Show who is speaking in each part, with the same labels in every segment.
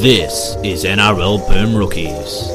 Speaker 1: This is NRL Boom Rookies.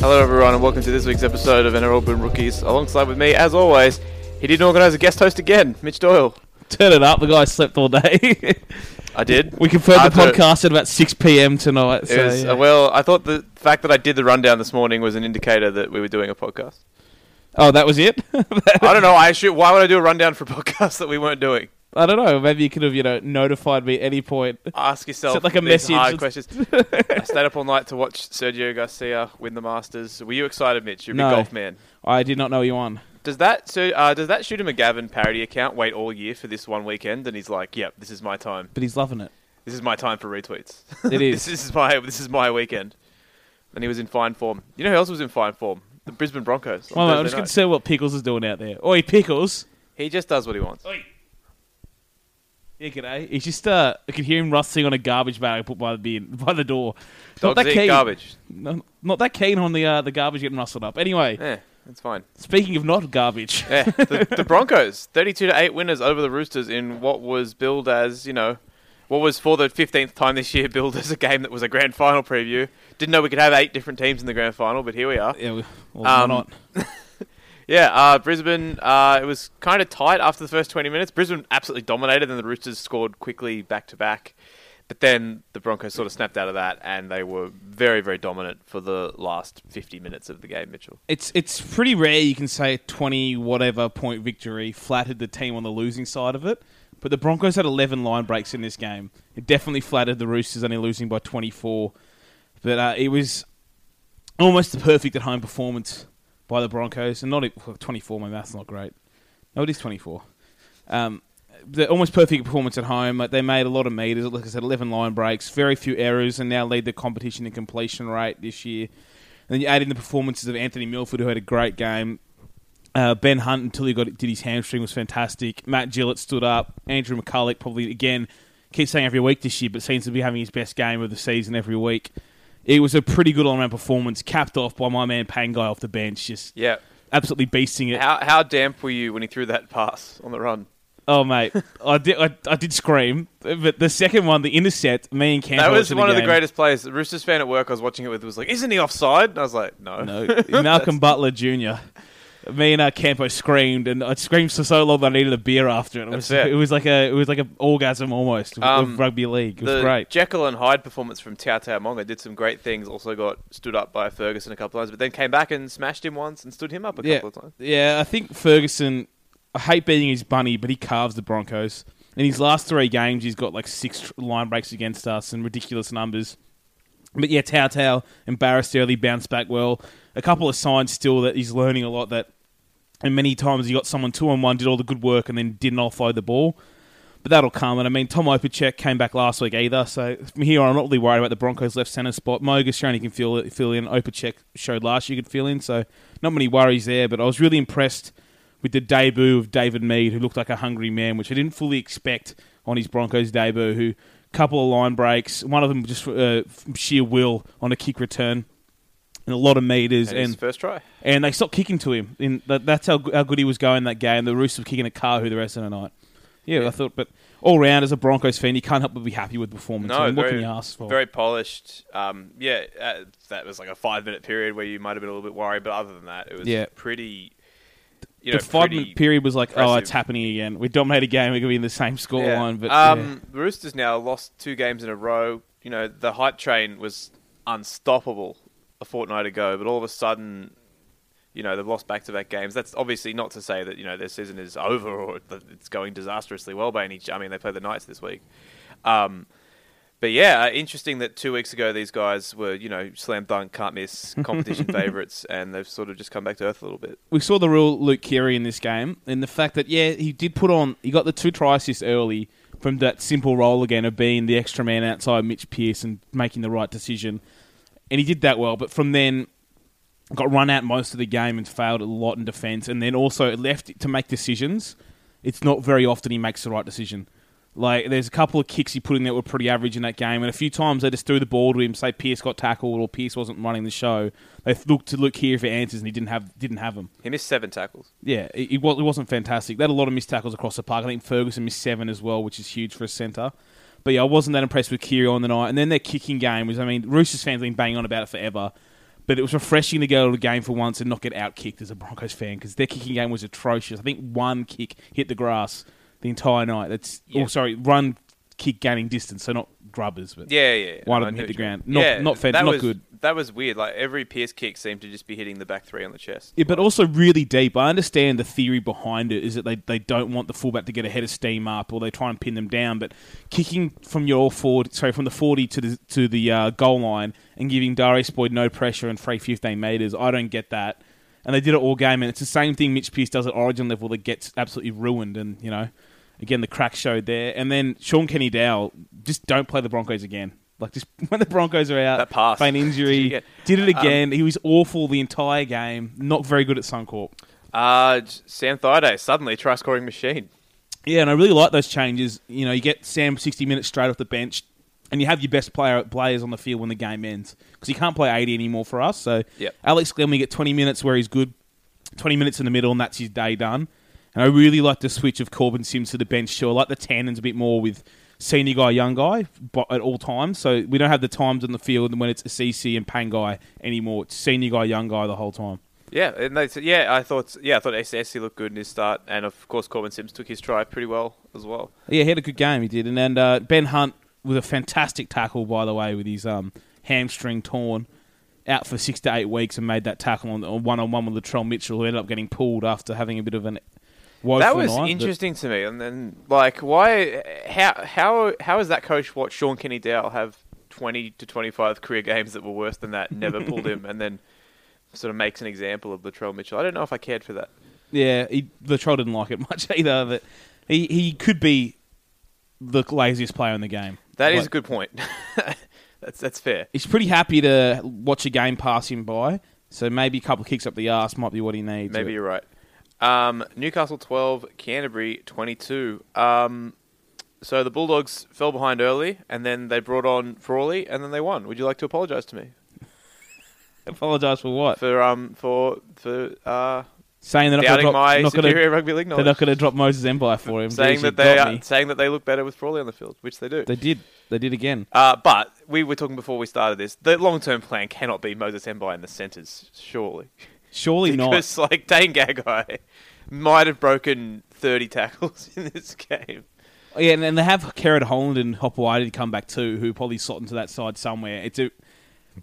Speaker 2: Hello, everyone, and welcome to this week's episode of NRL Boom Rookies. Alongside with me, as always, he didn't organise a guest host again, Mitch Doyle.
Speaker 3: Turn it up. The guy slept all day.
Speaker 2: I did.
Speaker 3: we confirmed
Speaker 2: After-
Speaker 3: the podcast at about 6 p.m. tonight.
Speaker 2: It
Speaker 3: So,
Speaker 2: was,
Speaker 3: yeah.
Speaker 2: uh, well, I thought the fact that I did the rundown this morning was an indicator that we were doing a podcast.
Speaker 3: oh, that was it?
Speaker 2: I don't know. I should, Why would I do a rundown for a podcast that we weren't doing?
Speaker 3: I don't know. Maybe you could have, you know, notified me at any point.
Speaker 2: Ask yourself
Speaker 3: Sent like a
Speaker 2: these
Speaker 3: message.
Speaker 2: hard questions. I stayed up all night to watch Sergio Garcia win the Masters. Were you excited, Mitch? You're a big
Speaker 3: No.
Speaker 2: golf man.
Speaker 3: I did not know you won.
Speaker 2: Does that so? Uh, does that Shooter McGavin parody account wait all year for this one weekend? And he's like, "Yep, this is my time.
Speaker 3: But he's loving it.
Speaker 2: This is my time for retweets.
Speaker 3: It is.
Speaker 2: this is my this is my weekend." And he was in fine form. You know who else was in fine form? The Brisbane Broncos. on
Speaker 3: Well, I'm
Speaker 2: Thursday
Speaker 3: just
Speaker 2: night.
Speaker 3: concerned what Pickles is doing out there. Oi, Pickles.
Speaker 2: He just does what he wants.
Speaker 3: Yeah, g'day. He's just, uh, I could hear him rustling on a garbage bag I put by the bin, by the door.
Speaker 2: Dogs eat garbage.
Speaker 3: No, not that keen on the uh, the garbage getting rustled up. Anyway,
Speaker 2: Yeah, that's fine.
Speaker 3: speaking of not garbage,
Speaker 2: Yeah, the, the Broncos, thirty-two to eight winners over the Roosters in what was billed as you know, what was for the fifteenth time this year billed as a game that was a grand final preview. Didn't know we could have eight different teams in the grand final, but here we are.
Speaker 3: yeah, we- well,
Speaker 2: Um,
Speaker 3: why not?
Speaker 2: Yeah, uh, Brisbane. Uh, it was kind of tight after the first twenty minutes. Brisbane absolutely dominated, and the Roosters scored quickly back to back. But then the Broncos sort of snapped out of that, and they were very, very dominant for the last fifty minutes of the game. Mitchell.
Speaker 3: It's it's pretty rare you can say a twenty whatever point victory flattered the team on the losing side of it. But the Broncos had eleven line breaks in this game. It definitely flattered the Roosters only losing by twenty four. But uh, it was almost the perfect at home performance by the Broncos, and not e- well, twenty four. My math's not great. No, it is twenty four. Um, the almost perfect performance at home. Like they made a lot of meters. Like I said, eleven line breaks, very few errors, and now lead the competition in completion rate this year. And then you add in the performances of Anthony Milford, who had a great game. Uh, ben Hunt, until he got did his hamstring, was fantastic. Matt Gillett stood up. Andrew McCulloch, probably again, keeps saying every week this year, but seems to be having his best game of the season every week. It was a pretty good all round performance, capped off by my man Pangai off the bench, just
Speaker 2: Yeah.
Speaker 3: absolutely beasting it.
Speaker 2: How how damp were you when he threw that pass on the run?
Speaker 3: Oh mate, I did I, I did scream, but the second one, the intercept, me and Campbell
Speaker 2: That was
Speaker 3: watching
Speaker 2: one of the
Speaker 3: game.
Speaker 2: greatest plays. The Roosters fan at work I was watching it with was like, "Isn't he offside?" And I was like, "No."
Speaker 3: No, Malcolm Butler Jr. Me and uh, Campo screamed, and I screamed for so long that I needed a beer after it. It was,
Speaker 2: That's it.
Speaker 3: it was like a, it was like an orgasm almost of-
Speaker 2: Um,
Speaker 3: of rugby league. It was
Speaker 2: the
Speaker 3: great.
Speaker 2: Jekyll and Hyde performance from Tao Tao Monga did some great things. Also got stood up by Ferguson a couple of times, but then came back and smashed him once and stood him up a
Speaker 3: yeah,
Speaker 2: couple of times.
Speaker 3: yeah. I think Ferguson. I hate beating his bunny, but he carves the Broncos. In his last three games, he's got like six tr- line breaks against us and ridiculous numbers. But yeah, Tao Tao embarrassed early, bounced back well. A couple of signs still that he's learning a lot. That and many times he got someone two on one, did all the good work, and then didn't offload the ball. But that'll come. And I mean, Tom Opacek came back last week either. So from here, on, I'm not really worried about the Broncos' left centre spot. Mogas shown he can fill, fill in. Opacek showed last year he could fill in. So not many worries there. But I was really impressed with the debut of David Mead, who looked like a hungry man, which I didn't fully expect on his Broncos debut. Who couple of line breaks, one of them just uh, from sheer will on a kick return, and a lot of meters
Speaker 2: And, his
Speaker 3: and
Speaker 2: first try.
Speaker 3: and they stopped kicking to him. In that, that's how how good he was going that game. The Roosters were kicking a car who the rest of the night. Yeah, I thought, but all round as a Broncos fan, you can't help but be happy with the performance. I mean, what can you ask for?
Speaker 2: Very polished. Um, yeah, uh, that was like a five minute period where you might have been a little bit worried, but other than that, it was
Speaker 3: Yeah.
Speaker 2: pretty. You
Speaker 3: the
Speaker 2: know,
Speaker 3: five
Speaker 2: pretty-
Speaker 3: minute period was like, oh,
Speaker 2: impressive.
Speaker 3: it's happening again. We dominated a game. We're going to be in the same
Speaker 2: Yeah.
Speaker 3: scoreline. But yeah.
Speaker 2: um, the Roosters now lost two games in a row. You know, the hype train was unstoppable a fortnight ago, but all of a sudden, you know, they've lost back-to-back games. That's obviously not to say that you know their season is over or that it's going disastrously well by any. ch- I mean, they play the Knights this week. Um, but yeah, uh, interesting that two weeks ago these guys were, you know, slam dunk, can't miss competition favourites, and they've sort of just come back to earth a little bit.
Speaker 3: we saw the real Luke Keary in this game, and the fact that yeah, he did put on. He got the two try assists early from that simple role again of being the extra man outside Mitch Pearce and making the right decision, and he did that well. But from then, got run out most of the game and failed a lot in defence, and then also left to make decisions. It's not very often he makes the right decision. Like there's a couple of kicks he put in that were pretty average in that game, and a few times they just threw the ball to him. Say Pierce got tackled or Pierce wasn't running the show. They looked to look here for answers, and he didn't have didn't have them.
Speaker 2: He missed seven tackles.
Speaker 3: Yeah, it, it, was, it wasn't fantastic. They had a lot of missed tackles across the park. I think Ferguson missed seven as well, which is huge for a centre. But yeah, I wasn't that impressed with Kiri on the night. And then their kicking game was, I mean, Roosters fans have been banging on about it forever. But it was refreshing to go to a game for once and not get out kicked as a Broncos fan because their kicking game was atrocious. I think one kick hit the grass the entire night. That's, oh, sorry, run kick gaining distance. So not grubbers, but
Speaker 2: Yeah, yeah.
Speaker 3: One
Speaker 2: No, I
Speaker 3: of them
Speaker 2: know
Speaker 3: hit the
Speaker 2: what you mean.
Speaker 3: ground. Not- not fair-
Speaker 2: that
Speaker 3: not
Speaker 2: was,
Speaker 3: good.
Speaker 2: That was weird. Like every Pierce kick seemed to just be hitting the back three on the chest.
Speaker 3: Yeah, but also really deep. I understand the theory behind it is that they, they don't want the fullback to get ahead of steam up, or they try and pin them down. But kicking from your forward, sorry, from the forty to the to the uh, goal line and giving Darius Boyd no pressure and free fifteen meters, I don't get that. And they did it all game, and it's the same thing Mitch Pearce does at Origin level that gets absolutely ruined. And you know, again, the crack showed there. And then Sean Kenny Dow just don't play the Broncos again. Like just when the Broncos are out,
Speaker 2: That pass.
Speaker 3: feign injury,
Speaker 2: Did you get-
Speaker 3: did it again. he was awful the entire game. Not very good at Suncorp.
Speaker 2: Uh, j- Sam Thaiday suddenly try scoring machine.
Speaker 3: Yeah, and I really like those changes. You know, you get Sam sixty minutes straight off the bench, and you have your best player players on the field when the game ends because he can't play eighty anymore for us. So
Speaker 2: Yep.
Speaker 3: Alex Glenn, we get twenty minutes where he's good, twenty minutes in the middle, and that's his day done. And I really like the switch of Corbin Sims to the bench too. I like the tannins a bit more with senior guy, young guy but at all times. So we don't have the times on the field and when it's a CC and Pangai anymore. It's senior guy, young guy the whole time.
Speaker 2: Yeah, and they, said- yeah, I thought yeah, I thought ACSC looked good in his start, and of course Corbin Sims took his try pretty well as well.
Speaker 3: Yeah, he had a good game. He did, and then uh, Ben Hunt with a fantastic tackle, by the way, with his um, hamstring torn, out for six to eight weeks, and made that tackle on one on one with Latrell Mitchell, who ended up getting pulled after having a bit of an. woeful
Speaker 2: That was
Speaker 3: night, Oh, but-
Speaker 2: interesting to me. And then like, why? How how how is that coach watch Sean Kenny Dow have twenty to twenty five career games that were worse than that, never pulled him, and then sort of makes an example of Latrell Mitchell? I don't know if I cared for that.
Speaker 3: Yeah, he, Latrell didn't like it much either, but he he could be the laziest player in the game.
Speaker 2: That is
Speaker 3: Like,
Speaker 2: a good point. that's that's fair.
Speaker 3: He's pretty happy to watch a game pass him by, so maybe a couple of kicks up the arse might be what he needs.
Speaker 2: Maybe you're right. Um, Newcastle 12, Canterbury 22. Um, so the Bulldogs fell behind early, and then they brought on Frawley, and then they won. Would you like to apologise to me
Speaker 3: apologise for what
Speaker 2: for um for for uh,
Speaker 3: saying they're not gonna
Speaker 2: doubting
Speaker 3: drop-
Speaker 2: my
Speaker 3: not gonna-
Speaker 2: superior rugby league
Speaker 3: They're not
Speaker 2: knowledge?
Speaker 3: going to drop Moses Empire for him.
Speaker 2: Saying
Speaker 3: Jeez,
Speaker 2: that
Speaker 3: you
Speaker 2: they
Speaker 3: got
Speaker 2: are,
Speaker 3: me.
Speaker 2: saying that they look better with Frawley on the field, which they do.
Speaker 3: They did. They did again.
Speaker 2: uh, but we were talking before we started this. The long-term plan cannot be Moses Mbai in the centres, surely.
Speaker 3: Surely not.
Speaker 2: because like Dane Gagai might have broken thirty tackles in this game.
Speaker 3: Yeah, and, and they have Kerrod Holland and Hopwaiti to come back too, who probably slot into that side somewhere. It's a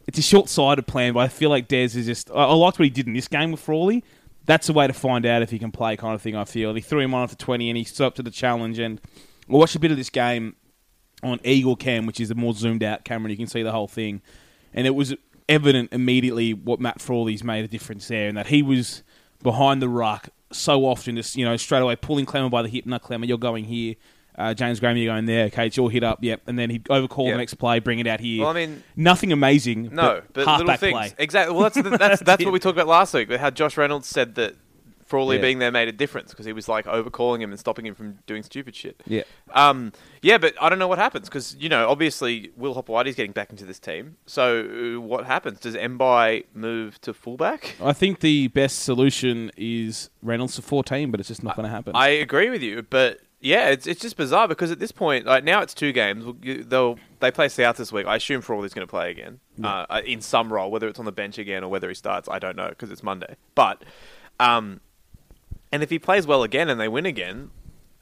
Speaker 3: it's a short sighted plan, but I feel like Dez is just. I, I liked what he did in this game with Frawley. That's a way to find out if he can play, kind of thing. I feel he threw him on for twenty, and he stood up to the challenge. And I watched a bit of this game on Eagle Cam, which is the more zoomed out camera, and you can see the whole thing. And it was evident immediately what Matt Frawley's made a difference there, and that he was behind the ruck so often, just you know, straight away pulling Clemmer by the hip. No, Clemmer, you're going here. Uh, James Graham, you're going there. Okay, it's your hit up. Yep, and then he'd overcall
Speaker 2: Yep.
Speaker 3: the next play, bring it out here.
Speaker 2: Well, I mean-
Speaker 3: nothing amazing.
Speaker 2: No, but, little
Speaker 3: halfback
Speaker 2: things.
Speaker 3: play.
Speaker 2: Exactly. Well, that's the, that's that's what we talked about last week. But how Josh Reynolds said that Frawley
Speaker 3: Yeah.
Speaker 2: being there made a difference because he was like overcalling him and stopping him from doing stupid shit.
Speaker 3: Yeah.
Speaker 2: Um. Yeah, but I don't know what happens because you know obviously Will Hopewhite's getting back into this team. So uh, what happens? Does Mbai move to fullback?
Speaker 3: I think the best solution is Reynolds to 14, but it's just not going to happen.
Speaker 2: I agree with you, but yeah, it's it's just bizarre because at this point, like now it's two games. We'll- you- They'll they play South this week. I assume Frawley's going to play again uh, in some role, whether it's on the bench again or whether he starts. I don't know because it's Monday. But um, and if he plays well again and they win again,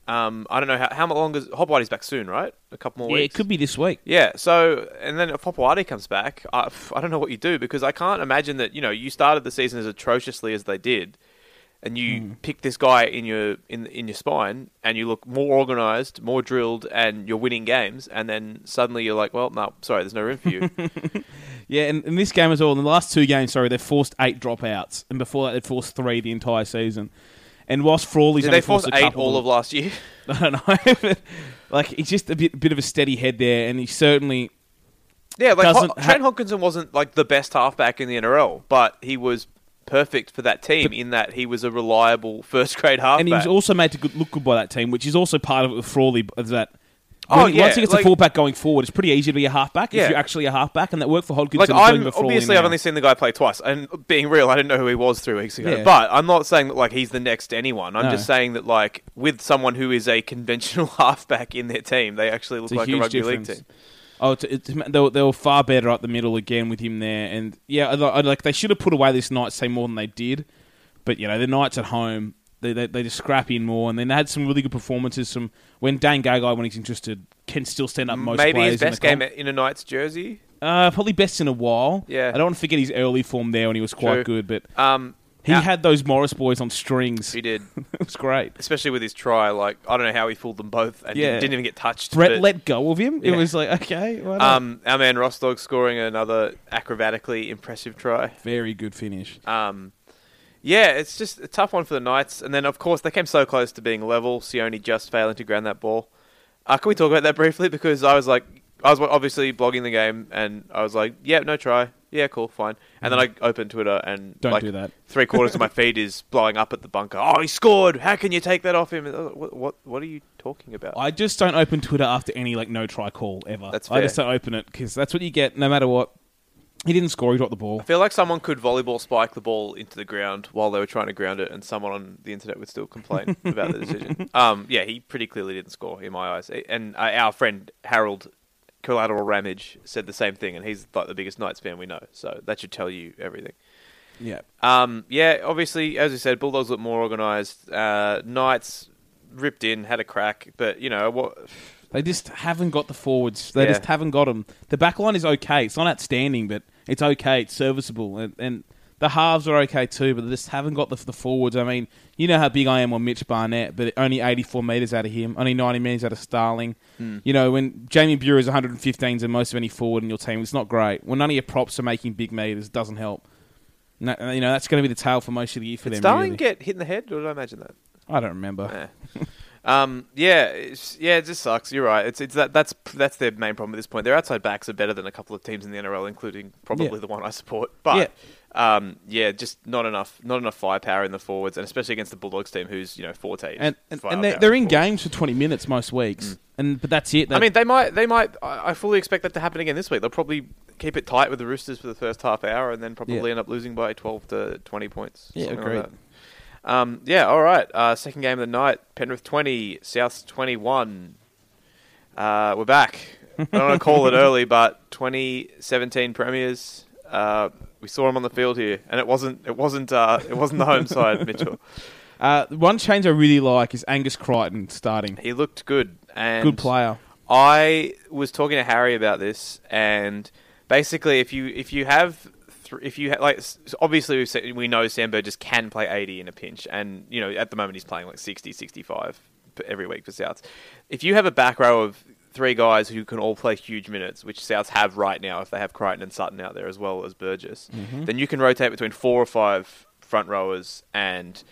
Speaker 2: um, I don't know how how long is Hopewhite's back soon, right? A couple more
Speaker 3: yeah,
Speaker 2: weeks.
Speaker 3: it could be this week.
Speaker 2: Yeah. So, and then if Popawati comes back, I, pff, I don't know what you do because I can't imagine that you know you started the season as atrociously as they did, and you
Speaker 3: Hmm.
Speaker 2: pick this guy in your in in your spine, and you look more organized, more drilled, and you're winning games, and then suddenly you're like, well, no, sorry, there's no room for you.
Speaker 3: Yeah, and in this game as well, in the last two games, sorry, they forced eight dropouts, and before that, they'd forced three the entire season. And whilst Frawley's
Speaker 2: Did
Speaker 3: only
Speaker 2: they force
Speaker 3: forced a
Speaker 2: eight
Speaker 3: couple
Speaker 2: all of last year?
Speaker 3: I don't know, but, like he's just a bit, bit of a steady head there, and he certainly
Speaker 2: yeah, like Ho-
Speaker 3: Doesn't ha-
Speaker 2: Trent Hodkinson wasn't like the best halfback in the NRL, but he was perfect for that team in that he was a reliable first grade halfback.
Speaker 3: and he was also made to good, look good by that team, which is also part of it with Frawley. Is that When,
Speaker 2: Oh, yeah,
Speaker 3: Once he gets
Speaker 2: like-
Speaker 3: a fullback going forward, it's pretty easy to be a halfback
Speaker 2: Yeah.
Speaker 3: if you're actually a halfback, and that worked for Hodgkinson.
Speaker 2: Like
Speaker 3: and
Speaker 2: I'm
Speaker 3: Bournemouth for all we
Speaker 2: obviously I've
Speaker 3: know.
Speaker 2: only seen the guy play twice, and being real, I didn't know who he was three weeks ago.
Speaker 3: Yeah.
Speaker 2: But I'm not saying that like he's the next anyone. I'm
Speaker 3: No.
Speaker 2: just saying that like with someone who is a conventional halfback in their team, they actually look
Speaker 3: It's a
Speaker 2: like a
Speaker 3: huge
Speaker 2: rugby league
Speaker 3: difference.
Speaker 2: team.
Speaker 3: Oh, it's, it's, they, were, they were far better up the middle again with him there, and yeah, I, I, like they should have put away this Knights team more than they did. But you know, the Knights at home, they they, they just scrap in more, and then they had some really good performances. Some when Dan Gagai, when he's interested, can still stand up most.
Speaker 2: Maybe
Speaker 3: players
Speaker 2: his
Speaker 3: in the
Speaker 2: best game
Speaker 3: comp.
Speaker 2: in a Knights jersey.
Speaker 3: uh, probably best in a while.
Speaker 2: Yeah.
Speaker 3: I don't want to forget his early form there when he was quite
Speaker 2: True.
Speaker 3: good, but
Speaker 2: Um,
Speaker 3: he
Speaker 2: yeah,
Speaker 3: had those Morris boys on strings.
Speaker 2: he did,
Speaker 3: it was great.
Speaker 2: especially with his try. Like I don't know how he fooled them both and
Speaker 3: Yeah.
Speaker 2: didn't, didn't even get touched.
Speaker 3: Brett
Speaker 2: but-
Speaker 3: let go of him.
Speaker 2: Yeah.
Speaker 3: It was like okay, why not?
Speaker 2: um, our man Ross Dog scoring another acrobatically impressive try.
Speaker 3: very good finish.
Speaker 2: Um, yeah, it's just a tough one for the Knights. And then, of course, they came so close to being level. Sione just failing to ground that ball. Uh, can we talk about that briefly? Because I was like, I was obviously blogging the game, and I was like, yeah, no try. Yeah, cool, fine. And then I opened Twitter, and
Speaker 3: Mm-hmm. Don't
Speaker 2: like,
Speaker 3: do that.
Speaker 2: Three quarters of my feed is blowing up at the bunker. Oh, he scored! How can you take that off him? Uh, What? What, what are you talking about?
Speaker 3: I just don't open Twitter after any like no try call ever.
Speaker 2: That's
Speaker 3: I
Speaker 2: fair.
Speaker 3: just don't open it because that's what you get no matter what. He didn't score. He dropped the ball.
Speaker 2: I feel like someone could volleyball spike the ball into the ground while they were trying to ground it, and someone on the internet would still complain about the decision. Um, yeah, he pretty clearly didn't score in my eyes. And uh, our friend Harold Collateral Ramage said the same thing, and he's like the biggest Knights fan we know, so that should tell you everything.
Speaker 3: Yeah.
Speaker 2: Um, yeah, obviously, as we said, Bulldogs look more organised. Uh, Knights ripped in, had a crack, but you know what?
Speaker 3: They just haven't got the forwards. They
Speaker 2: Yeah.
Speaker 3: just haven't got them. The back line is okay. It's not outstanding, but it's okay. It's serviceable. And, and the halves are okay too, but they just haven't got the, the forwards. I mean, you know how big I am on Mitch Barnett, but only 84 metres out of him, only 90 metres out of Starling.
Speaker 2: Hmm.
Speaker 3: You know, when Jamie Bure is 115s and most of any forward in your team, it's not great. When none of your props are making big metres, it doesn't help. No, you know, that's going to be the tail for most of the year for
Speaker 2: Did
Speaker 3: them.
Speaker 2: Starling
Speaker 3: really.
Speaker 2: get hit in the head, or did I imagine that?
Speaker 3: I don't remember.
Speaker 2: Yeah. Um, yeah, it's, yeah, it just sucks. You're right. It's it's that that's that's their main problem at this point. Their outside backs are better than a couple of teams in the NRL, including probably
Speaker 3: Yeah.
Speaker 2: the one I support. But um, yeah, just not enough not enough firepower in the forwards, and especially against the Bulldogs team, who's you know forte is
Speaker 3: And, and, and
Speaker 2: firepower
Speaker 3: they're, they're in
Speaker 2: forward.
Speaker 3: games for 20 minutes most weeks. And but that's it.
Speaker 2: Hmm. I mean, they might they might. I I fully expect that to happen again this week. They'll probably keep it tight with the Roosters for the first half hour, and then probably
Speaker 3: Yeah.
Speaker 2: end up losing by twelve to twenty points.
Speaker 3: Yeah,
Speaker 2: something
Speaker 3: agreed.
Speaker 2: Like that. Um, yeah, all right. Uh, second game of the night: Penrith twenty, South twenty-one. Uh, we're back. I don't want to call it early, but twenty seventeen premiers. Uh, we saw him on the field here, and it wasn't it wasn't uh, it wasn't the home side, Mitchell.
Speaker 3: Uh, one change I really like is Angus Crichton starting.
Speaker 2: He looked good and
Speaker 3: Good player.
Speaker 2: I was talking to Harry about this, and basically, if you if you have th- if you ha- like, s- obviously we've said, we know Sam Bird just can play eighty in a pinch, and you know at the moment he's playing like 60, 65 p- every week for Souths. If you have a back row of three guys who can all play huge minutes, which Souths have right now, if they have Crichton and Sutton out there as well as Burgess, then you can rotate between four or five front rowers and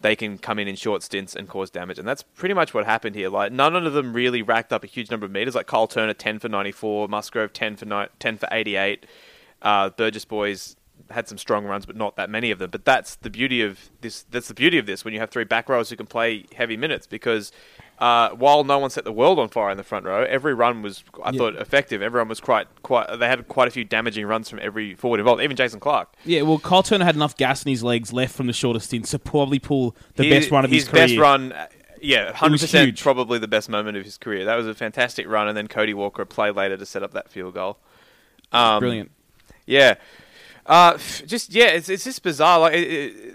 Speaker 2: they can come in in short stints and cause damage. And that's pretty much what happened here. Like none of them really racked up a huge number of meters. Like Kyle Turner, ten for ninety-four, Musgrove, ten for ni- ten for eighty-eight. Uh, Burgess boys had some strong runs, but not that many of them. But that's the beauty of this. That's the beauty of this when you have three back rows who can play heavy minutes because. Uh, while no one set the world on fire in the front row, every run was, I
Speaker 3: Yeah.
Speaker 2: thought, effective. Everyone was quite, quite. They had quite a few damaging runs from every forward involved, even Jason Clark.
Speaker 3: Yeah, well, Kyle Turner had enough gas in his legs left from the shorter stints to probably pull the
Speaker 2: He-
Speaker 3: best run of his, career.
Speaker 2: best run, uh, yeah, hundred percent,
Speaker 3: huge.
Speaker 2: probably the best moment of his career. That was a fantastic run, and then Cody Walker a play later to set up that field goal. Um,
Speaker 3: Brilliant.
Speaker 2: Yeah, uh, f- just yeah, it's it's just bizarre. Like it, it,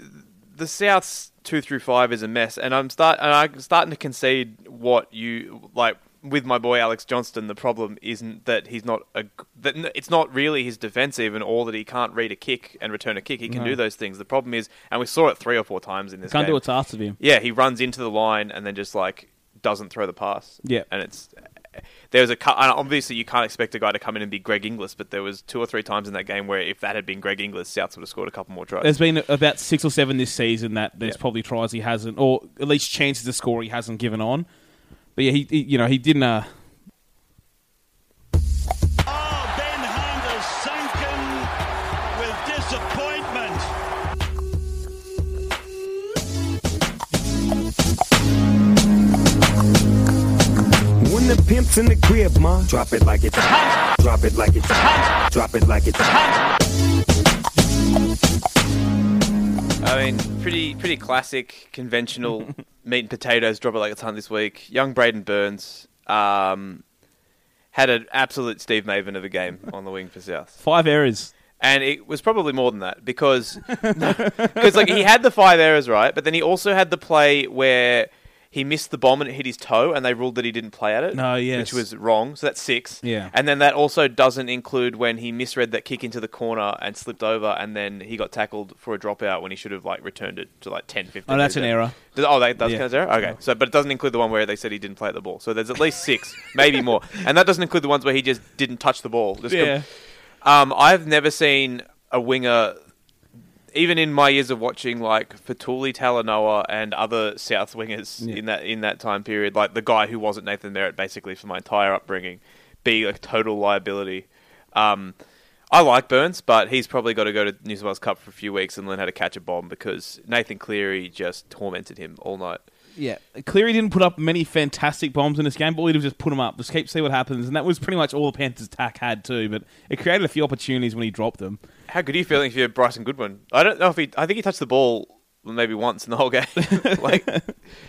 Speaker 2: the South's two through five is a mess, and I'm start and I'm starting to concede what you like with my boy Alex Johnston. The problem isn't that he's not a g- that n- it's not really his defensive, and all that he can't read a kick and return a kick. He can
Speaker 3: No.
Speaker 2: do those things. The problem is, and we saw it three or four times in this.
Speaker 3: Can't
Speaker 2: game.
Speaker 3: do what's asked of him.
Speaker 2: Yeah, he runs into the line and then just like doesn't throw the pass.
Speaker 3: Yeah.
Speaker 2: and it's there was a cu- and obviously you can't expect a guy to come in and be Greg Inglis, but there was two or three times in that game where if that had been Greg Inglis, Souths would have scored a couple more tries.
Speaker 3: There's been about six or seven this season that there's
Speaker 2: Yeah.
Speaker 3: probably tries he hasn't, or at least chances to score he hasn't given on. But yeah, he, he you know he didn't. Uh,
Speaker 4: Oh, Ben Hunt is sunken with disappointment.
Speaker 5: When the pimp It's in the crib, ma. Drop it like it's hot. Drop it like it's hot. Drop it like it's hot.
Speaker 2: I mean, pretty pretty classic, conventional meat and potatoes. Drop it like it's hunt this week. Young Braden Burns um, had an absolute Steve Maven of a game on the wing for South,
Speaker 3: Five errors.
Speaker 2: and it was probably more than that because because like he had the five errors right, but then he also had the play where he missed the bomb and it hit his toe, and they ruled that he didn't play at it.
Speaker 3: No, yes.
Speaker 2: which was wrong. So that's six.
Speaker 3: Yeah.
Speaker 2: and then that also doesn't include when he misread that kick into the corner and slipped over, and then he got tackled for a dropout when he should have like returned it to like 10, 15.
Speaker 3: Oh, that's an
Speaker 2: meters out.
Speaker 3: error.
Speaker 2: Does- oh, that does
Speaker 3: Yeah.
Speaker 2: count as error. Okay, so but it doesn't include the one where they said he didn't play at the ball. So there's at least six, maybe more, and that doesn't include the ones where he just didn't touch the ball. Just com-
Speaker 3: Yeah.
Speaker 2: um, I've never seen a winger, even in my years of watching like Fatuli Talanoa and other South wingers
Speaker 3: Yeah.
Speaker 2: in that in that time period, like the guy who wasn't Nathan Merritt basically for my entire upbringing, be a total liability. Um, I like Burns, but he's probably got to go to New South Wales Cup for a few weeks and learn how to catch a bomb because Nathan Cleary just tormented him all night.
Speaker 3: Yeah, Cleary didn't put up many fantastic bombs in this game, but all he did was just put them up, just keep see what happens, and that was pretty much all the Panthers' attack had too. But it created a few opportunities when he dropped them.
Speaker 2: How good are you feeling if you're Bryson Goodwin? I don't know if he. I think he touched the ball maybe once in the whole game, like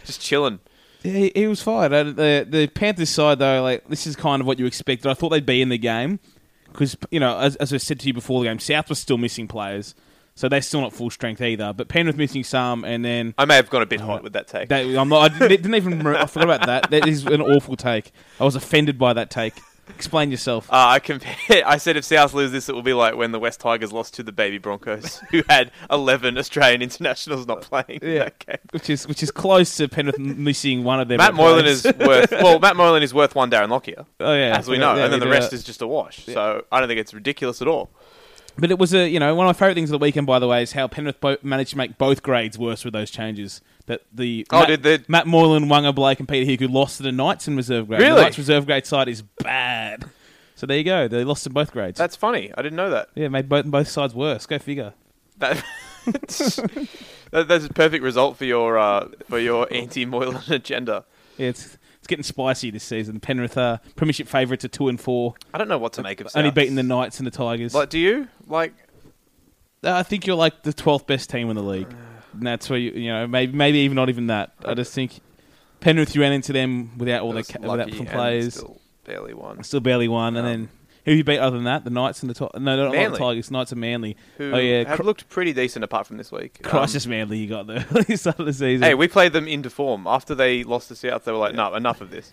Speaker 2: just chilling.
Speaker 3: He, he was fired. Uh, The, the Panthers side, though, like this is kind of what you expected. I thought they'd be in the game because you know, as, as I said to you before the game, South was still missing players, so they're still not full strength either. But Penrith missing some, and then
Speaker 2: I may have gone a bit hot with that take.
Speaker 3: That, I'm not, I didn't didn't even. remember- I forgot about that. That is an awful take. I was offended by that take. Explain yourself.
Speaker 2: uh, I compared. I said if South lose this, it will be like when the West Tigers lost to the Baby Broncos, who had eleven Australian internationals not
Speaker 3: Uh,
Speaker 2: playing. in that game.
Speaker 3: Which is which is close to Penrith missing one of their.
Speaker 2: Matt
Speaker 3: better
Speaker 2: Moylan
Speaker 3: players.
Speaker 2: is worth. Well, Matt Moylan is worth one Darren Lockyer,
Speaker 3: Oh yeah,
Speaker 2: as we know,
Speaker 3: Yeah,
Speaker 2: and then the
Speaker 3: we do
Speaker 2: rest
Speaker 3: that.
Speaker 2: is just a wash. So I don't think it's ridiculous at all.
Speaker 3: But it was a you know one of my favorite things of the weekend, by the way, is how Penrith bo- managed to make both grades worse with those changes. That the
Speaker 2: Oh,
Speaker 3: Matt,
Speaker 2: did they-
Speaker 3: Matt Moylan, Wanga Blake, and Peter Hugh lost to the Knights in reserve grade.
Speaker 2: Really?
Speaker 3: the Knights reserve grade side is bad. So there you go. They lost in both grades.
Speaker 2: That's funny. I didn't know that.
Speaker 3: yeah, made both both sides worse. Go figure.
Speaker 2: That. that- That's a perfect result for your uh, for your anti Moylan agenda.
Speaker 3: Yeah, it's it's getting spicy this season. Penrith are premiership favourites at two and four,
Speaker 2: I don't know what to make of.
Speaker 3: only
Speaker 2: South.
Speaker 3: beating the Knights and the Tigers.
Speaker 2: Like, do you like?
Speaker 3: Uh, I think you're like the twelfth best team in the league.
Speaker 2: Uh.
Speaker 3: And that's where you you know maybe maybe even not even that. I just think Penrith you ran into them without all
Speaker 2: it
Speaker 3: the
Speaker 2: was
Speaker 3: ca-
Speaker 2: lucky
Speaker 3: without from
Speaker 2: and
Speaker 3: players.
Speaker 2: still
Speaker 3: Still.
Speaker 2: barely won.
Speaker 3: barely won, and then who you beat other than that? The Knights and the Ti- no, not the
Speaker 2: Manly.
Speaker 3: Tigers. Knights and Manly.
Speaker 2: Who
Speaker 3: oh yeah,
Speaker 2: have
Speaker 3: cr-
Speaker 2: looked pretty decent apart from this week. Um,
Speaker 3: crisis Manly. You got there at the start of the season.
Speaker 2: Hey, we played them into form. After they lost to South, they were like, "No, enough of this."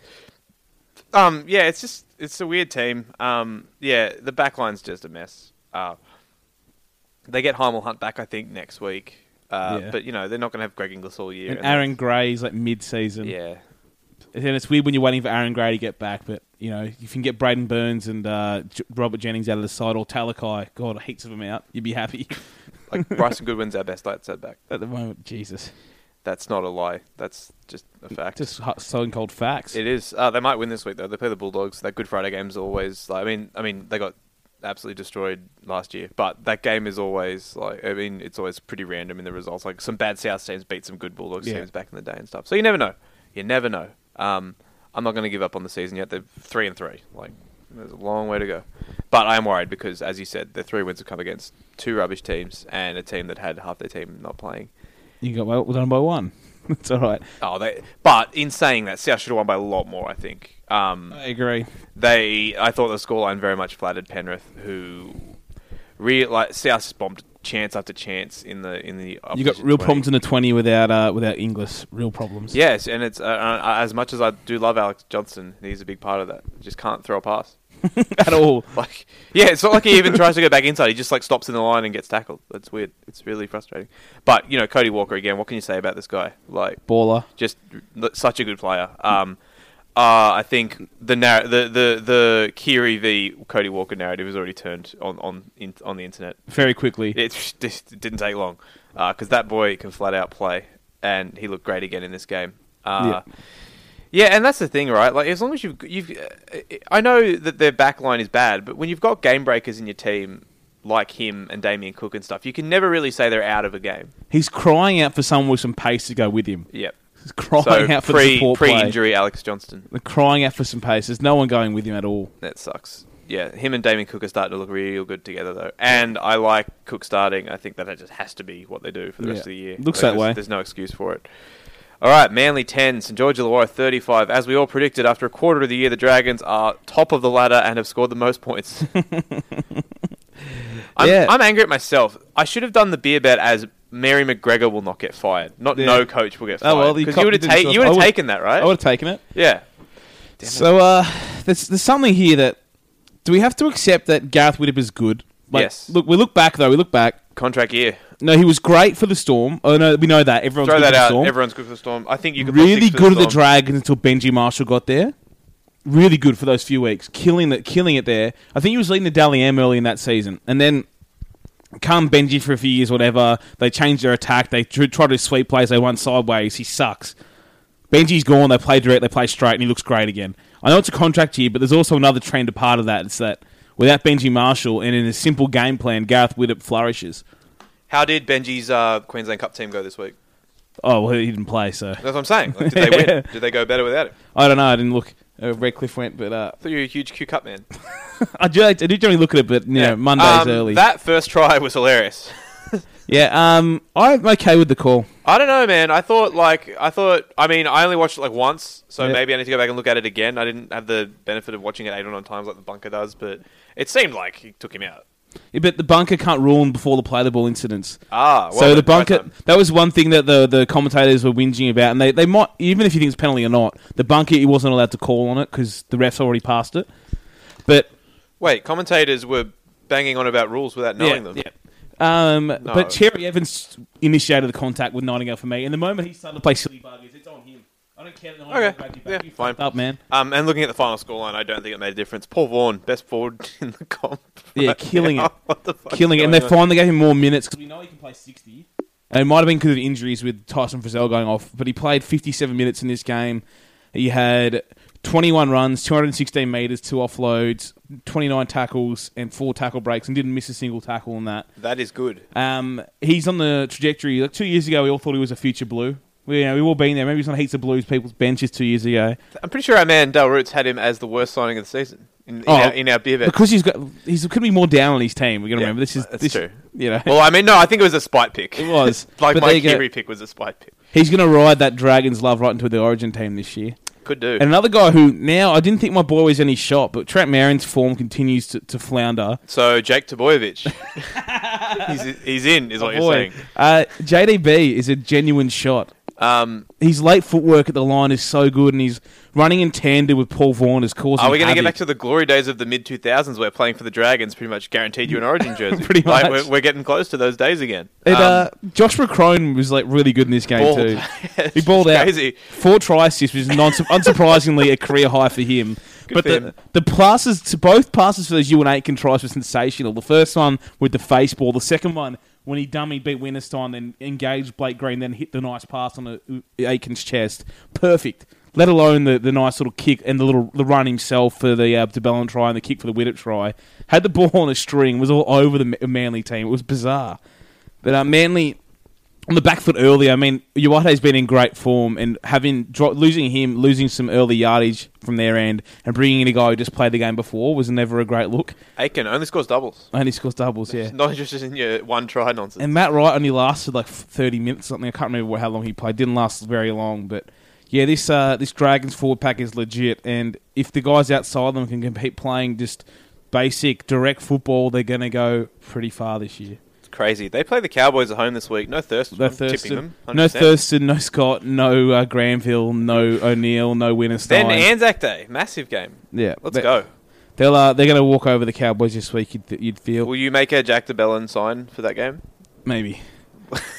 Speaker 2: Um, yeah, it's just it's a weird team. Um, yeah, the back line's just a mess. Uh, they get Heimel Hunt back, I think, next week. Uh,
Speaker 3: Yeah.
Speaker 2: But you know, they're not going to have Greg Inglis all year.
Speaker 3: and
Speaker 2: and
Speaker 3: Aaron Gray's like mid-season.
Speaker 2: yeah,
Speaker 3: And then it's weird when you're waiting for Aaron Gray to get back, but you know if you can get Braden Burns and uh, J- Robert Jennings out of the side or Talakai, God, heaps of them out. You'd be happy
Speaker 2: like Bryson Goodwin's our best outside back.
Speaker 3: at the moment. Jesus,
Speaker 2: That's not a lie. That's just a fact.
Speaker 3: just hot, stone cold facts.
Speaker 2: It is. Uh, they might win this week though. They play the Bulldogs. That Good Friday game's always. Like, I mean, I mean, they got absolutely destroyed last year, but that game is always like. I mean, it's always pretty random in the results. Like some bad South teams beat some good Bulldogs
Speaker 3: Yeah.
Speaker 2: teams back in the day and stuff. So you never know. You never know. Um, I'm not going to give up on the season yet. They're three and three. Like, there's a long way to go. But I am worried because, as you said, the three wins have come against two rubbish teams and a team that had half their team not playing.
Speaker 3: You got well done by one. That's all right.
Speaker 2: Oh, they. But in saying that, South should have won by a lot more. I think. Um,
Speaker 3: I agree.
Speaker 2: they I thought the scoreline very much flattered Penrith, who real like South just bombed chance after chance in the in the
Speaker 3: You got
Speaker 2: opposition 20.
Speaker 3: real problems in the twenty without uh, without Inglis. Real problems.
Speaker 2: Yes, and it's uh, uh, as much as I do love Alex Johnson, he's a big part of that. Just can't throw a pass.
Speaker 3: at all.
Speaker 2: Like, yeah, it's not like he even tries to go back inside. He just like stops in the line and gets tackled. That's weird. It's really frustrating. But you know, Cody Walker again. What can you say about this guy? Like,
Speaker 3: Baller.
Speaker 2: just l- such a good player. Um, uh, I think the, narr- the the the Kiri v Cody Walker narrative has already turned on on in- on the internet.
Speaker 3: Very quickly.
Speaker 2: It just didn't take long because that boy can flat out play, and he looked great again in this game. Uh, yeah. and that's the thing, right? Like, as long as you've you've, uh, I know that their back line is bad, but when you've got game breakers in your team like him and Damien Cook and stuff, you can never really say they're out of a game.
Speaker 3: He's crying out for someone with some pace to go with him.
Speaker 2: Yep.
Speaker 3: crying
Speaker 2: so
Speaker 3: out for the
Speaker 2: pre
Speaker 3: support
Speaker 2: pre
Speaker 3: play.
Speaker 2: injury Alex Johnston.
Speaker 3: They're crying out for some pace. There's no one going with him at all.
Speaker 2: That sucks. Yeah, him and Damien Cook are starting to look real good together though, and I like Cook starting. I think that that just has to be what they do for the
Speaker 3: Yeah.
Speaker 2: rest of the year.
Speaker 3: Looks
Speaker 2: Like,
Speaker 3: that
Speaker 2: there's-
Speaker 3: way.
Speaker 2: There's no excuse for it. All right, Manly ten, St George Illawarra thirty-five. As we all predicted, after a quarter of the year, the Dragons are top of the ladder and have scored the most points. I'm,
Speaker 3: Yeah.
Speaker 2: I'm angry at myself. I should have done the beer bet as Mary McGregor will not get fired. Not
Speaker 3: Yeah.
Speaker 2: no coach will get fired.
Speaker 3: Oh well, you,
Speaker 2: because you
Speaker 3: copied
Speaker 2: would have
Speaker 3: it yourself. I would've-
Speaker 2: taken that, right?
Speaker 3: I would have taken it.
Speaker 2: yeah.
Speaker 3: So uh, there's there's something here that do we have to accept that Gareth Widdop is good? Like,
Speaker 2: Yes.
Speaker 3: Look, we look back though. We look back.
Speaker 2: Contract year.
Speaker 3: No, he was great for the Storm. Oh no, we know that. Everyone's
Speaker 2: Throw
Speaker 3: good
Speaker 2: that
Speaker 3: for the
Speaker 2: out.
Speaker 3: Storm.
Speaker 2: Everyone's good for the storm. I think you could put
Speaker 3: really
Speaker 2: six for
Speaker 3: good at the
Speaker 2: Storm.
Speaker 3: Dragons until Benji Marshall got there. Really good for those few weeks, killing it, killing it there. I think he was leading the Dally M early in that season, and then come Benji for a few years, whatever. They changed their attack. They tr- tried to sweep plays. They won sideways. He sucks. Benji's gone. They play direct. They play straight, and he looks great again. I know it's a contract year, but there's also another trend a part of that. It's that without Benji Marshall and in a simple game plan, Gareth Widdop flourishes.
Speaker 2: How did Benji's uh, Queensland Cup team go this week?
Speaker 3: Oh well, he didn't play, so
Speaker 2: That's what I'm saying. Like, did they win? Did they go better without it?
Speaker 3: I don't know. I didn't look. Uh, Redcliffe went, but uh,
Speaker 2: I thought you were a huge Q Cup man.
Speaker 3: I do, I do generally look at it, but you know, Mondays
Speaker 2: Um,
Speaker 3: early.
Speaker 2: That first try was hilarious.
Speaker 3: yeah, um, I'm okay with the call.
Speaker 2: I don't know, man. I thought like I thought. I mean, I only watched it like once, so
Speaker 3: Yeah.
Speaker 2: maybe I need to go back and look at it again. I didn't have the benefit of watching it eight or nine times like the bunker does, but it seemed like he took him out.
Speaker 3: Yeah, but the bunker can't rule him before the play the ball incidents.
Speaker 2: Ah, well,
Speaker 3: so the
Speaker 2: that's right
Speaker 3: bunker
Speaker 2: then.
Speaker 3: that was one thing that the the commentators were whinging about, and they, they might even if you think it's penalty or not, the bunker he wasn't allowed to call on it because the refs already passed it. But
Speaker 2: Wait, commentators were banging on about rules without knowing
Speaker 3: yeah,
Speaker 2: them.
Speaker 3: yeah. Um, but Cherry Evans initiated the contact with Nightingale for me, and the moment he started to play silly buggers, it's on him. I don't care that Nightingale
Speaker 2: Okay.
Speaker 3: grabbed you
Speaker 2: Yeah,
Speaker 3: back. You
Speaker 2: fine.
Speaker 3: fucked up, man.
Speaker 2: Um, and looking at the final scoreline, I don't think it made a difference. Paul Vaughan, best forward in the comp.
Speaker 3: Yeah, killing it.
Speaker 2: What the fuck?
Speaker 3: killing it, and they
Speaker 2: going on?
Speaker 3: finally gave him more minutes because we know he can play sixty. And it might have been because of injuries with Tyson Frizzell going off, but he played fifty-seven minutes in this game. He had twenty-one runs, two hundred sixteen meters, two offloads, twenty-nine tackles, and four tackle breaks, and didn't miss a single tackle on that.
Speaker 2: That is good.
Speaker 3: Um, he's on the trajectory. Like two years ago, we all thought he was a future blue. We, you know, we've all been there. Maybe he's on heaps of blues people's benches two years ago.
Speaker 2: I'm pretty sure our man Dale Roots had him as the worst signing of the season in, in,
Speaker 3: Oh,
Speaker 2: our, in our beer bet.
Speaker 3: because he's got he's going to be more down on his team. We got to
Speaker 2: Yeah,
Speaker 3: remember this is
Speaker 2: that's
Speaker 3: this,
Speaker 2: true.
Speaker 3: You know,
Speaker 2: well, I mean, no, I think it was a spite pick. It
Speaker 3: was.
Speaker 2: like
Speaker 3: But
Speaker 2: my
Speaker 3: there you go.
Speaker 2: Kiri pick was a spite pick.
Speaker 3: he's going to ride that Dragons love right into the Origin team this year.
Speaker 2: Could do.
Speaker 3: And another guy who now I didn't think my boy was any shot, but Trent Marin's form continues to, to flounder.
Speaker 2: so Jake Tobojevic, he's, he's in, is what you're
Speaker 3: Oh, Boy,
Speaker 2: saying.
Speaker 3: uh, JDB is a genuine shot.
Speaker 2: Um,
Speaker 3: His late footwork at the line is so good, and he's running in tandem with Paul Vaughan is causing.
Speaker 2: are we going to get back
Speaker 3: havoc.
Speaker 2: to the glory days of the mid 2000s where playing for the Dragons pretty much guaranteed you an Origin jersey?
Speaker 3: Pretty
Speaker 2: Like,
Speaker 3: much.
Speaker 2: we're, we're getting close to those days again.
Speaker 3: And,
Speaker 2: Um,
Speaker 3: uh, Josh McCrone was like really good in this game
Speaker 2: Balled.
Speaker 3: too.
Speaker 2: It's
Speaker 3: he balled out
Speaker 2: crazy.
Speaker 3: four try assists, which is non- unsurprisingly a career high for him.
Speaker 2: for
Speaker 3: but the,
Speaker 2: him.
Speaker 3: the passes to both passes for those U and Aitken tries were sensational. The first one with the face ball, the second one when he dummy beat Winterstein, then engaged Blake Green, then hit the nice pass on a, Aitken's chest. Perfect. Let alone the, the nice little kick and the little the run himself for the uh, DeBellin try and the kick for the Widdop try. Had the ball on a string, was all over the Ma- Manly team. It was bizarre. But uh, Manly on the back foot early. I mean, Uwata's been in great form, and having dro- losing him, losing some early yardage from their end, and bringing in a guy who just played the game before was never a great look.
Speaker 2: Aiken only scores doubles.
Speaker 3: And he scores doubles, yeah.
Speaker 2: Not just in your one try nonsense.
Speaker 3: And Matt Wright only lasted like thirty minutes, or something. I can't remember how long he played. Didn't last very long, but yeah, this uh, this Dragons forward pack is legit. And if the guys outside them can compete playing just basic direct football, they're going to go pretty far this year.
Speaker 2: Crazy. They play the Cowboys at home this week. No Thurston.
Speaker 3: No
Speaker 2: I'm tipping
Speaker 3: Thurston,
Speaker 2: them.
Speaker 3: no
Speaker 2: 100%.
Speaker 3: Thurston, no Scott, no uh, Granville, no O'Neill, no Winterstein.
Speaker 2: Then Anzac Day, massive game.
Speaker 3: Yeah,
Speaker 2: Let's
Speaker 3: they-
Speaker 2: go.
Speaker 3: They'll uh, they're going to walk over the Cowboys this week. You'd, you'd feel
Speaker 2: Will you make a Jack DeBellin sign for that game?
Speaker 3: maybe.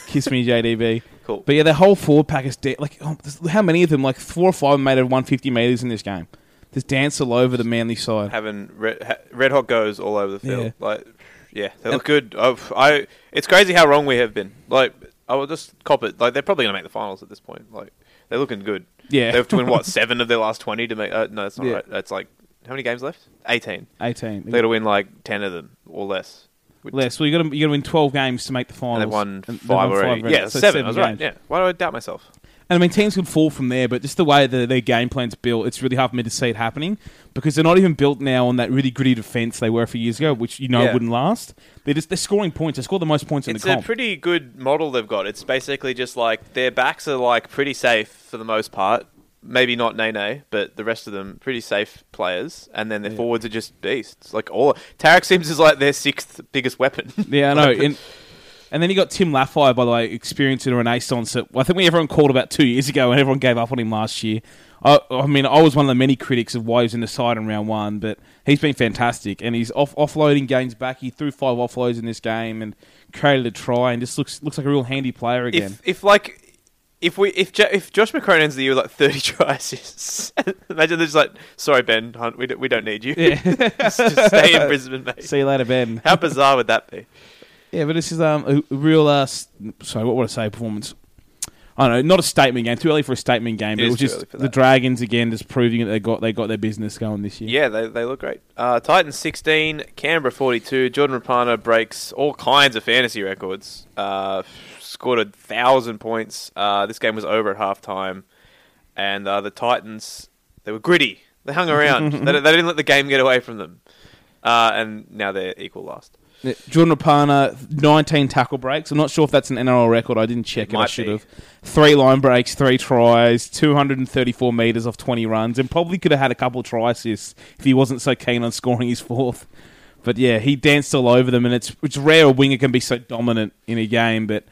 Speaker 3: Kiss me, JDB.
Speaker 2: Cool.
Speaker 3: But yeah, the whole forward pack is de- like oh, there's- how many of them? Like four or five made of 150 meters in this game. Just dance all over the manly side.
Speaker 2: Having red, ha- red hot goes all over the field.
Speaker 3: Yeah.
Speaker 2: Like, yeah, they look good. I've, I. It's crazy how wrong we have been. Like, I will just cop it. Like, they're probably going to make the finals at this point. Like, they're looking good.
Speaker 3: Yeah.
Speaker 2: they have to win what seven of their last twenty to make. Uh, no, that's not
Speaker 3: Yeah.
Speaker 2: right. That's like how many games left? Eighteen.
Speaker 3: 18.
Speaker 2: They got to win like ten of them or less. Which-
Speaker 3: Less. Well, you got to you got to win 12 games to make the finals.
Speaker 2: And they won
Speaker 3: And
Speaker 2: five already.
Speaker 3: rounds,
Speaker 2: yeah,
Speaker 3: so
Speaker 2: seven. I was right.
Speaker 3: games.
Speaker 2: Yeah. Why do I doubt myself?
Speaker 3: And I mean, teams can fall from there, but just the way that their game plan's built, it's really hard for me to see it happening because they're not even built now on that really gritty defense they were a few years ago, which you know
Speaker 2: Yeah.
Speaker 3: wouldn't last. They're just they're scoring points. They score the most points in
Speaker 2: it's
Speaker 3: the
Speaker 2: a
Speaker 3: comp.
Speaker 2: pretty good model they've got. It's basically just like their backs are like pretty safe for the most part. Maybe not Nene, but the rest of them pretty safe players, and then their forwards are just beasts. Like all Tarek Sims is like their sixth biggest weapon.
Speaker 3: yeah, I know. And, and then you got Tim Lafire, by the way, experiencing a renaissance that I think we everyone called about two years ago, and everyone gave up on him last year. I, I mean, I was one of the many critics of why he was in the side in round one, but he's been fantastic, and he's off offloading games back. He threw five offloads in this game and created a try, and just looks looks like a real handy player again.
Speaker 2: if if like if we if jo- if Josh McCrone ends the year with like thirty try assists, imagine they're just like, sorry Ben Hunt, we don't, we don't need you. just, just stay in Brisbane, mate.
Speaker 3: See you later, Ben.
Speaker 2: How bizarre would that be?
Speaker 3: Yeah, but this is um, a real. Uh, s- sorry, what would I say? Performance. I don't know, not a statement game. Too early for a statement game. But
Speaker 2: It
Speaker 3: it
Speaker 2: is
Speaker 3: was
Speaker 2: too
Speaker 3: just
Speaker 2: early for
Speaker 3: the
Speaker 2: that.
Speaker 3: Dragons again, just proving that they got they got their business going this year.
Speaker 2: Yeah, they, they look great. Uh, Titans 16, Canberra 42. Jordan Rapana breaks all kinds of fantasy records. Uh, scored a thousand points. Uh, this game was over at halftime, and uh, the Titans they were gritty. They hung around. they, they didn't let the game get away from them, uh, and now they're equal last.
Speaker 3: Yeah, Jordan Rapana, 19 tackle breaks. I'm not sure if that's an NRL record. I didn't check it. I
Speaker 2: might
Speaker 3: should
Speaker 2: be.
Speaker 3: have. Three line breaks, three tries, 234 metres off 20 runs, and probably could have had a couple of try assists if he wasn't so keen on scoring his fourth. But yeah, he danced all over them, and it's, it's rare a winger can be so dominant in a game. But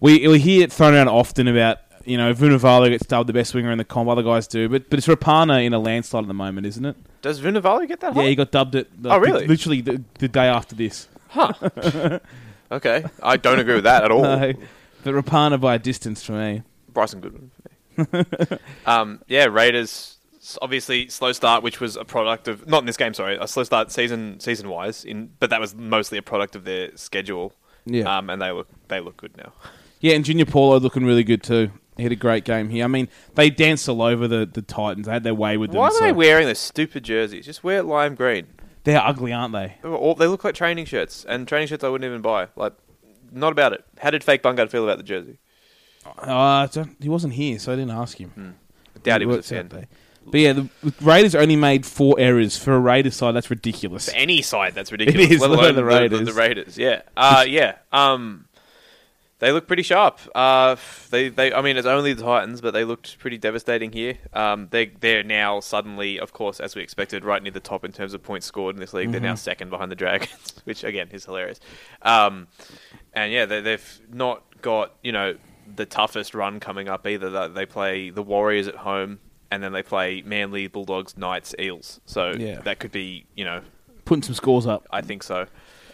Speaker 3: we, we hear it thrown around often about, you know, Vunivalu gets dubbed the best winger in the comp, other guys do. But, but it's Rapana in a landslide at the moment, isn't it?
Speaker 2: Does Vunivalu get that?
Speaker 3: Yeah,
Speaker 2: high?
Speaker 3: he got dubbed it
Speaker 2: Oh, really?
Speaker 3: literally the, the day after this.
Speaker 2: Okay, I don't agree with that at all.
Speaker 3: No, but Rapana by a distance for me.
Speaker 2: Bryson Goodwin for me. um, yeah, Raiders s- obviously slow start, which was a product of not in this game. Sorry, a slow start season season wise. In but that was mostly a product of their schedule.
Speaker 3: Yeah.
Speaker 2: um, and they look they look good now.
Speaker 3: Yeah, and Junior Paulo looking really good too. He had a great game here. I mean, they danced all over the, the Titans. They had their way with them.
Speaker 2: Why are
Speaker 3: so-
Speaker 2: they wearing those stupid jerseys? Just wear lime green.
Speaker 3: They're ugly, aren't they?
Speaker 2: They, were all, they look like training shirts, and training shirts I wouldn't even buy. Like, not about it. How did Fake Bungard feel about the jersey?
Speaker 3: Uh, I don't- he wasn't here, so I didn't ask him.
Speaker 2: I Mm. doubt he was a
Speaker 3: works out
Speaker 2: fan.
Speaker 3: there. But yeah, the the Raiders only made four errors for a Raiders side. That's ridiculous.
Speaker 2: any side that's ridiculous.
Speaker 3: is,
Speaker 2: let
Speaker 3: let
Speaker 2: alone
Speaker 3: alone the
Speaker 2: The,
Speaker 3: Raiders.
Speaker 2: Raiders, yeah, uh, yeah. Um, they look pretty sharp. Uh, they, they, I mean, it's only the Titans, but they looked pretty devastating here. Um, they, they're now suddenly, of course, as we expected, right near the top in terms of points scored in this league. They're
Speaker 3: Mm-hmm.
Speaker 2: now second behind the Dragons, which again is hilarious. Um, and yeah, they, they've not got you know the toughest run coming up either. They- They play the Warriors at home. And then they play Manly, Bulldogs, Knights, Eels. So
Speaker 3: Yeah.
Speaker 2: that could be, you know,
Speaker 3: Putting some scores up.
Speaker 2: I think so.
Speaker 3: Uh,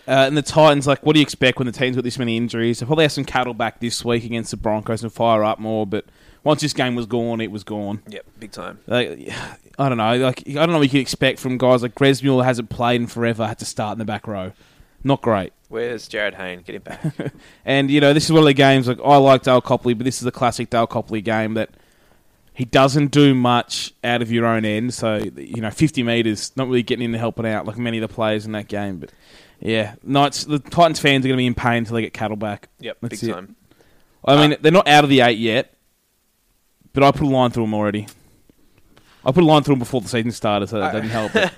Speaker 3: and the Titans, like, what do you expect when the team's got this many injuries? They probably have some cattle back this week against the Broncos and fire up more. But once this game was gone, it was gone.
Speaker 2: Yep, big time.
Speaker 3: Like, I don't know. Like I don't know what you can expect from guys like Gresmuller hasn't played in forever. Had to start in the back row. Not great.
Speaker 2: Where's Jared Hayne? Get him back.
Speaker 3: And you know this is one of the games. Like I like Dale Copley, but this is a classic Dale Copley game that he doesn't do much out of your own end. So you know, fifty meters, not really getting in and helping out like many of the players in that game. But yeah, Knights. The Titans fans are going to be in pain until they get cattle back.
Speaker 2: yep,
Speaker 3: That's
Speaker 2: big
Speaker 3: it.
Speaker 2: time.
Speaker 3: I
Speaker 2: Uh,
Speaker 3: mean, they're not out of the eight yet, but I put a line through them already. I put a line through them before the season started, so that doesn't help.
Speaker 2: Uh,
Speaker 3: but-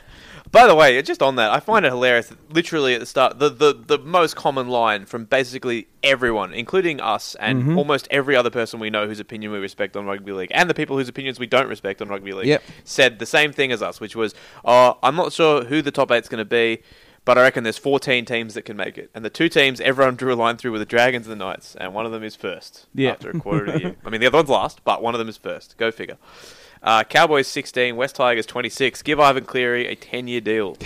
Speaker 2: By the way, just on that, I find it hilarious. That literally at the start, the, the, the most common line from basically everyone, including us and almost every other person we know whose opinion we respect on rugby league, and the people whose opinions we don't respect on rugby league,
Speaker 3: Yep.
Speaker 2: said the same thing as us, which was, "Oh, I'm not sure who the top eight's going to be." But I reckon there's 14 teams that can make it, and the two teams everyone drew a line through were the Dragons and the Knights, and one of them is first
Speaker 3: Yeah.
Speaker 2: after a quarter of the year. I mean, the other one's last, but one of them is first. Go figure. Uh, Cowboys 16, West Tigers 26. Give Ivan Cleary a 10 year deal.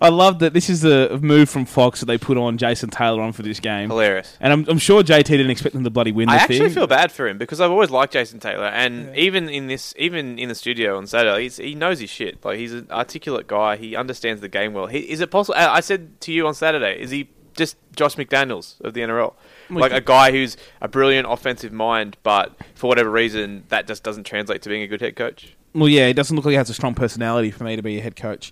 Speaker 3: I love that this is a move from Fox that they put on Jason Taylor on for this game.
Speaker 2: Hilarious.
Speaker 3: And I'm, I'm sure JT didn't expect them to bloody win the
Speaker 2: I
Speaker 3: thing.
Speaker 2: actually feel bad for him because I've always liked Jason Taylor, and even in this, even in the studio on Saturday, he's, he knows his shit. Like he's an articulate guy. He understands the game well. He, is it possible? I I said to you on Saturday, is he just Josh McDaniels of the NRL?
Speaker 3: Well,
Speaker 2: Like
Speaker 3: he-
Speaker 2: a guy who's a brilliant offensive mind, but for whatever reason, that just doesn't translate to being a good head coach.
Speaker 3: Well, yeah, it doesn't look like he has a strong personality for me to be a head coach.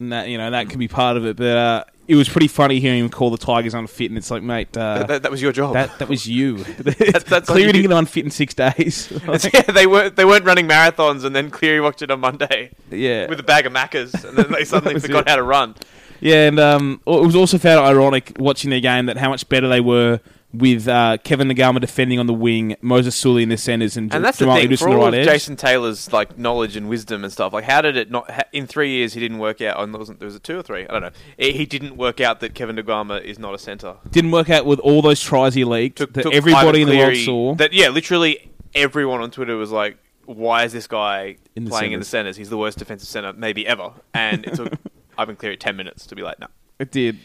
Speaker 3: and that you know that could be part of it. But uh, it was pretty funny hearing him call the Tigers unfit, and it's like, mate, uh,
Speaker 2: That, that was your job.
Speaker 3: that that was you.
Speaker 2: that's
Speaker 3: Cleary
Speaker 2: like-
Speaker 3: didn't get unfit in six days.
Speaker 2: yeah, they weren't they weren't running marathons, and then Cleary watched it on Monday
Speaker 3: yeah,
Speaker 2: with a bag of macas, and then they suddenly
Speaker 3: was
Speaker 2: forgot
Speaker 3: it.
Speaker 2: how to run.
Speaker 3: Yeah, and um, it was also found ironic watching their game that how much better they were with uh, Kevin Nagama defending on the wing, Moses Sully in the centres, and,
Speaker 2: And that's the
Speaker 3: Jamal
Speaker 2: thing
Speaker 3: Idris
Speaker 2: for
Speaker 3: on the
Speaker 2: all
Speaker 3: right
Speaker 2: of
Speaker 3: edge.
Speaker 2: Jason Taylor's like knowledge and wisdom and stuff. Like, how did it not? ha- In three years, he didn't work out. And there wasn't there was a two or three. I don't know. He, he didn't work out that Kevin DeGrama is not a center.
Speaker 3: Didn't work out with all those tries he leaked that
Speaker 2: took
Speaker 3: everybody in the
Speaker 2: Ivan
Speaker 3: world
Speaker 2: Cleary-
Speaker 3: saw.
Speaker 2: That yeah, literally everyone on Twitter was like, "Why is this guy
Speaker 3: In the
Speaker 2: playing in the centers? He's the worst defensive center maybe ever." And it took Ivan Cleary ten minutes to be like, "No."
Speaker 3: It did.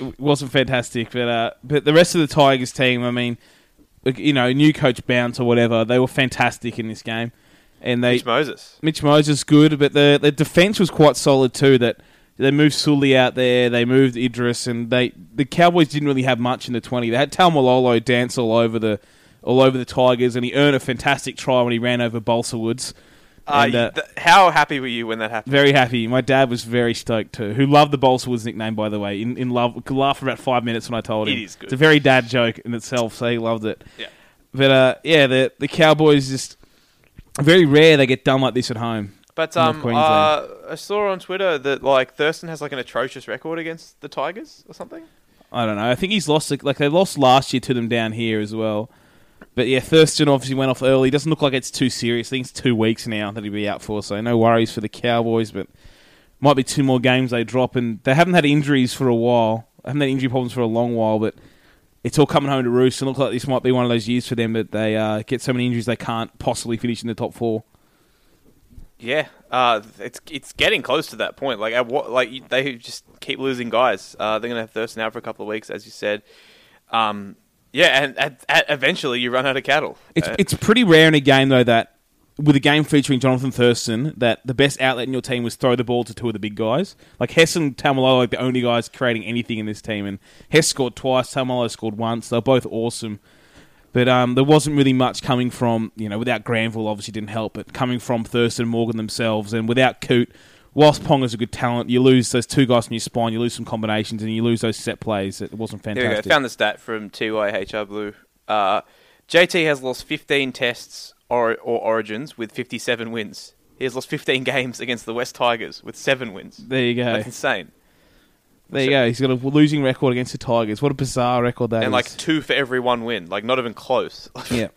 Speaker 3: It wasn't fantastic, but uh, but the rest of the Tigers team, I mean, like, you know, new coach bounce or whatever, they were fantastic in this game, and they
Speaker 2: Mitch Moses.
Speaker 3: Mitch Moses good, but the the defense was quite solid too. That they moved Sully out there, they moved Idris, and they the Cowboys didn't really have much in the twenty. They had Talmalolo dance all over the all over the Tigers, and he earned a fantastic try when he ran over Balsa Woods.
Speaker 2: Uh,
Speaker 3: And, uh,
Speaker 2: th- how happy were you when that happened?
Speaker 3: very happy. My dad was very stoked too, who loved the Balsa Woods nickname, by the way. In, in love, could laugh for about five minutes when I told
Speaker 2: It
Speaker 3: him.
Speaker 2: is good.
Speaker 3: It's a very dad joke in itself, so he loved it.
Speaker 2: Yeah.
Speaker 3: But uh, yeah, the the Cowboys just very rare they get done like this at home.
Speaker 2: But
Speaker 3: North
Speaker 2: um,
Speaker 3: Queensland.
Speaker 2: uh, I saw on Twitter that like Thurston has like an atrocious record against the Tigers or something.
Speaker 3: I don't know. I think he's lost. Like they lost last year to them down here as well. But yeah, Thurston obviously went off early. Doesn't look like it's too serious. I think it's two weeks now that he'll be out for, so no worries for the Cowboys. But might be two more games they drop, and they haven't had injuries for a while. haven't had injury problems for a long while, but it's all coming home to roost. And look like this might be one of those years for them that they uh, get so many injuries they can't possibly finish in the top four.
Speaker 2: Yeah, uh, it's it's getting close to that point. Like at what like you- they just keep losing guys. Uh, they're gonna have Thurston out for a couple of weeks, as you said. Um, yeah, and at, at eventually you run out of cattle.
Speaker 3: It's
Speaker 2: Uh,
Speaker 3: it's pretty rare in a game though that with a game featuring Jonathan Thurston that the best outlet in your team was throw the ball to two of the big guys. Like Hess and Tamalolo are like the only guys creating anything in this team and Hess scored twice, Tamalolo scored once. They're both awesome. But um, there wasn't really much coming from, you know, without Granville obviously didn't help, but coming from Thurston and Morgan themselves and without Coote, whilst Pong is a good talent, you lose those two guys in your spine, you lose some combinations and you lose those set plays. It wasn't
Speaker 2: Here we go.
Speaker 3: fantastic.
Speaker 2: Found the stat from TYHR Blue. Uh, JT has lost 15 tests or, or origins with 57 wins. He has lost 15 games against the West Tigers with seven wins.
Speaker 3: there you go.
Speaker 2: That's insane.
Speaker 3: There you go. He's got a losing record against the Tigers. What a bizarre record that is.
Speaker 2: and like two for every one win. Like not even close.
Speaker 3: yeah,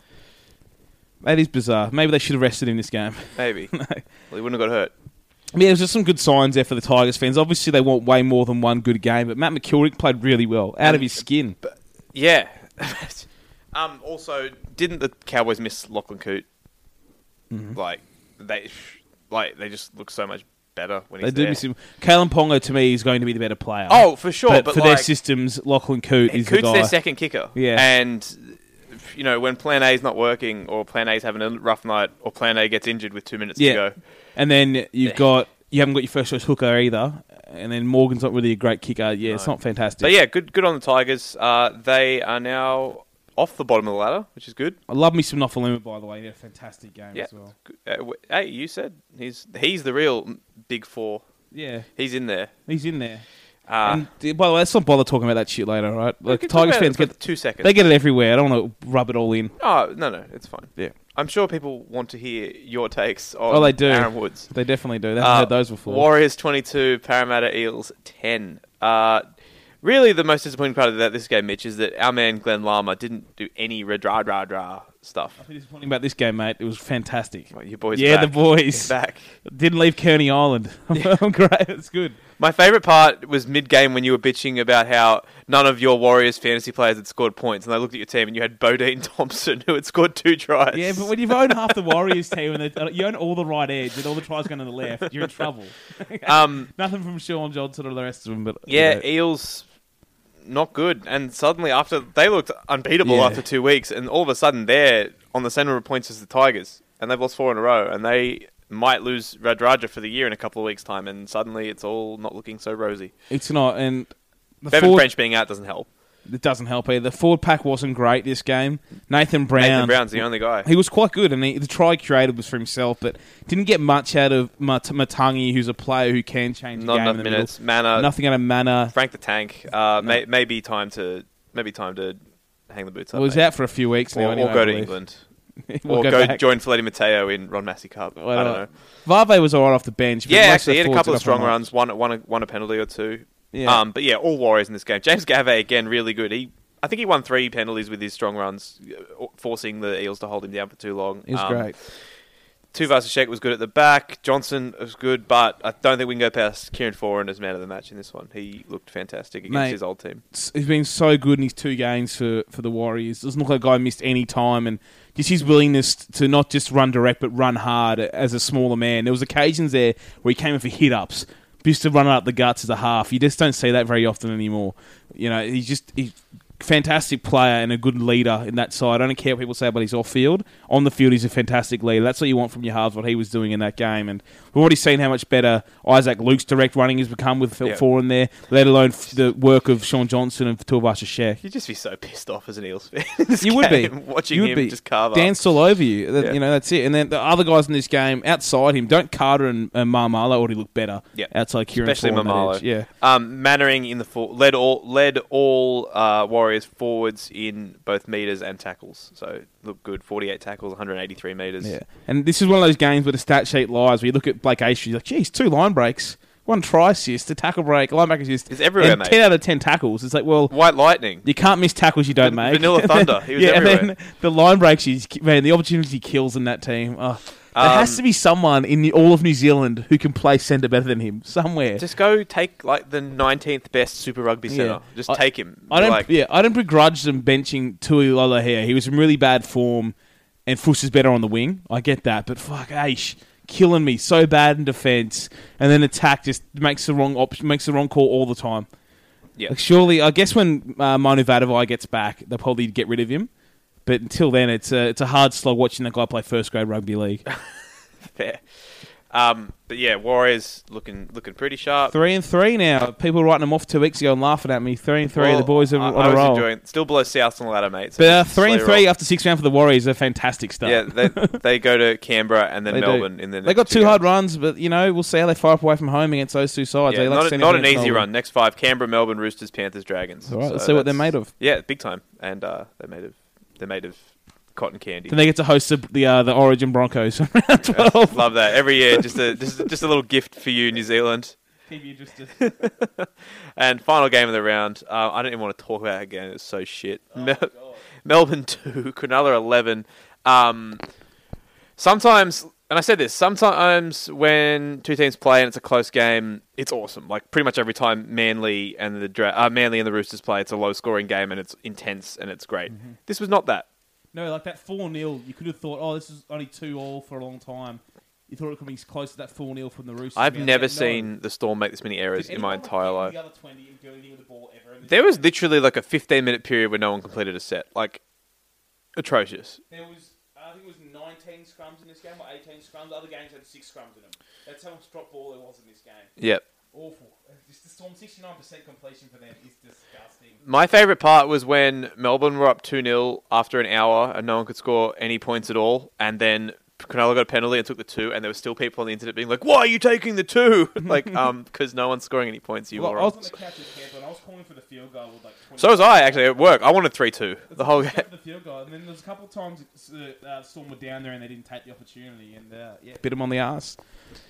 Speaker 3: that is bizarre. Maybe they should have rested in this game.
Speaker 2: Maybe. well, he wouldn't have got hurt.
Speaker 3: I mean, there's just some good signs there for the Tigers fans. Obviously, they want way more than one good game, but Matt McKilrick played really well, out of his skin.
Speaker 2: Yeah. um. Also, didn't the Cowboys miss Lachlan Coote?
Speaker 3: Mm-hmm.
Speaker 2: Like they, like they just look so much better when
Speaker 3: They
Speaker 2: he's
Speaker 3: do
Speaker 2: there.
Speaker 3: miss him. Kalen Pongo to me is going to be the better player.
Speaker 2: Oh, for sure.
Speaker 3: but,
Speaker 2: but
Speaker 3: for
Speaker 2: like,
Speaker 3: their systems, Lachlan Coote is the
Speaker 2: Coote's
Speaker 3: guy.
Speaker 2: their second kicker.
Speaker 3: Yeah.
Speaker 2: And you know, when plan A is not working or plan A's having a rough night or plan A gets injured with 2 minutes
Speaker 3: yeah,
Speaker 2: to go.
Speaker 3: and then you've got you haven't got your first choice hooker either, and then Morgan's not really a great kicker. Yeah, it's not fantastic.
Speaker 2: But yeah, good good on the Tigers. Uh, they are now off the bottom of the ladder, which is good.
Speaker 3: I love me some Nofaluma by the way. He had a fantastic game
Speaker 2: Yeah.
Speaker 3: as well.
Speaker 2: Uh, w- hey, you said he's he's the real big 4.
Speaker 3: Yeah,
Speaker 2: He's in there.
Speaker 3: he's in there.
Speaker 2: Uh,
Speaker 3: And d- by the way, let's not bother talking about that shit later, right?
Speaker 2: we
Speaker 3: Like
Speaker 2: can talk
Speaker 3: Tigers
Speaker 2: about it
Speaker 3: fans
Speaker 2: for
Speaker 3: get
Speaker 2: two seconds.
Speaker 3: they get it everywhere. I don't want to rub it all in.
Speaker 2: oh no, no, it's fine.
Speaker 3: Yeah.
Speaker 2: I'm sure people want to hear your takes on
Speaker 3: Oh, they do.
Speaker 2: Aaron Woods.
Speaker 3: They definitely do. They haven't
Speaker 2: Uh,
Speaker 3: heard those before.
Speaker 2: Warriors 22, Parramatta Eels 10. Uh, really, the most disappointing part of that this game, Mitch, is that our man Glenn Lama didn't do any radra dra dra stuff.
Speaker 3: Pretty disappointing about this game, mate. It was fantastic.
Speaker 2: Well, your boys,
Speaker 3: yeah,
Speaker 2: back.
Speaker 3: the boys
Speaker 2: back.
Speaker 3: didn't leave Kearney Island. Great, it's good.
Speaker 2: My favorite part was mid game when you were bitching about how none of your Warriors fantasy players had scored points, and I looked at your team and you had Bodine Thompson who had scored two tries.
Speaker 3: Yeah, but when you've owned half the Warriors team and they- you own all the right edge and all the tries going to the left, you're in trouble.
Speaker 2: um,
Speaker 3: Nothing from Sean Johnson or the rest of them, but you
Speaker 2: yeah,
Speaker 3: know.
Speaker 2: Eels not good, and suddenly after they looked unbeatable
Speaker 3: Yeah.
Speaker 2: after two weeks, and all of a sudden they're on the same number of points as the Tigers, and they've lost four in a row, and they might lose Radraja for the year in a couple of weeks' time, and suddenly it's all not looking so rosy.
Speaker 3: it's not. And the
Speaker 2: Bevan
Speaker 3: forward-
Speaker 2: French being out doesn't help.
Speaker 3: It doesn't help either. The forward pack wasn't great this game. Nathan Brown.
Speaker 2: Nathan Brown's the only guy.
Speaker 3: He was quite good, and he, the try created was for himself, but didn't get much out of Mat- Matangi, who's a player who can change. the
Speaker 2: Not
Speaker 3: game
Speaker 2: enough
Speaker 3: in the
Speaker 2: minutes. Uh,
Speaker 3: Middle.
Speaker 2: Manner.
Speaker 3: Nothing out of Manor.
Speaker 2: Frank the Tank. Uh, may, maybe time to maybe time to hang the boots up.
Speaker 3: Well, he's
Speaker 2: mate.
Speaker 3: out for a few weeks
Speaker 2: or,
Speaker 3: now.
Speaker 2: or
Speaker 3: anyway,
Speaker 2: go
Speaker 3: I
Speaker 2: to
Speaker 3: believe.
Speaker 2: England.
Speaker 3: We'll
Speaker 2: or
Speaker 3: go
Speaker 2: go,
Speaker 3: back.
Speaker 2: join Felipe Mateo in Ron Massey Cup. I don't know.
Speaker 3: Vave was all right off the bench. but
Speaker 2: Yeah,
Speaker 3: most
Speaker 2: actually, he
Speaker 3: the
Speaker 2: had a
Speaker 3: forwards
Speaker 2: couple of
Speaker 3: got off
Speaker 2: strong
Speaker 3: on-
Speaker 2: runs, one, one, one a penalty or two.
Speaker 3: Yeah.
Speaker 2: Um, but yeah, all Warriors in this game. James Gave again, really good. He, I think he won three penalties with his strong runs, uh, forcing the Eels to hold him down for too long.
Speaker 3: He was
Speaker 2: Um,
Speaker 3: great.
Speaker 2: Tuivasa-Sheck was good at the back. Johnson was good, but I don't think we can go past Kieran Foran as man of the match in this one. He looked fantastic against
Speaker 3: Mate.
Speaker 2: his old team.
Speaker 3: s- he's been so good in his two games for, for the Warriors. Doesn't look like a guy missed any time, and just his willingness to not just run direct but run hard as a smaller man. There was occasions there where he came in for hit ups, just to run up the guts as a half. You just don't see that very often anymore. You know, he's just he's a fantastic player and a good leader in that side. I don't care what people say about his off field. On the field, he's a fantastic leader. That's what you want from your halves. What he was doing in that game, and we've already seen how much better Isaac Luke's direct running has become with Phil
Speaker 2: Yeah.
Speaker 3: Foran there, let alone f- the work of Sean Johnson and Tuivasa Sheck.
Speaker 2: You'd just be so pissed off as an Eels fan. in this
Speaker 3: You would be
Speaker 2: game, watching
Speaker 3: you would
Speaker 2: him
Speaker 3: be.
Speaker 2: just carve
Speaker 3: dance all over you. That-
Speaker 2: Yeah.
Speaker 3: You know that's it. And then the other guys in this game outside him, don't Carter and, and Marmala already look better?
Speaker 2: Yeah.
Speaker 3: outside
Speaker 2: up,
Speaker 3: Kieran,
Speaker 2: especially
Speaker 3: Foran, that
Speaker 2: Mamalo.
Speaker 3: edge. Yeah,
Speaker 2: um, Mannering in the full led all led all uh, Warriors forwards in both meters and tackles. So looked good. Forty eight tackles, one hundred eighty three meters.
Speaker 3: yeah. And this is one of those games where the stat sheet lies. Where you look at Blake Ashley, you're like, geez, two line breaks, one try assist, a tackle break, a linebacker assist.
Speaker 2: It's everywhere,
Speaker 3: and
Speaker 2: mate.
Speaker 3: Ten out of ten tackles. It's like, well,
Speaker 2: White Lightning.
Speaker 3: You can't miss tackles you don't
Speaker 2: Van-
Speaker 3: make.
Speaker 2: Vanilla
Speaker 3: And
Speaker 2: Thunder. He was
Speaker 3: yeah, and
Speaker 2: everywhere.
Speaker 3: then the line breaks. He's, man, the opportunity kills in that team. Oh, there
Speaker 2: Um,
Speaker 3: has to be someone in the, all of New Zealand who can play centre better than him somewhere.
Speaker 2: Just go take like the nineteenth best Super Rugby
Speaker 3: Yeah.
Speaker 2: centre. Just
Speaker 3: I-
Speaker 2: take him.
Speaker 3: I don't.
Speaker 2: Like,
Speaker 3: yeah, I don't begrudge them benching Tui Lola here. He was in really bad form, and Fuss is better on the wing. I get that, but fuck, Aish, killing me so bad in defence, and then attack just makes the wrong option, makes the wrong call all the time.
Speaker 2: yeah.
Speaker 3: Like, surely, I guess when uh, Manu Vadavai gets back, they'll probably get rid of him. But until then, it's a it's a hard slog watching that guy play first grade rugby league.
Speaker 2: fair. Um, but yeah, Warriors looking looking pretty sharp.
Speaker 3: three and three now. People writing them off two weeks ago and laughing at me. Three and three.
Speaker 2: Well,
Speaker 3: the boys are
Speaker 2: Oh, I,
Speaker 3: on
Speaker 2: I
Speaker 3: a
Speaker 2: was
Speaker 3: roll.
Speaker 2: enjoying. Still below South on the ladder, mate. so
Speaker 3: but uh,
Speaker 2: just
Speaker 3: three and
Speaker 2: slow
Speaker 3: three
Speaker 2: roll.
Speaker 3: after six round for the Warriors, a fantastic start.
Speaker 2: Yeah, they, they go to Canberra and then
Speaker 3: They do.
Speaker 2: Melbourne. In the
Speaker 3: they got
Speaker 2: next
Speaker 3: two hard
Speaker 2: games.
Speaker 3: runs, but you know we'll see how they fire up away from home against those two sides.
Speaker 2: Yeah,
Speaker 3: they like
Speaker 2: not, a-
Speaker 3: sending
Speaker 2: not an
Speaker 3: against
Speaker 2: easy
Speaker 3: Melbourne.
Speaker 2: run. Next five: Canberra, Melbourne, Roosters, Panthers, Dragons.
Speaker 3: All right, let's see what they're
Speaker 2: that's-
Speaker 3: made of.
Speaker 2: Yeah, big time, and uh, they're made of they're made of cotton candy.
Speaker 3: Then they get to host the the, uh, the Origin Broncos on round twelve.
Speaker 2: Love that every year. Just a just, just a little gift for you, New Zealand. And final game of the round. Uh, I don't even want to talk about it again. It's so shit. Mel- Melbourne two, Cronulla eleven. Um, sometimes, and I said this. Sometimes when two teams play and it's a close game, it's awesome. Like pretty much every time Manly and the Dra- uh, Manly and the Roosters play, it's a low scoring game and it's intense and it's great. This was not that.
Speaker 3: No, like that 4 0, you could have thought, oh, this is only 2 all for a long time. You thought it could be close to that 4 0 from the Roosters.
Speaker 2: I've never seen the Storm make this many errors in my entire life. There
Speaker 3: There
Speaker 2: was literally like a 15 minute period where no one completed a set. Like, atrocious.
Speaker 3: There was, I think it was 19 scrums in this game, or 18 scrums. Other games had 6 scrums in them. That's how much drop ball there was in this game.
Speaker 2: Yep.
Speaker 3: Awful. Just the Storm 69% completion for them is disgusting.
Speaker 2: My favourite part was when Melbourne were up 2 0 after an hour and no one could score any points at all. And then Cronulla got a penalty and took the two. And there were still people on the internet being like, why are you taking the two? like, um, because no one's scoring any points, you
Speaker 3: Well, I
Speaker 2: moron.
Speaker 3: was on the couch with Camper and I was calling for the field goal with like 20
Speaker 2: So was I, actually, at work. I wanted 3 2 the whole game.
Speaker 3: the field goal, and then there was a couple of times uh, uh, Storm were down there and they didn't take the opportunity, and uh, yeah, bit him on the ass.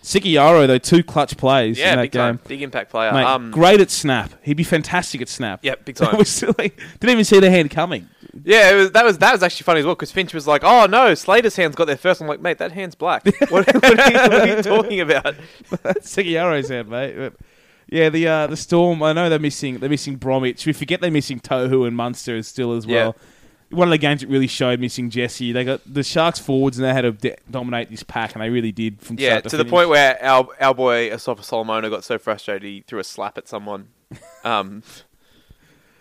Speaker 3: Sikiyaro though, two clutch plays
Speaker 2: Yeah,
Speaker 3: in that
Speaker 2: big
Speaker 3: game.
Speaker 2: time. Big impact player.
Speaker 3: Mate,
Speaker 2: um,
Speaker 3: great at snap. He'd be fantastic at snap.
Speaker 2: Yeah, big time.
Speaker 3: That was silly. Didn't even see the hand coming.
Speaker 2: Yeah, it was, that was that was actually funny as well because Finch was like, "Oh no, Slater's hand's got there first. I'm like, "Mate, that hand's black. What, what, are, you, what are you talking about?"
Speaker 3: Sikiyaro's out, mate. But yeah, the uh, the Storm. I know they're missing. They're missing Bromwich. We forget they're missing Tohu and Munster as still as well. One of the games that really showed missing Jesse. They got the Sharks forwards and they had to de- dominate this pack, and they really did from
Speaker 2: Yeah,
Speaker 3: start
Speaker 2: to,
Speaker 3: to,
Speaker 2: the
Speaker 3: finish.
Speaker 2: point where our our boy Asafa Solomona got so frustrated he threw a slap at someone. Um,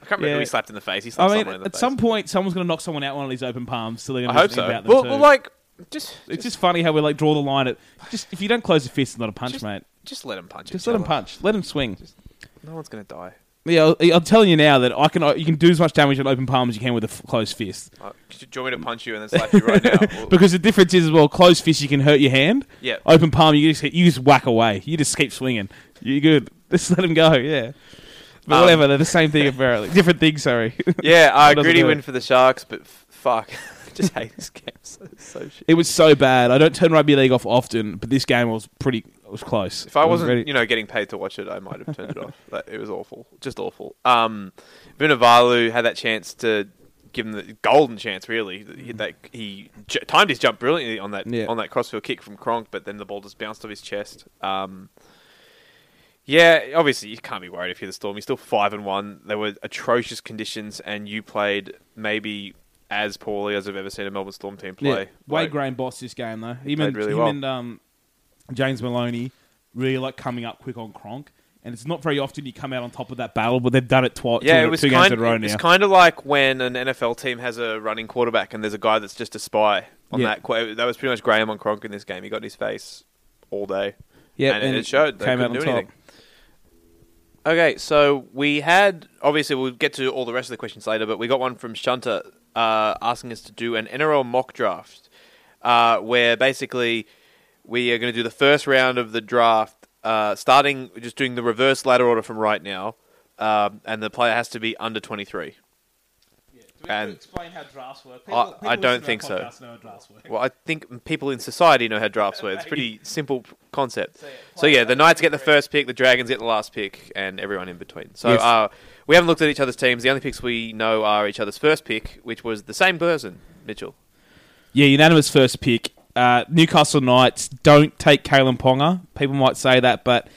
Speaker 2: I can't remember
Speaker 3: Yeah.
Speaker 2: who he slapped in the face. He slapped
Speaker 3: I mean,
Speaker 2: someone in the
Speaker 3: at
Speaker 2: face.
Speaker 3: some point, someone's going to knock someone out one of these open palms, so they're
Speaker 2: I
Speaker 3: going to
Speaker 2: hope so.
Speaker 3: about them
Speaker 2: Well,
Speaker 3: too.
Speaker 2: well, like just
Speaker 3: it's just funny how we like draw the line at just if you don't close the fist, it's not a punch,
Speaker 2: Just-
Speaker 3: mate.
Speaker 2: just let him punch.
Speaker 3: Just
Speaker 2: each
Speaker 3: let him
Speaker 2: other.
Speaker 3: punch, let him swing.
Speaker 2: No one's gonna die.
Speaker 3: Yeah, I'll- I'm telling you now that I can. You can do as much damage on open palm as you can with a f- closed fist.
Speaker 2: Uh, do you want me to punch you and then slap you right now? Well,
Speaker 3: Mm. Because the difference is, as well, closed fist you can hurt your hand.
Speaker 2: Yeah.
Speaker 3: Open palm, you just you just whack away. You just keep swinging. You're good. Just let him go. Yeah. But
Speaker 2: Um,
Speaker 3: whatever, they're the same thing apparently. Different thing. Sorry.
Speaker 2: yeah, uh,
Speaker 3: doesn't
Speaker 2: gritty
Speaker 3: do it.
Speaker 2: win for the Sharks, but f- fuck, I just hate this game. So, so shit.
Speaker 3: it was so bad. I don't turn rugby league off often, but this game was pretty. It was close.
Speaker 2: If I wasn't,
Speaker 3: ready-
Speaker 2: you know, getting paid to watch it, I might have turned it off. But it was awful, just awful. Um, Vunivalu had that chance to give him the golden chance, really. He, that he j- timed his jump brilliantly on that
Speaker 3: Yeah.
Speaker 2: on that crossfield kick from Kronk, but then the ball just bounced off his chest. Um, yeah, obviously you can't be worried if you're the Storm. You're still five and one. There were atrocious conditions, and you played maybe as poorly as I've ever seen a Melbourne Storm team play.
Speaker 3: Yeah. Wade
Speaker 2: Like,
Speaker 3: Graham bossed this game though. Him and,
Speaker 2: really
Speaker 3: him
Speaker 2: well.
Speaker 3: and um, James Maloney really like coming up quick on Kronk. And it's not very often you come out on top of that battle, but they've done it twice.
Speaker 2: Yeah,
Speaker 3: two,
Speaker 2: it was
Speaker 3: two
Speaker 2: kind.
Speaker 3: games in a row now.
Speaker 2: It's kind of like when an NFL team has a running quarterback and there's a guy that's just a spy on
Speaker 3: Yeah.
Speaker 2: that. qu- That was pretty much Graham on Cronk in this game. He got in his face all day.
Speaker 3: Yeah,
Speaker 2: and, it showed. They
Speaker 3: Came out
Speaker 2: couldn't
Speaker 3: on
Speaker 2: do
Speaker 3: top.
Speaker 2: anything. Okay, so we had obviously we'll get to all the rest of the questions later, but we got one from Shunter uh, asking us to do an NRL mock draft, uh, where basically we are going to do the first round of the draft, uh, starting just doing the reverse ladder order from right now, um, and the player has to be under twenty three. And-
Speaker 3: explain how drafts work.
Speaker 2: People- I- people I don't listen to think our so. podcasts Well, I think people in society know how drafts work. It's a pretty simple p- concept. So yeah, the Knights get the first pick, the Dragons get the last pick, and everyone in between. So
Speaker 3: Yes.
Speaker 2: uh, we haven't looked at each other's teams. The only picks we know are each other's first pick, which was the same person, Mitchell.
Speaker 3: Yeah, unanimous first pick. Uh, Newcastle Knights don't take Kalen Ponga. People might say that, but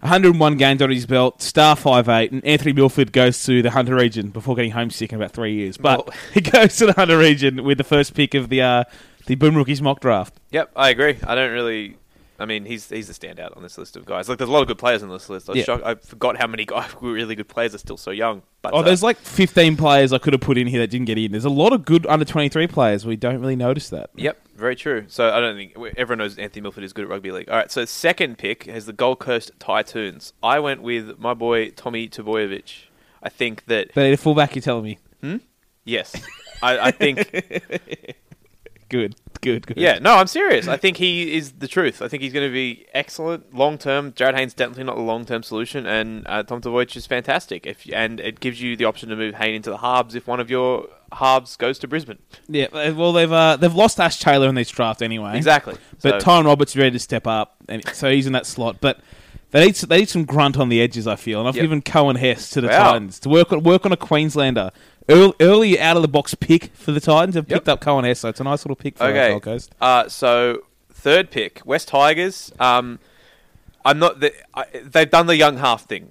Speaker 3: 101 games on his belt, star five eight, and Anthony Milford goes to the Hunter region before getting homesick in about three years. But
Speaker 2: Well-
Speaker 3: he goes to the Hunter region with the first pick of the uh, the Boom Rookies mock draft.
Speaker 2: Yep, I agree. I don't really. I mean, he's he's the standout on this list of guys. Like, there's a lot of good players on this list. I, was
Speaker 3: Yeah.
Speaker 2: shocked. I forgot how many guys, really good players are still so young. But
Speaker 3: Oh,
Speaker 2: uh,
Speaker 3: there's like 15 players I could have put in here that didn't get in. There's a lot of good under 23 players. We don't really notice that.
Speaker 2: Yep, very true. So I don't think everyone knows Anthony Milford is good at rugby league. All right, so second pick is the Gold Coast Titans. I went with my boy Tommy Tavoyevich. I think that
Speaker 3: They need a fullback, you're telling me.
Speaker 2: yes, I, I think
Speaker 3: Good, good, good.
Speaker 2: yeah. No, I'm serious. I think he is the truth. I think he's going to be excellent long term. Jared Haynes definitely not the long term solution, and uh, Tom Tavoyevich is fantastic. If and it gives you the option to move Hayne into the halves if one of your halves goes to Brisbane.
Speaker 3: Yeah, uh, well, they've uh, they've lost Ash Taylor in this draft anyway.
Speaker 2: Exactly.
Speaker 3: But
Speaker 2: So-
Speaker 3: Tyron Roberts is ready to step up, and so he's in that slot. But they need s- they need some grunt on the edges. I feel, and I've
Speaker 2: Yep.
Speaker 3: given Cohen Hess to the
Speaker 2: Wow.
Speaker 3: Titans to work on work on a Queenslander. Early, early out of the box pick for the Titans have
Speaker 2: Yep.
Speaker 3: picked up Cohen Hess, so it's a nice little pick for the Gold Coast.
Speaker 2: Uh, so third pick, West Tigers. Um, I'm not. The, I, they've done the young half thing,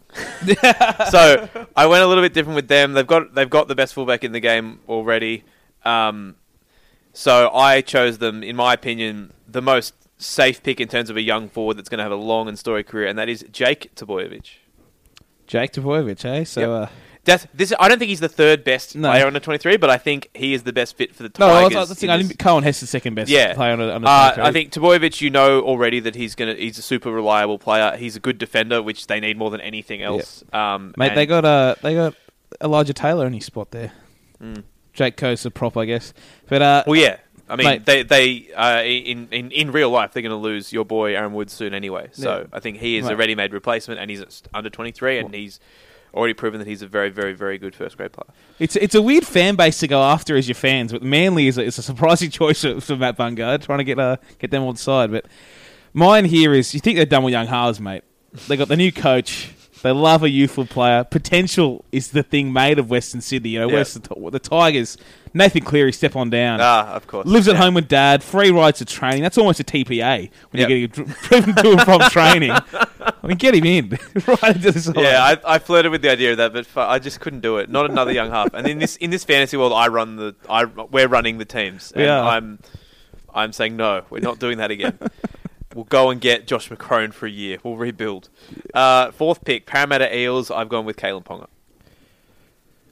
Speaker 2: so I went a little bit different with them. They've got they've got the best fullback in the game already. Um, so I chose them, in my opinion, the most safe pick in terms of a young forward that's going to have a long and storied career, and that is Jake Tobojevich.
Speaker 3: Jake Dvojevic, eh? So
Speaker 2: Yep. That's, this. I don't think he's the third best
Speaker 3: No.
Speaker 2: player under 23, but I think he is the best fit for the
Speaker 3: no,
Speaker 2: Tigers.
Speaker 3: I was, I was thinking
Speaker 2: in
Speaker 3: I
Speaker 2: this-
Speaker 3: didn't Cohen Hess is the second best
Speaker 2: yeah.
Speaker 3: player on the, on the
Speaker 2: uh,
Speaker 3: country.
Speaker 2: I think Tobojevich, you know already that he's gonna he's a super reliable player. He's a good defender, which they need more than anything else. Um,
Speaker 3: mate. They
Speaker 2: and-
Speaker 3: got uh, they got Elijah Taylor in his spot there.
Speaker 2: Hmm.
Speaker 3: Jake Coe's a prop, I guess. But uh,
Speaker 2: well, yeah. I mean,
Speaker 3: Mate.
Speaker 2: they they uh, in, in in real life they're going to lose your boy Aaron Woods soon anyway. So
Speaker 3: Yeah.
Speaker 2: I think he is a
Speaker 3: Mate.
Speaker 2: ready-made replacement, and he's just under twenty-three, and he's already proven that he's a very, very, very good first-grade player.
Speaker 3: It's it's a weird fan base to go after as your fans, but Manly is a, is a surprising choice for, for Matt Bungard, trying to get uh, get them on side. But mine here is you think they're done with young halves, mate. They got the new coach. They love a youthful player. Potential is the thing made of Western Sydney. You know,
Speaker 2: Yeah.
Speaker 3: Western, the Tigers. Nathan Cleary, step on down.
Speaker 2: Ah, of course.
Speaker 3: Lives at
Speaker 2: Yeah.
Speaker 3: home with dad. Free rides to training. That's almost a TPA when
Speaker 2: Yep.
Speaker 3: you're getting dr- driven to and from training. I mean, get him in right into the side.
Speaker 2: Yeah, I, I flirted with the idea of that, but fu- I just couldn't do it. Not another young half. And in this in this fantasy world, I run the I we're running the teams. And
Speaker 3: Yeah.
Speaker 2: I'm I'm saying no, we're not doing that again. we'll go and get Josh McCrone for a year. We'll rebuild. Uh, fourth pick, Parramatta Eels. I've gone with Kalen Ponga.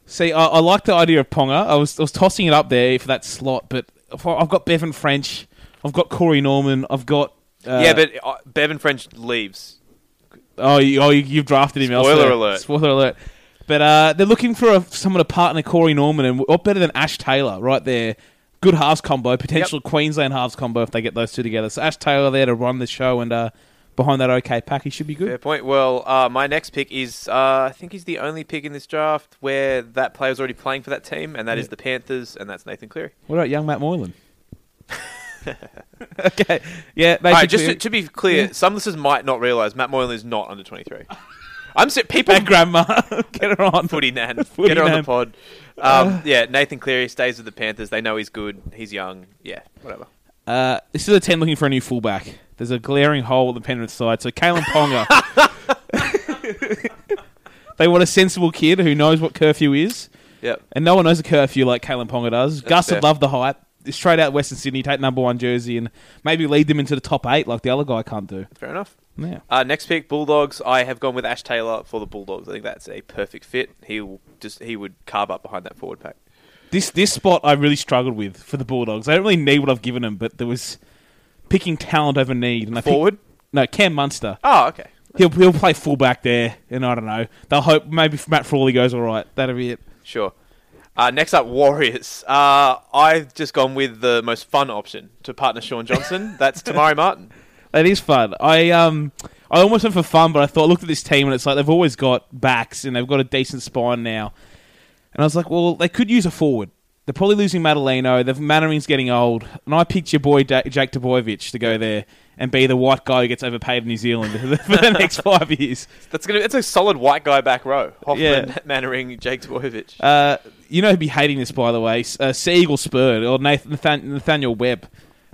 Speaker 3: See, I, I like the idea of Ponga. I was, I was tossing it up there for that slot, but if I- I've got Bevan French, I've got Corey Norman, I've got. Uh,
Speaker 2: yeah, but uh, Bevan French leaves.
Speaker 3: oh, you, oh, you, you've drafted him.
Speaker 2: Spoiler
Speaker 3: elsewhere.
Speaker 2: alert.
Speaker 3: Spoiler alert! But uh, they're looking for a, someone to partner Corey Norman, and what better than Ash Taylor right there? Good halves combo, potential Queensland halves combo if they get those two together. So Ash Taylor there to run the show, and uh, behind that OK pack, he should be good.
Speaker 2: Fair point. Well, uh, my next pick is uh, I think he's the only pick in this draft where that player's already playing for that team, and that is the Panthers, and that's Nathan Cleary.
Speaker 3: What about young Matt Moylan? okay, yeah, they
Speaker 2: All
Speaker 3: should
Speaker 2: right, just
Speaker 3: be-
Speaker 2: to, to be clear, some listeners might not realise Matt Moylan is not under 23. I'm se- people
Speaker 3: Bad grandma, get her on.
Speaker 2: footy nan,
Speaker 3: Footy
Speaker 2: get her on
Speaker 3: nan. Uh.
Speaker 2: the pod. Um, yeah, Nathan Cleary stays with the Panthers. They know he's good. He's young. Yeah, whatever.
Speaker 3: Uh, this is a 10 looking for a new fullback. There's a glaring hole at the Penrith side. So Kalen Ponga. they want a sensible kid who knows what curfew is.
Speaker 2: Yep.
Speaker 3: And no one knows a curfew like Kalen Ponga does. Gus
Speaker 2: fair.
Speaker 3: would love the hype. Straight out Western Sydney, take number one jersey and maybe lead them into the top eight like the other guy can't do.
Speaker 2: Fair enough.
Speaker 3: Yeah.
Speaker 2: Uh, next pick, Bulldogs. I have gone with Ash Taylor for the Bulldogs. I think that's a perfect fit. He will just he would carve up behind that forward pack.
Speaker 3: This this spot I really struggled with for the Bulldogs. I don't really need what I've given them, but there was picking talent over need. And I picked-
Speaker 2: Forward?
Speaker 3: no, Cam Munster.
Speaker 2: Oh, okay.
Speaker 3: He'll he'll play fullback there, and I don't know. They'll hope maybe if Matt Frawley goes all right. That'll be it.
Speaker 2: Sure. Uh, next up, Warriors. Uh, I've just gone with the most fun option to partner Sean Johnson. That's Tamari Martin.
Speaker 3: That is fun. I um I almost went for fun, but I thought I looked at this team and it's like they've always got backs and they've got a decent spine now, and I was like, well, they could use a forward. They're probably losing Madaleno. The Mannering's getting old, and I picked your boy da- Jake Debojevic to go there and be the white guy who gets overpaid in New Zealand for the next five years.
Speaker 2: That's gonna. It's a solid white guy back row. Hoffman,
Speaker 3: Yeah.
Speaker 2: Mannering, Jake Dwojevic.
Speaker 3: Uh, you know who'd be hating this, by the way? Uh, Seagull Spurred or Nathan, Nathan, Nathaniel Webb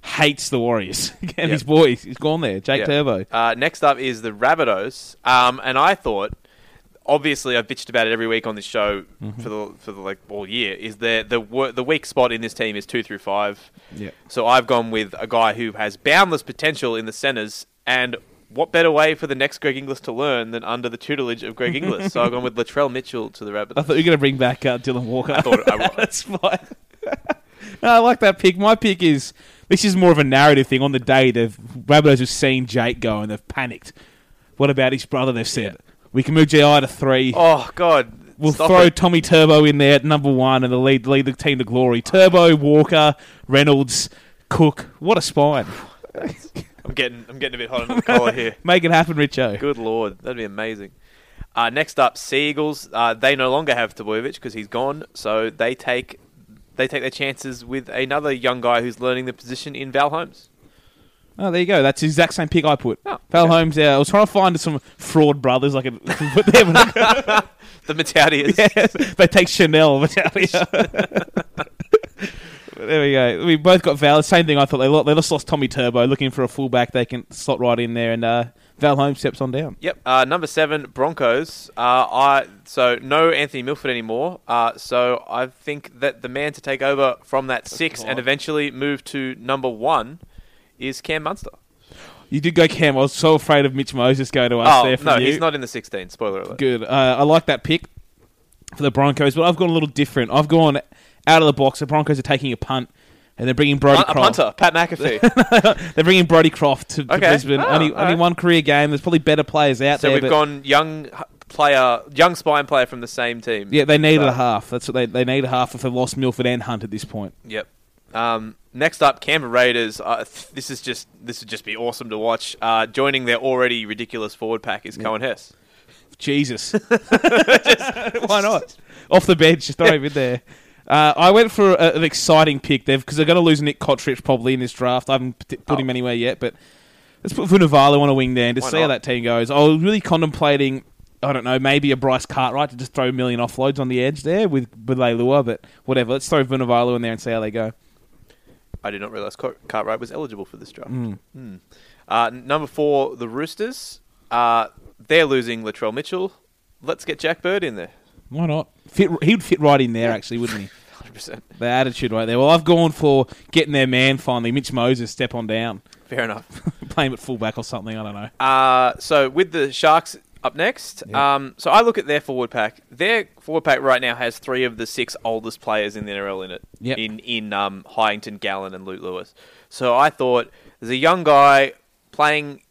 Speaker 3: hates the Warriors and his boys. He's gone there. Jake
Speaker 2: Yeah.
Speaker 3: Turbo.
Speaker 2: Uh, next up is the Rabbitohs, um, and I thought, obviously, I've bitched about it every week on this show
Speaker 3: Mm-hmm.
Speaker 2: for the for the, like all year. Is there the wor- the weak spot in this team is two through five.
Speaker 3: Yeah.
Speaker 2: So I've gone with a guy who has boundless potential in the centres, and what better way for the next Greg Inglis to learn than under the tutelage of Greg Inglis? so I've gone with Latrell Mitchell to the
Speaker 3: I
Speaker 2: Rabbitohs.
Speaker 3: thought you were going to bring back uh, Dylan Walker. I
Speaker 2: thought I was.
Speaker 3: That's fine. no, I like that pick. My pick is this is more of a narrative thing. On the day, the Rabbitohs have seen Jake go and they've panicked. What about his brother? They've said we can move Gi to three.
Speaker 2: oh God,
Speaker 3: We'll
Speaker 2: Stop
Speaker 3: throw
Speaker 2: it.
Speaker 3: Tommy Turbo in there at number one and the lead lead the team to glory. Turbo, Walker, Reynolds, Cook. What a spine.
Speaker 2: I'm getting I'm getting a bit hot under the collar here.
Speaker 3: Make it happen, Richo.
Speaker 2: Good lord, that'd be amazing. Uh, next up, Seagulls. Uh, they no longer have Tabojevic because he's gone, so they take they take their chances with another young guy who's learning the position in Val Holmes.
Speaker 3: Oh, there you go. That's the exact same pick I put.
Speaker 2: Oh,
Speaker 3: Val
Speaker 2: okay.
Speaker 3: Holmes out. I was trying to find some fraud brothers I could put there. but I
Speaker 2: The Mataudius.
Speaker 3: Yes, they take Chanel. but there we go. there we go. We both got Val. Same thing. I thought they lost, they just lost Tommy Turbo, looking for a fullback they can slot right in there, and uh, Val Holmes steps on down.
Speaker 2: Yep. Uh, number seven, Broncos. Uh, I so no Anthony Milford anymore. Uh, so I think that the man to take over from that six and eventually move to number one is Cam Munster.
Speaker 3: You did go Cam. I was so afraid of Mitch Moses going to us
Speaker 2: Oh
Speaker 3: there. From
Speaker 2: no,
Speaker 3: you.
Speaker 2: he's not in the sixteen. Spoiler alert.
Speaker 3: good. Uh, I like that pick for the Broncos, but I've gone a little different. I've gone out of the box. The Broncos are taking a punt. And they're bringing Brody
Speaker 2: A a
Speaker 3: Croft.
Speaker 2: punter, Pat McAfee.
Speaker 3: They're bringing Brody Croft to, to
Speaker 2: Okay.
Speaker 3: Brisbane.
Speaker 2: Oh,
Speaker 3: only,
Speaker 2: all
Speaker 3: only
Speaker 2: right.
Speaker 3: one career game. There's probably better players out
Speaker 2: So
Speaker 3: there.
Speaker 2: we've
Speaker 3: but-
Speaker 2: gone young h- player, young spine player from the same team.
Speaker 3: Yeah, they needed
Speaker 2: So-
Speaker 3: a half. That's what they they need a half if they lost Milford and Hunt at this point.
Speaker 2: Yep. Um, next up, Canberra Raiders. Uh, th- this is just this would just be awesome to watch. Uh, joining their already ridiculous forward pack is Cohen Hess.
Speaker 3: Jesus, why not? Off the bench, just throw him in there. Uh, I went for a, an exciting pick there because they're going to lose Nick Kotrich probably in this draft. I haven't p- put him anywhere yet, but let's put Vunivalu on a wing there and just
Speaker 2: Oh. Why
Speaker 3: see how
Speaker 2: not?
Speaker 3: that team goes. I was really contemplating, I don't know, maybe a Bryce Cartwright to just throw a million offloads on the edge there with with Leilua, but whatever. Let's throw Vunivalu in there and see how they go.
Speaker 2: I did not realize Cart- Cartwright was eligible for this draft. Hmm. Uh, n- number four, the Roosters. Uh, they're losing Latrell Mitchell. Let's get Jack Bird in there.
Speaker 3: Why not? Fit, he would fit right in there, actually, wouldn't he?
Speaker 2: 100%.
Speaker 3: The attitude right there. Well, I've gone for getting their man finally. Mitch Moses, step on down.
Speaker 2: Fair enough.
Speaker 3: Play him at fullback or something. I don't know.
Speaker 2: Uh, so with the Sharks up next, um, so I look at their forward pack. Their forward pack right now has three of the six oldest players in the NRL in it.
Speaker 3: Yep.
Speaker 2: In in um, Hyington, Gallen, and Luke Lewis. So I thought there's a young guy playing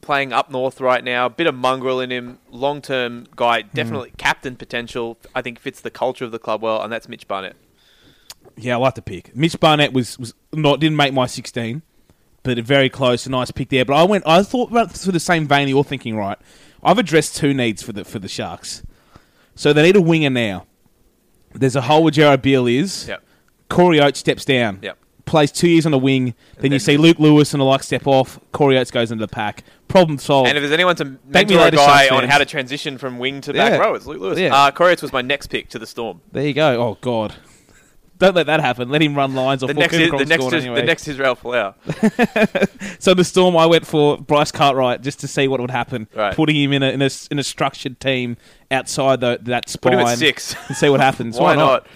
Speaker 2: playing up north right now. Bit of mongrel in him. Long term
Speaker 3: Hmm.
Speaker 2: guy, definitely captain potential. I think fits the culture of the club well, and that's Mitch Barnett.
Speaker 3: Yeah, I like the pick. Mitch Barnett was, was not didn't make my sixteen, but very close. A nice pick there. But I went. I thought about sort of the same vein you're thinking. Right, I've addressed two needs for the for the Sharks. So they need a winger now. There's a hole where Jared Beale is.
Speaker 2: Yep.
Speaker 3: Corey Oates steps down.
Speaker 2: Yep.
Speaker 3: Plays two years on the wing. Then, you
Speaker 2: then-
Speaker 3: see Luke Lewis and the like step off. Corey Oates goes into the pack. Problem solved.
Speaker 2: And if there's anyone to
Speaker 3: Thank me
Speaker 2: mentor a
Speaker 3: later,
Speaker 2: guy
Speaker 3: Suns
Speaker 2: on
Speaker 3: fans.
Speaker 2: how to transition from wing to back
Speaker 3: Yeah.
Speaker 2: row, it's Luke Lewis.
Speaker 3: Yeah.
Speaker 2: Uh, Corius was my next pick to the Storm.
Speaker 3: there you go. Oh God. Don't let that happen. Let him run lines off.
Speaker 2: The next, is, the next, is,
Speaker 3: anyway.
Speaker 2: the next Israel Folau.
Speaker 3: So the storm, I went for Bryce Cartwright just to see what would happen.
Speaker 2: Right.
Speaker 3: Putting him in a, in a in a structured team outside the, that spine.
Speaker 2: Put him at six.
Speaker 3: and see what happens.
Speaker 2: Why not?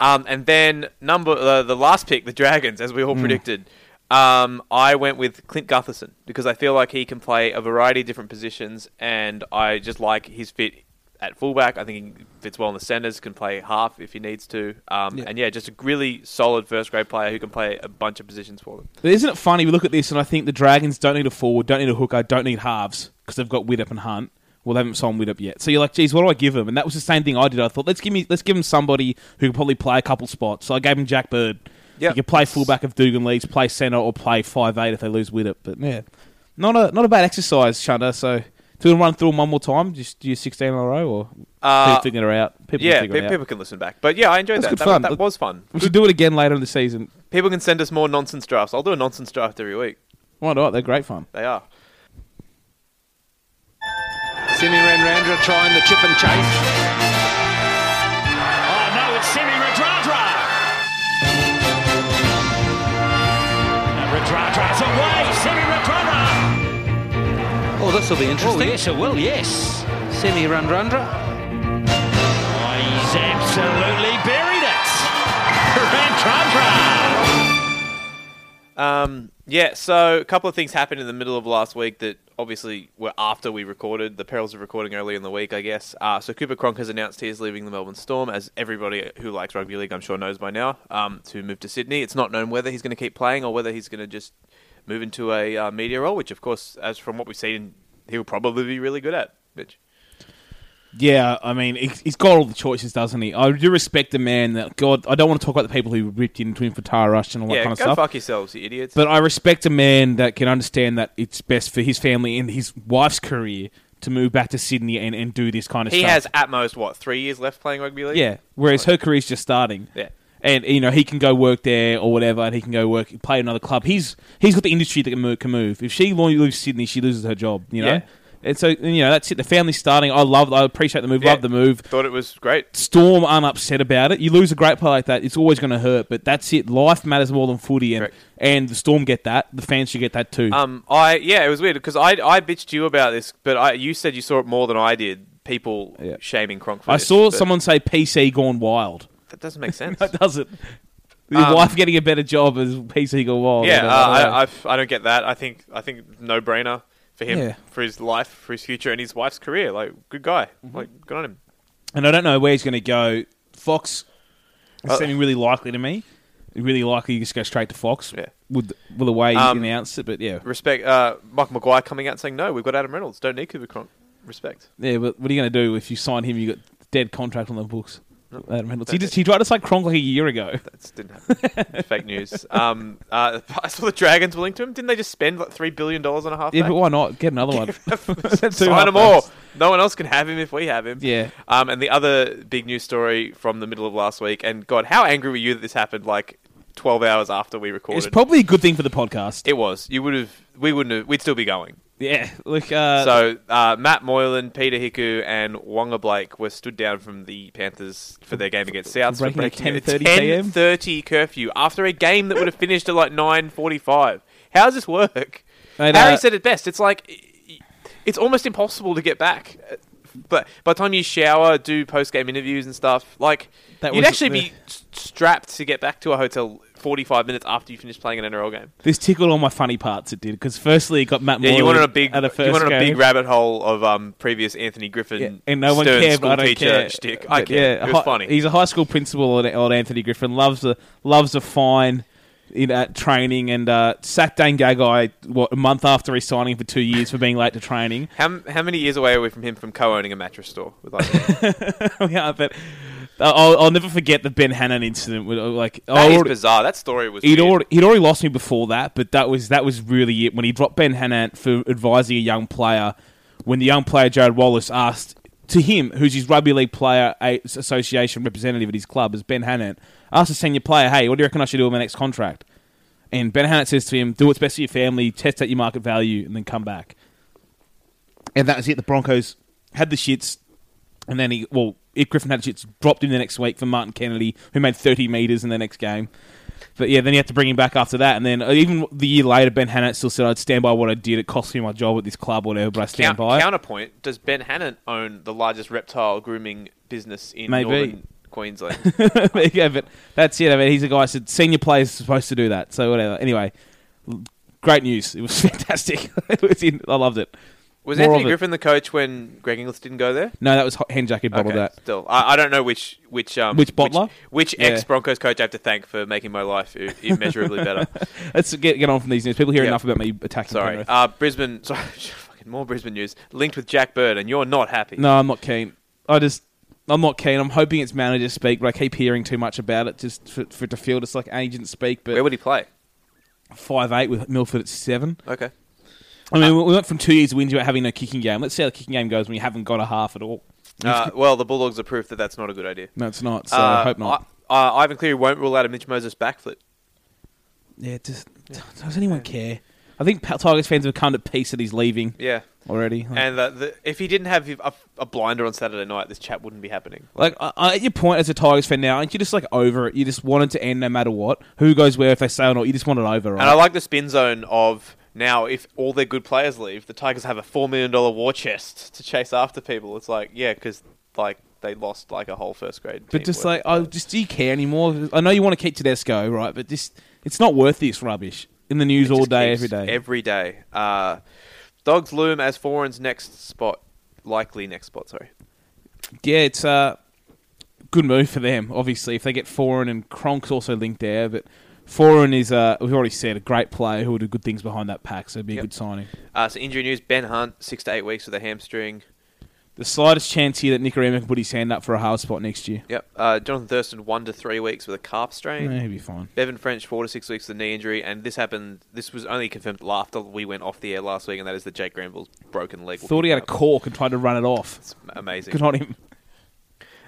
Speaker 2: Um, and then number uh, the last pick, the Dragons, as we all predicted. Um, I went with Clint Gutherson because I feel like he can play a variety of different positions, and I just like his fit at fullback. I think he fits well in the centres, can play half if he needs to, um, and yeah, just a really solid first grade player who can play a bunch of positions for them.
Speaker 3: But isn't it funny? We look at this and I think the Dragons don't need a forward, don't need a hooker, don't need halves because they've got Widdup and Hunt. Well, they haven't signed Widdup yet. So you're like, geez, what do I give them? And that was the same thing I did. I thought let's give me let's give him somebody who can probably play a couple spots. So I gave him Jack Bird.
Speaker 2: Yep.
Speaker 3: He could play fullback if Dugan leaves, play centre or play five eight if they lose Widdup. But yeah, not a not a bad exercise, Shunter. So. Do you want to run through them one more time? Just do your 16 in a row or
Speaker 2: Uh,
Speaker 3: people figure it out? People
Speaker 2: yeah,
Speaker 3: figure
Speaker 2: pe-
Speaker 3: it out.
Speaker 2: people can listen back, but yeah, I enjoyed
Speaker 3: That's
Speaker 2: that.
Speaker 3: good
Speaker 2: That,
Speaker 3: fun.
Speaker 2: that was fun.
Speaker 3: we should do it again later in the season.
Speaker 2: People can send us more nonsense drafts. I'll do a nonsense draft every week.
Speaker 3: Why not? They're great fun.
Speaker 2: They are.
Speaker 6: Simi Renrandra trying the chip and chase.
Speaker 4: Oh, no, it's Simi Radradra. And Radradra's away. Simi Radradra.
Speaker 6: Oh, this will be
Speaker 4: Oh,
Speaker 6: interesting.
Speaker 4: yes, it will, yes.
Speaker 6: Simi Renrandra.
Speaker 4: Oh, he's absolutely buried it. Radradra.
Speaker 2: Um, yeah, so a couple of things happened in the middle of last week that obviously were after we recorded. The perils of recording early in the week, I guess. Uh, so Cooper Cronk has announced he is leaving the Melbourne Storm, as everybody who likes rugby league, I'm sure, knows by now, um, to move to Sydney. It's not known whether he's going to keep playing or whether he's going to just move into a uh, media role, which, of course, as from what we've seen, he'll probably be really good at. Mitch.
Speaker 3: Yeah, I mean, he- he's got all the choices, doesn't he? I do respect the man that, God, I don't want to talk about the people who ripped into him for Tara Rush and all that
Speaker 2: yeah,
Speaker 3: kind of
Speaker 2: go
Speaker 3: stuff.
Speaker 2: fuck yourselves, you idiots.
Speaker 3: But I respect a man that can understand that it's best for his family and his wife's career to move back to Sydney and, and do this kind of
Speaker 2: he
Speaker 3: stuff.
Speaker 2: has at most what three years left playing rugby league.
Speaker 3: Yeah, whereas her career's just starting.
Speaker 2: Yeah.
Speaker 3: And you know he can go work there or whatever, and he can go work play at another club. He's he's got the industry that can move. Can move. If she lo- leaves Sydney, she loses her job. You know,
Speaker 2: Yeah.
Speaker 3: and so and, you know that's it. The family's starting. I love. I appreciate the move.
Speaker 2: Yeah.
Speaker 3: Love the move.
Speaker 2: Thought it was great.
Speaker 3: Storm aren't upset about it. You lose a great player like that, it's always going to hurt. But that's it. Life matters more than footy, and
Speaker 2: Correct.
Speaker 3: and the Storm get that. The fans should get that too.
Speaker 2: Um, I yeah, it was weird because I I bitched you about this, but I you said you saw it more than I did. People
Speaker 3: Yeah.
Speaker 2: shaming Cronk. For
Speaker 3: I
Speaker 2: this,
Speaker 3: saw
Speaker 2: but
Speaker 3: someone say PC gone wild.
Speaker 2: that doesn't make sense.
Speaker 3: That doesn't. Your
Speaker 2: Um,
Speaker 3: wife getting a better job as PC gone wild.
Speaker 2: yeah, uh,
Speaker 3: I don't know.
Speaker 2: I, I've- I don't get that. I think I think no brainer for him
Speaker 3: Yeah.
Speaker 2: for his life, for his future, and his wife's career. Like good guy.
Speaker 3: Mm-hmm.
Speaker 2: Like good on him.
Speaker 3: and I don't know where he's going to go. Fox is
Speaker 2: Uh,
Speaker 3: seeming really likely to me. Really likely you just go straight to Fox.
Speaker 2: Yeah.
Speaker 3: With, with the way
Speaker 2: Um,
Speaker 3: he announced it, but yeah,
Speaker 2: Respect. Uh, Mike McGuire coming out saying no, we've got Adam Reynolds. Don't need Cooper Cronk. Respect.
Speaker 3: yeah. But what are you going to do if you sign him? You got dead contract on the books. Adam Reynolds. He
Speaker 2: that's
Speaker 3: just he tried to sign Cronk like a year ago.
Speaker 2: That didn't happen. Fake news. Um, uh, I saw the Dragons were linked to him. Didn't they just spend like three billion dollars on a half?
Speaker 3: Yeah, but why not get another one?
Speaker 2: Sign them all. No one else can have him if we have him.
Speaker 3: Yeah.
Speaker 2: Um, and the other big news story from the middle of last week, and God, how angry were you that this happened like 12 hours after we
Speaker 3: It's
Speaker 2: recorded?
Speaker 3: probably a good thing for the podcast.
Speaker 2: it was. You would have. We wouldn't have. We'd still be going.
Speaker 3: yeah, look. Uh,
Speaker 2: so uh, Matt Moylan, Peter Hiku, and Wonga Blake were stood down from the Panthers for their game against South
Speaker 3: breaking the 10:30 PM?
Speaker 2: 10:30 curfew after a game that would have finished at like 9:45. How does this work?
Speaker 3: Mate,
Speaker 2: Harry
Speaker 3: uh,
Speaker 2: said it best. It's like it's almost impossible to get back. But by the time you shower, do post game interviews and stuff, like
Speaker 3: That
Speaker 2: you'd
Speaker 3: was
Speaker 2: actually
Speaker 3: the-
Speaker 2: be s- strapped to get back to a hotel 45 minutes after you finish playing an NRL game.
Speaker 3: this tickled all my funny parts. It did because firstly, it got Matt.
Speaker 2: Yeah, you
Speaker 3: Moylan
Speaker 2: wanted a big,
Speaker 3: at a first
Speaker 2: you wanted a
Speaker 3: go.
Speaker 2: big rabbit hole of um, previous Anthony Griffin
Speaker 3: Yeah, and no one
Speaker 2: Stern
Speaker 3: cared.
Speaker 2: school
Speaker 3: But I don't
Speaker 2: teacher
Speaker 3: care.
Speaker 2: shtick. I
Speaker 3: But
Speaker 2: care.
Speaker 3: Yeah,
Speaker 2: it was
Speaker 3: hi-
Speaker 2: funny.
Speaker 3: He's a high school principal on, on Anthony Griffin. Loves a loves a fine. in at training and uh, sacked Dane Gagai what a month after resigning for two years for being late to training.
Speaker 2: How, m- how many years away are we from him from co-owning a mattress store? With like, that
Speaker 3: yeah, but uh, I'll, I'll never forget the Ben Hannon incident. where, Like I
Speaker 2: is
Speaker 3: already-
Speaker 2: bizarre. That story was.
Speaker 3: He'd
Speaker 2: weird.
Speaker 3: already, he'd already lost me before that, but that was that was really it when he dropped Ben Hannant for advising a young player. When the young player Jared Wallace asked to him, who's his rugby league player a- association representative at his club, is Ben Hannant, asked the senior player, "Hey, what do you reckon I should do with my next contract?" And Ben Hannant says to him, "Do what's best for your family, test out your market value, and then come back." And that was it. The Broncos had the shits, and then he well, if Griffin had the shits, dropped him the next week for Martin Kennedy, who made thirty meters in the next game. But yeah, then you have to bring him back after that, and then uh, even the year later, Ben Hannett still said, "I'd stand by what I did. It cost me my job at this club, whatever, but I stand
Speaker 2: Count-
Speaker 3: by." it."
Speaker 2: counterpoint: Does Ben Hannon own the largest reptile grooming business in
Speaker 3: Maybe.
Speaker 2: northern Queensland?
Speaker 3: yeah, but that's it. I mean, he's a guy. who Said senior players are supposed to do that. So whatever. Anyway, l- great news. It was fantastic. it was in, I loved it.
Speaker 2: Was
Speaker 3: More
Speaker 2: Anthony
Speaker 3: of it.
Speaker 2: Griffin the coach when Greg Inglis didn't go there?
Speaker 3: No, that was Ho- Henjak who bottled that.
Speaker 2: Still, I, I don't know which which um,
Speaker 3: Which bottler?
Speaker 2: which,
Speaker 3: Yeah.
Speaker 2: ex Broncos coach I have to thank for making my life i- immeasurably better.
Speaker 3: Let's get, get on from these news. People hear
Speaker 2: Yeah.
Speaker 3: enough about me attacking.
Speaker 2: Sorry,
Speaker 3: Penrith.
Speaker 2: uh, Brisbane. Sorry, fucking more Brisbane news. Linked with Jack Bird, and you're not happy.
Speaker 3: No, I'm not keen. I just, I'm not keen. I'm hoping it's manager speak, but I keep hearing too much about it just for, for it to feel just like agent speak.
Speaker 2: Where
Speaker 3: But
Speaker 2: would he play?
Speaker 3: five eight with Milford at seven.
Speaker 2: Okay.
Speaker 3: I mean, we- we went from two years wins about having no kicking game. Let's see how the kicking game goes when you haven't got a half at all.
Speaker 2: Uh, well, the Bulldogs are proof that that's not a good idea.
Speaker 3: No, it's not. So
Speaker 2: Uh,
Speaker 3: I hope not.
Speaker 2: I- uh, Ivan Cleary won't rule out a Mitch Moses backflip.
Speaker 3: yeah, just does anyone care? I think Pa- Tigers fans have come to peace that he's leaving
Speaker 2: Yeah.
Speaker 3: already. Like,
Speaker 2: And the, the, if he didn't have a, a blinder on Saturday night, this chat wouldn't be happening.
Speaker 3: Like I, I, at your point as a Tigers fan now, aren't you just like over it? You just want it to end no matter what. Who goes where if they say or not? You just want it over. Right?
Speaker 2: And I like the spin zone of now if all their good players leave, the Tigers have a four million dollar war chest to chase after people. It's like yeah, because like they lost like a whole first grade.
Speaker 3: But
Speaker 2: team
Speaker 3: just
Speaker 2: worth
Speaker 3: like, I just do you care anymore? I know you want to keep Tedesco, right? But just it's not worth this rubbish in the news
Speaker 2: it. It
Speaker 3: all
Speaker 2: just
Speaker 3: day,
Speaker 2: keeps-
Speaker 3: every day.
Speaker 2: every day. Uh, dogs loom as Foran's next spot, likely next spot. Sorry,
Speaker 3: yeah, it's a good move for them. Obviously, if they get Foreign and Kronk's also linked there, but Foreign is uh, we've already said a great player who will do good things behind that pack, so it'd be
Speaker 2: Yep.
Speaker 3: a good signing.
Speaker 2: uh, so injury news: Ben Hunt six to eight weeks with a hamstring.
Speaker 3: The slightest chance here that Nicaragua can put his hand up for a half spot next year,
Speaker 2: Yep. Uh, Jonathan Thurston one to three weeks with a calf strain.
Speaker 3: yeah, he'd be fine.
Speaker 2: Bevan French four to six weeks with a knee injury, and this happened. This was only confirmed after we went off the air last week, and that is that Jake Granville's broken leg. will
Speaker 3: Thought he
Speaker 2: pick
Speaker 3: had a
Speaker 2: up.
Speaker 3: cork and tried to run it off.
Speaker 2: It's amazing.
Speaker 3: Good on him.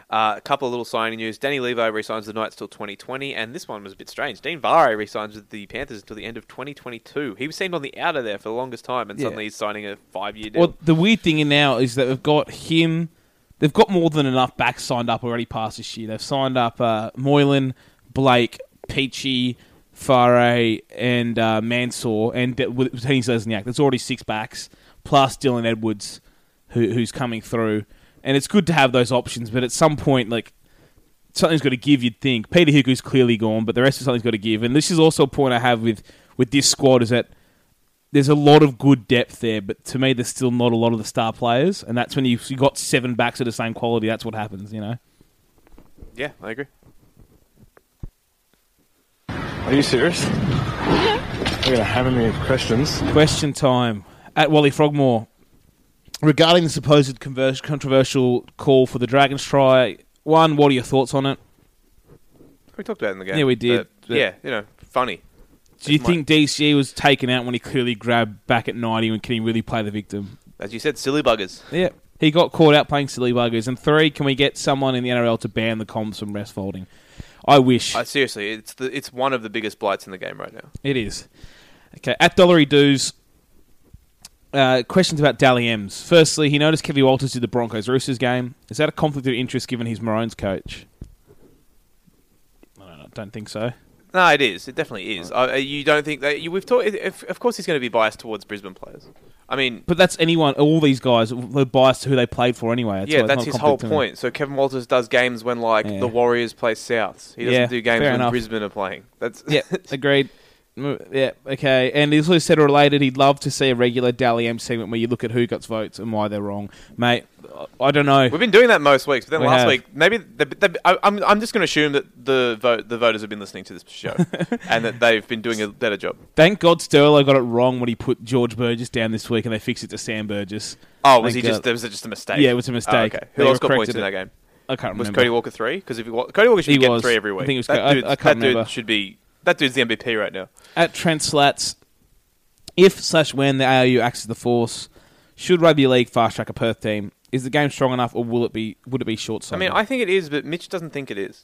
Speaker 2: Uh, a couple of little signing news. Danny Levi resigns with the Knights till 2020, and this one was a bit strange. Dean Vare resigns with the Panthers until the end of 2022. He seemed on the outer there for the longest time, and
Speaker 3: Yeah.
Speaker 2: suddenly he's signing a five-year deal.
Speaker 3: Well, the weird thing in now is that we've got him. They've got more than enough backs signed up already past this year. They've signed up uh, Moylan, Blake, Peachy, Farah, and uh, Mansour, and De- with Tony Lesniak. There's already six backs plus Dylan Edwards, who, who's coming through. And it's good to have those options, but at some point, like something's got to give. You'd think Peter Hickory's clearly gone, but the rest of something's got to give. And this is also a point I have with with this squad is that there's a lot of good depth there, but to me, there's still not a lot of the star players, and that's when you you got seven backs of the same quality. That's what happens, you know.
Speaker 2: yeah, I agree.
Speaker 7: Are you serious? Yeah. We're gonna hammer me with questions.
Speaker 3: Question time at Wally Frogmore regarding the supposed conver- controversial call for the Dragons try. One, what are your thoughts on it?
Speaker 2: We talked about it in the game.
Speaker 3: Yeah, we did,
Speaker 2: But,
Speaker 3: but-
Speaker 2: yeah, you know, funny.
Speaker 3: Do you
Speaker 2: It's my-
Speaker 3: think DCE was taken out when he clearly grabbed back at ninety? When can he really play the victim?
Speaker 2: As you said, silly buggers.
Speaker 3: Yeah. He got caught out playing silly buggers. And three, can we get someone in the NRL to ban the comms from rest folding? I wish.
Speaker 2: Uh, seriously, it's the, it's one of the biggest blights in the game right now.
Speaker 3: It is. Okay, at Dollary Doos. Uh, questions about Dally M's. Firstly, he noticed Kevin Walters did the Broncos Roosters game. Is that a conflict of interest given he's Maroons coach? I don't, know, I don't think so.
Speaker 2: No, it is. It definitely is. Uh, you don't think that you, we've talked? If, of course, he's going to be biased towards Brisbane players. I mean,
Speaker 3: But that's anyone, all these guys, they're biased to who they played for anyway. That's
Speaker 2: yeah,
Speaker 3: why it's
Speaker 2: that's
Speaker 3: not a
Speaker 2: his whole
Speaker 3: conflict to me.
Speaker 2: point. So Kevin Walters does games when like
Speaker 3: Yeah.
Speaker 2: the Warriors play Souths. He doesn't
Speaker 3: Yeah,
Speaker 2: do games
Speaker 3: fair
Speaker 2: when
Speaker 3: enough.
Speaker 2: Brisbane are playing. That's
Speaker 3: Yeah, agreed. Mm, Yeah, okay. And he's also said or related, he'd love to see a regular Dally M segment where you look at who got votes and why they're wrong. Mate, I- I don't know.
Speaker 2: We've been doing that most weeks, but then
Speaker 3: We
Speaker 2: last
Speaker 3: have.
Speaker 2: week, maybe the, the, I, I'm, I'm just going to assume that the vote, the voters have been listening to this show and that they've been doing a better job.
Speaker 3: Thank God Sterlo got it wrong when he put George Burgess down this week and they fixed it to Sam Burgess.
Speaker 2: Oh, was
Speaker 3: Thank
Speaker 2: he just?
Speaker 3: God.
Speaker 2: Was it just a mistake?
Speaker 3: Yeah, it was a
Speaker 2: Oh,
Speaker 3: mistake.
Speaker 2: okay. Who
Speaker 3: They
Speaker 2: else got points
Speaker 3: corrected
Speaker 2: in
Speaker 3: it.
Speaker 2: that game?
Speaker 3: I can't
Speaker 2: Was
Speaker 3: remember.
Speaker 2: Cody Walker three? Because if he, wa- Cody Walker should
Speaker 3: He
Speaker 2: get
Speaker 3: was.
Speaker 2: three every week.
Speaker 3: I think it was
Speaker 2: that
Speaker 3: Co- I-
Speaker 2: dude,
Speaker 3: I can't
Speaker 2: that dude
Speaker 3: remember.
Speaker 2: should be. That dude's the MVP right now.
Speaker 3: At Translats, if slash when the AOU acts as the force, should rugby league fast track a Perth team? Is the game strong enough, or will it be? Would it be short
Speaker 2: I mean, I think it is, but Mitch doesn't think it is.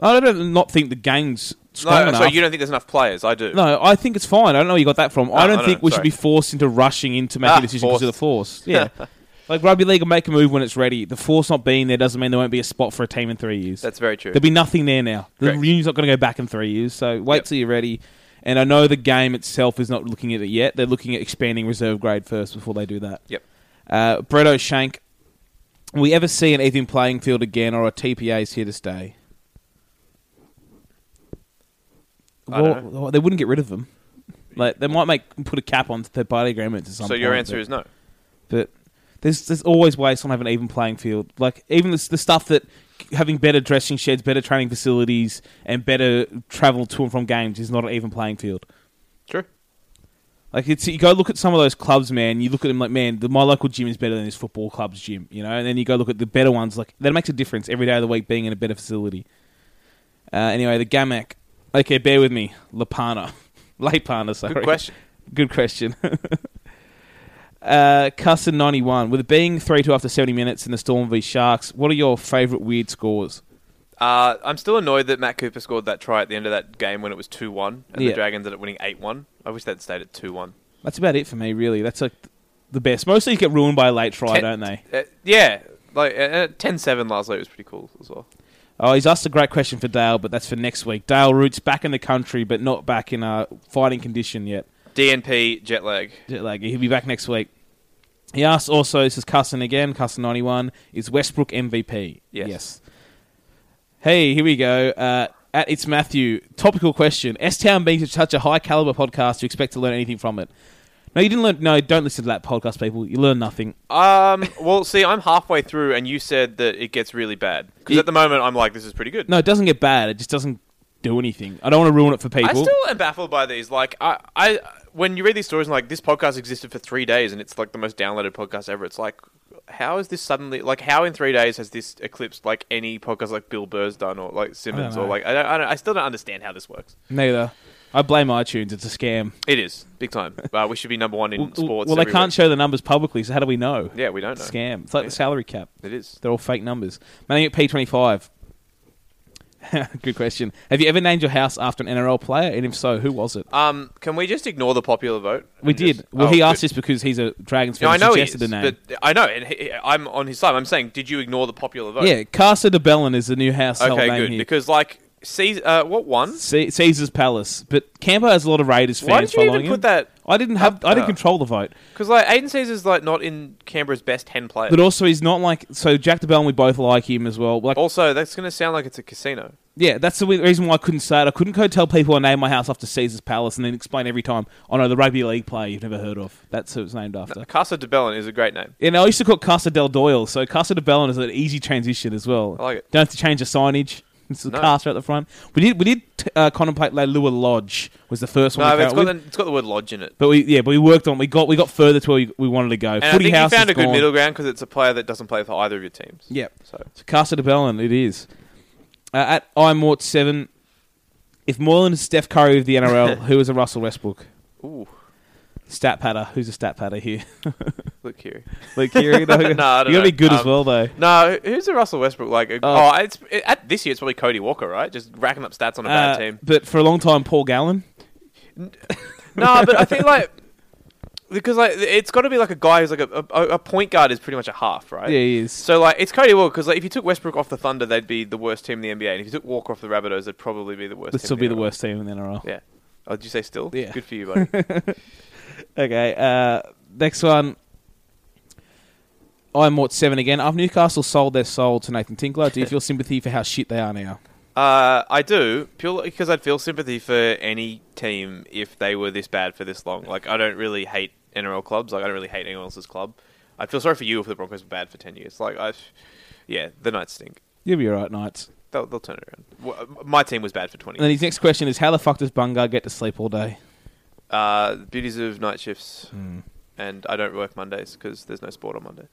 Speaker 3: I don't not think the game's strong
Speaker 2: No,
Speaker 3: enough.
Speaker 2: so you don't think there's enough players? I do.
Speaker 3: No, I think it's fine. I don't know where you got that from. I don't
Speaker 2: no,
Speaker 3: think
Speaker 2: no,
Speaker 3: we
Speaker 2: sorry.
Speaker 3: should be forced into rushing into making
Speaker 2: Ah,
Speaker 3: a decision because of the force. Yeah. like rugby league will make a move when it's ready. The force not being there doesn't mean there won't be a spot for a team in three years.
Speaker 2: That's very true.
Speaker 3: There'll be nothing there now. The
Speaker 2: Correct.
Speaker 3: union's not going to go back in three years. So wait
Speaker 2: Yep.
Speaker 3: till you're ready. And I know the game itself is not looking at it yet. They're looking at expanding reserve grade first before they do that.
Speaker 2: Yep.
Speaker 3: Uh, Brett O'Shank, will we ever see an even playing field again or a TPA's here to stay?
Speaker 2: I don't
Speaker 3: well, they wouldn't get rid of them. Like they might make put a cap on their party agreements or
Speaker 2: So
Speaker 3: something.
Speaker 2: your answer is no.
Speaker 3: But there's there's always ways to have an even playing field. Like even the, the stuff that having better dressing sheds, better training facilities, and better travel to and from games is not an even playing field.
Speaker 2: True.
Speaker 3: Like it's you go look at some of those clubs, man. You look at them like, man, the, my local gym is better than this football club's gym, you know. And then you go look at the better ones. Like that makes a difference every day of the week being in a better facility. Uh, anyway, the Gamak. Okay, bear with me, Lapana, Lapana. Sorry,
Speaker 2: Good question.
Speaker 3: Good question. uh, Cusson ninety one. With it being three two after seventy minutes in the Storm v Sharks, what are your favourite weird scores?
Speaker 2: Uh, I'm still annoyed that Matt Cooper scored that try at the end of that game when it was 2 1 and
Speaker 3: Yeah.
Speaker 2: the Dragons ended up winning 8 1. I wish they'd stayed at 2 1.
Speaker 3: That's about it for me, really. That's like the best. Most leagues get ruined by a late try, don't they?
Speaker 2: Uh, yeah. Like uh, 10 7 last night was pretty cool as well.
Speaker 3: Oh, he's asked a great question for Dale, but that's for next week. Dale Root's back in the country, but not back in uh, fighting condition yet.
Speaker 2: DNP jet lag.
Speaker 3: Jet lag. He'll be back next week. He asked also, this is Cusson again, Cusson91, is Westbrook MVP?
Speaker 2: Yes.
Speaker 3: Hey, here we go. Uh, at It's Matthew, topical question. S Town being such a high caliber podcast, do you expect to learn anything from it? No, you didn't learn. No, don't listen to that podcast, people. You learn nothing.
Speaker 2: Um, well, see, I'm halfway through, and you said that it gets really bad. Because
Speaker 3: It-
Speaker 2: at the moment, I'm like, this is pretty good.
Speaker 3: No, it doesn't get bad. It just doesn't do anything. I don't want to ruin it for people.
Speaker 2: I still am baffled by these. Like, I, I, when you read these stories, and like this podcast existed for three days, and it's like the most downloaded podcast ever. It's like, how is this suddenly? Like, how in three days has this eclipsed like any podcast like Bill Burr's done or like Simmons or
Speaker 3: know.
Speaker 2: like I, don't, I, don't, I still don't understand how this works.
Speaker 3: Neither. I blame iTunes. It's a scam.
Speaker 2: It is big time. uh, we should be number one in
Speaker 3: Well,
Speaker 2: sports.
Speaker 3: Well, they
Speaker 2: every
Speaker 3: can't
Speaker 2: week.
Speaker 3: show the numbers publicly, so how do we know?
Speaker 2: Yeah, we don't know.
Speaker 3: Scam. It's like the salary cap.
Speaker 2: It is.
Speaker 3: They're all fake numbers. My name at P25. Good question. Have you ever named your house after an NRL player? And if so, who was it?
Speaker 2: Um, can we just ignore the popular vote?
Speaker 3: we
Speaker 2: and just-
Speaker 3: did. well,
Speaker 2: oh,
Speaker 3: he
Speaker 2: good.
Speaker 3: asked this because he's a Dragons fan.
Speaker 2: No, I
Speaker 3: and
Speaker 2: know he is,
Speaker 3: suggested the name.
Speaker 2: but I know, and he, I'm on his side. I'm saying, did you ignore the popular vote?
Speaker 3: yeah, Casa de Bellin is the new house.
Speaker 2: Okay,
Speaker 3: name
Speaker 2: good.
Speaker 3: Here.
Speaker 2: Because like, Caesar, uh, what one?
Speaker 3: Ce- Caesar's Palace, but Campo has a lot of Raiders fans
Speaker 2: Why did you even
Speaker 3: following him.
Speaker 2: put that
Speaker 3: I didn't have. I
Speaker 2: Uh,
Speaker 3: didn't control the vote.
Speaker 2: Because like Aiden Caesar's like not in Canberra's best ten players.
Speaker 3: But also, he's not like so. Jack DeBellin, we both like him as well. Like
Speaker 2: also, that's going to sound like it's a casino.
Speaker 3: Yeah, that's the we- reason why I couldn't say it. I couldn't go tell people I named my house after Caesar's Palace and then explain every time, oh no, the rugby league player you've never heard of. That's who it's named after.
Speaker 2: Casa de Bellin is a great name.
Speaker 3: And I used to call it Casa del Doyle, so Casa de Bellin is an easy transition as well.
Speaker 2: I like it.
Speaker 3: Don't have to change the signage. It's the
Speaker 2: No.
Speaker 3: Casa at the front. We did we did uh, contemplate Leilua Lodge was the first one.
Speaker 2: No,
Speaker 3: we
Speaker 2: but it's
Speaker 3: came
Speaker 2: got,
Speaker 3: up
Speaker 2: the,
Speaker 3: with.
Speaker 2: it's got the word lodge in it.
Speaker 3: but we yeah, but we worked on we got we got further to where we, we wanted to go.
Speaker 2: And
Speaker 3: Footy
Speaker 2: I think
Speaker 3: House
Speaker 2: you
Speaker 3: is
Speaker 2: found a good
Speaker 3: gone.
Speaker 2: middle ground because it's a player that doesn't play for either of your teams.
Speaker 3: Yeah.
Speaker 2: So
Speaker 3: So Casa de Bellin, it is. Uh, at iMort7, if Moreland is Steph Curry of the NRL, who is a Russell Westbrook?
Speaker 2: Ooh.
Speaker 3: Stat patter. Who's a stat patter here?
Speaker 2: look here.
Speaker 3: Luke Keary? No, you
Speaker 2: No, I
Speaker 3: got
Speaker 2: don't
Speaker 3: to be
Speaker 2: know.
Speaker 3: good as
Speaker 2: Um,
Speaker 3: well, though.
Speaker 2: No, who's the Russell Westbrook like? oh, it's it, at this year it's probably Cody Walker, right? Just racking up stats on a
Speaker 3: Uh,
Speaker 2: bad team.
Speaker 3: But for a long time, Paul Gallen.
Speaker 2: No, but I think like because like it's got to be like a guy who's like a, a a point guard is pretty much a half, right?
Speaker 3: Yeah, he is.
Speaker 2: So like it's Cody Walker because like if you took Westbrook off the Thunder, they'd be the worst team in the NBA, and if you took Walker off the Rabbitohs, they'd probably be the worst.
Speaker 3: This
Speaker 2: team
Speaker 3: will
Speaker 2: in
Speaker 3: be the
Speaker 2: NRL.
Speaker 3: worst team in the NRL.
Speaker 2: Yeah. Oh, did you say still?
Speaker 3: Yeah.
Speaker 2: Good for you, buddy.
Speaker 3: Okay, uh, next one. I'm Mort 7 again. After Newcastle sold their soul to Nathan Tinkler, do you feel sympathy for how shit they are now?
Speaker 2: Uh, I do purely because I'd feel sympathy for any team if they were this bad for this long. Like I don't really hate NRL clubs. Like I don't really hate anyone else's club. I'd feel sorry for you if the Broncos were bad for ten years. Like I, yeah, the Knights stink.
Speaker 3: You'll be alright, Knights.
Speaker 2: They'll, they'll turn it around. Wha- My team was bad for twenty.
Speaker 3: And then his next question is, how the fuck does Bungar get to sleep all day?
Speaker 2: Uh, the beauties of night shifts,
Speaker 3: Hmm.
Speaker 2: and I don't work Mondays because there's no sport on Mondays.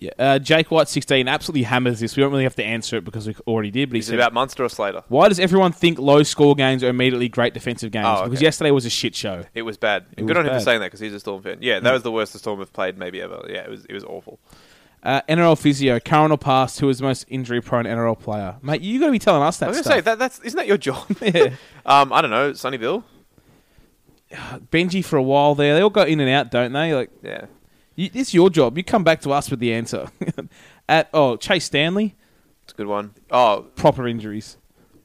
Speaker 3: Yeah. Uh, Jake White sixteen absolutely hammers this. We don't really have to answer it because we already did. But he
Speaker 2: Is
Speaker 3: said,
Speaker 2: it about Munster or Slater?
Speaker 3: "Why does everyone think low score games are immediately great defensive games?
Speaker 2: Oh, okay.
Speaker 3: Because yesterday was a shit show."
Speaker 2: It was bad. Good
Speaker 3: was
Speaker 2: on him
Speaker 3: bad. Hmm.
Speaker 2: for saying that because he's a Storm fan. Yeah, that was the worst the Storm have played maybe ever. Yeah, it was it was awful.
Speaker 3: Uh, NRL physio, current or past, who is the most injury prone NRL player? Mate, you got to be telling us that
Speaker 2: I was
Speaker 3: stuff.
Speaker 2: gonna say that that's isn't that your job?
Speaker 3: Yeah.
Speaker 2: um, I don't know, Sonny Bill.
Speaker 3: Benji for a while there. They all go in and out, don't they? Like,
Speaker 2: Yeah,
Speaker 3: you, it's your job. You come back to us with the answer. At oh, Chase Stanley,
Speaker 2: it's a good one. Oh,
Speaker 3: proper injuries.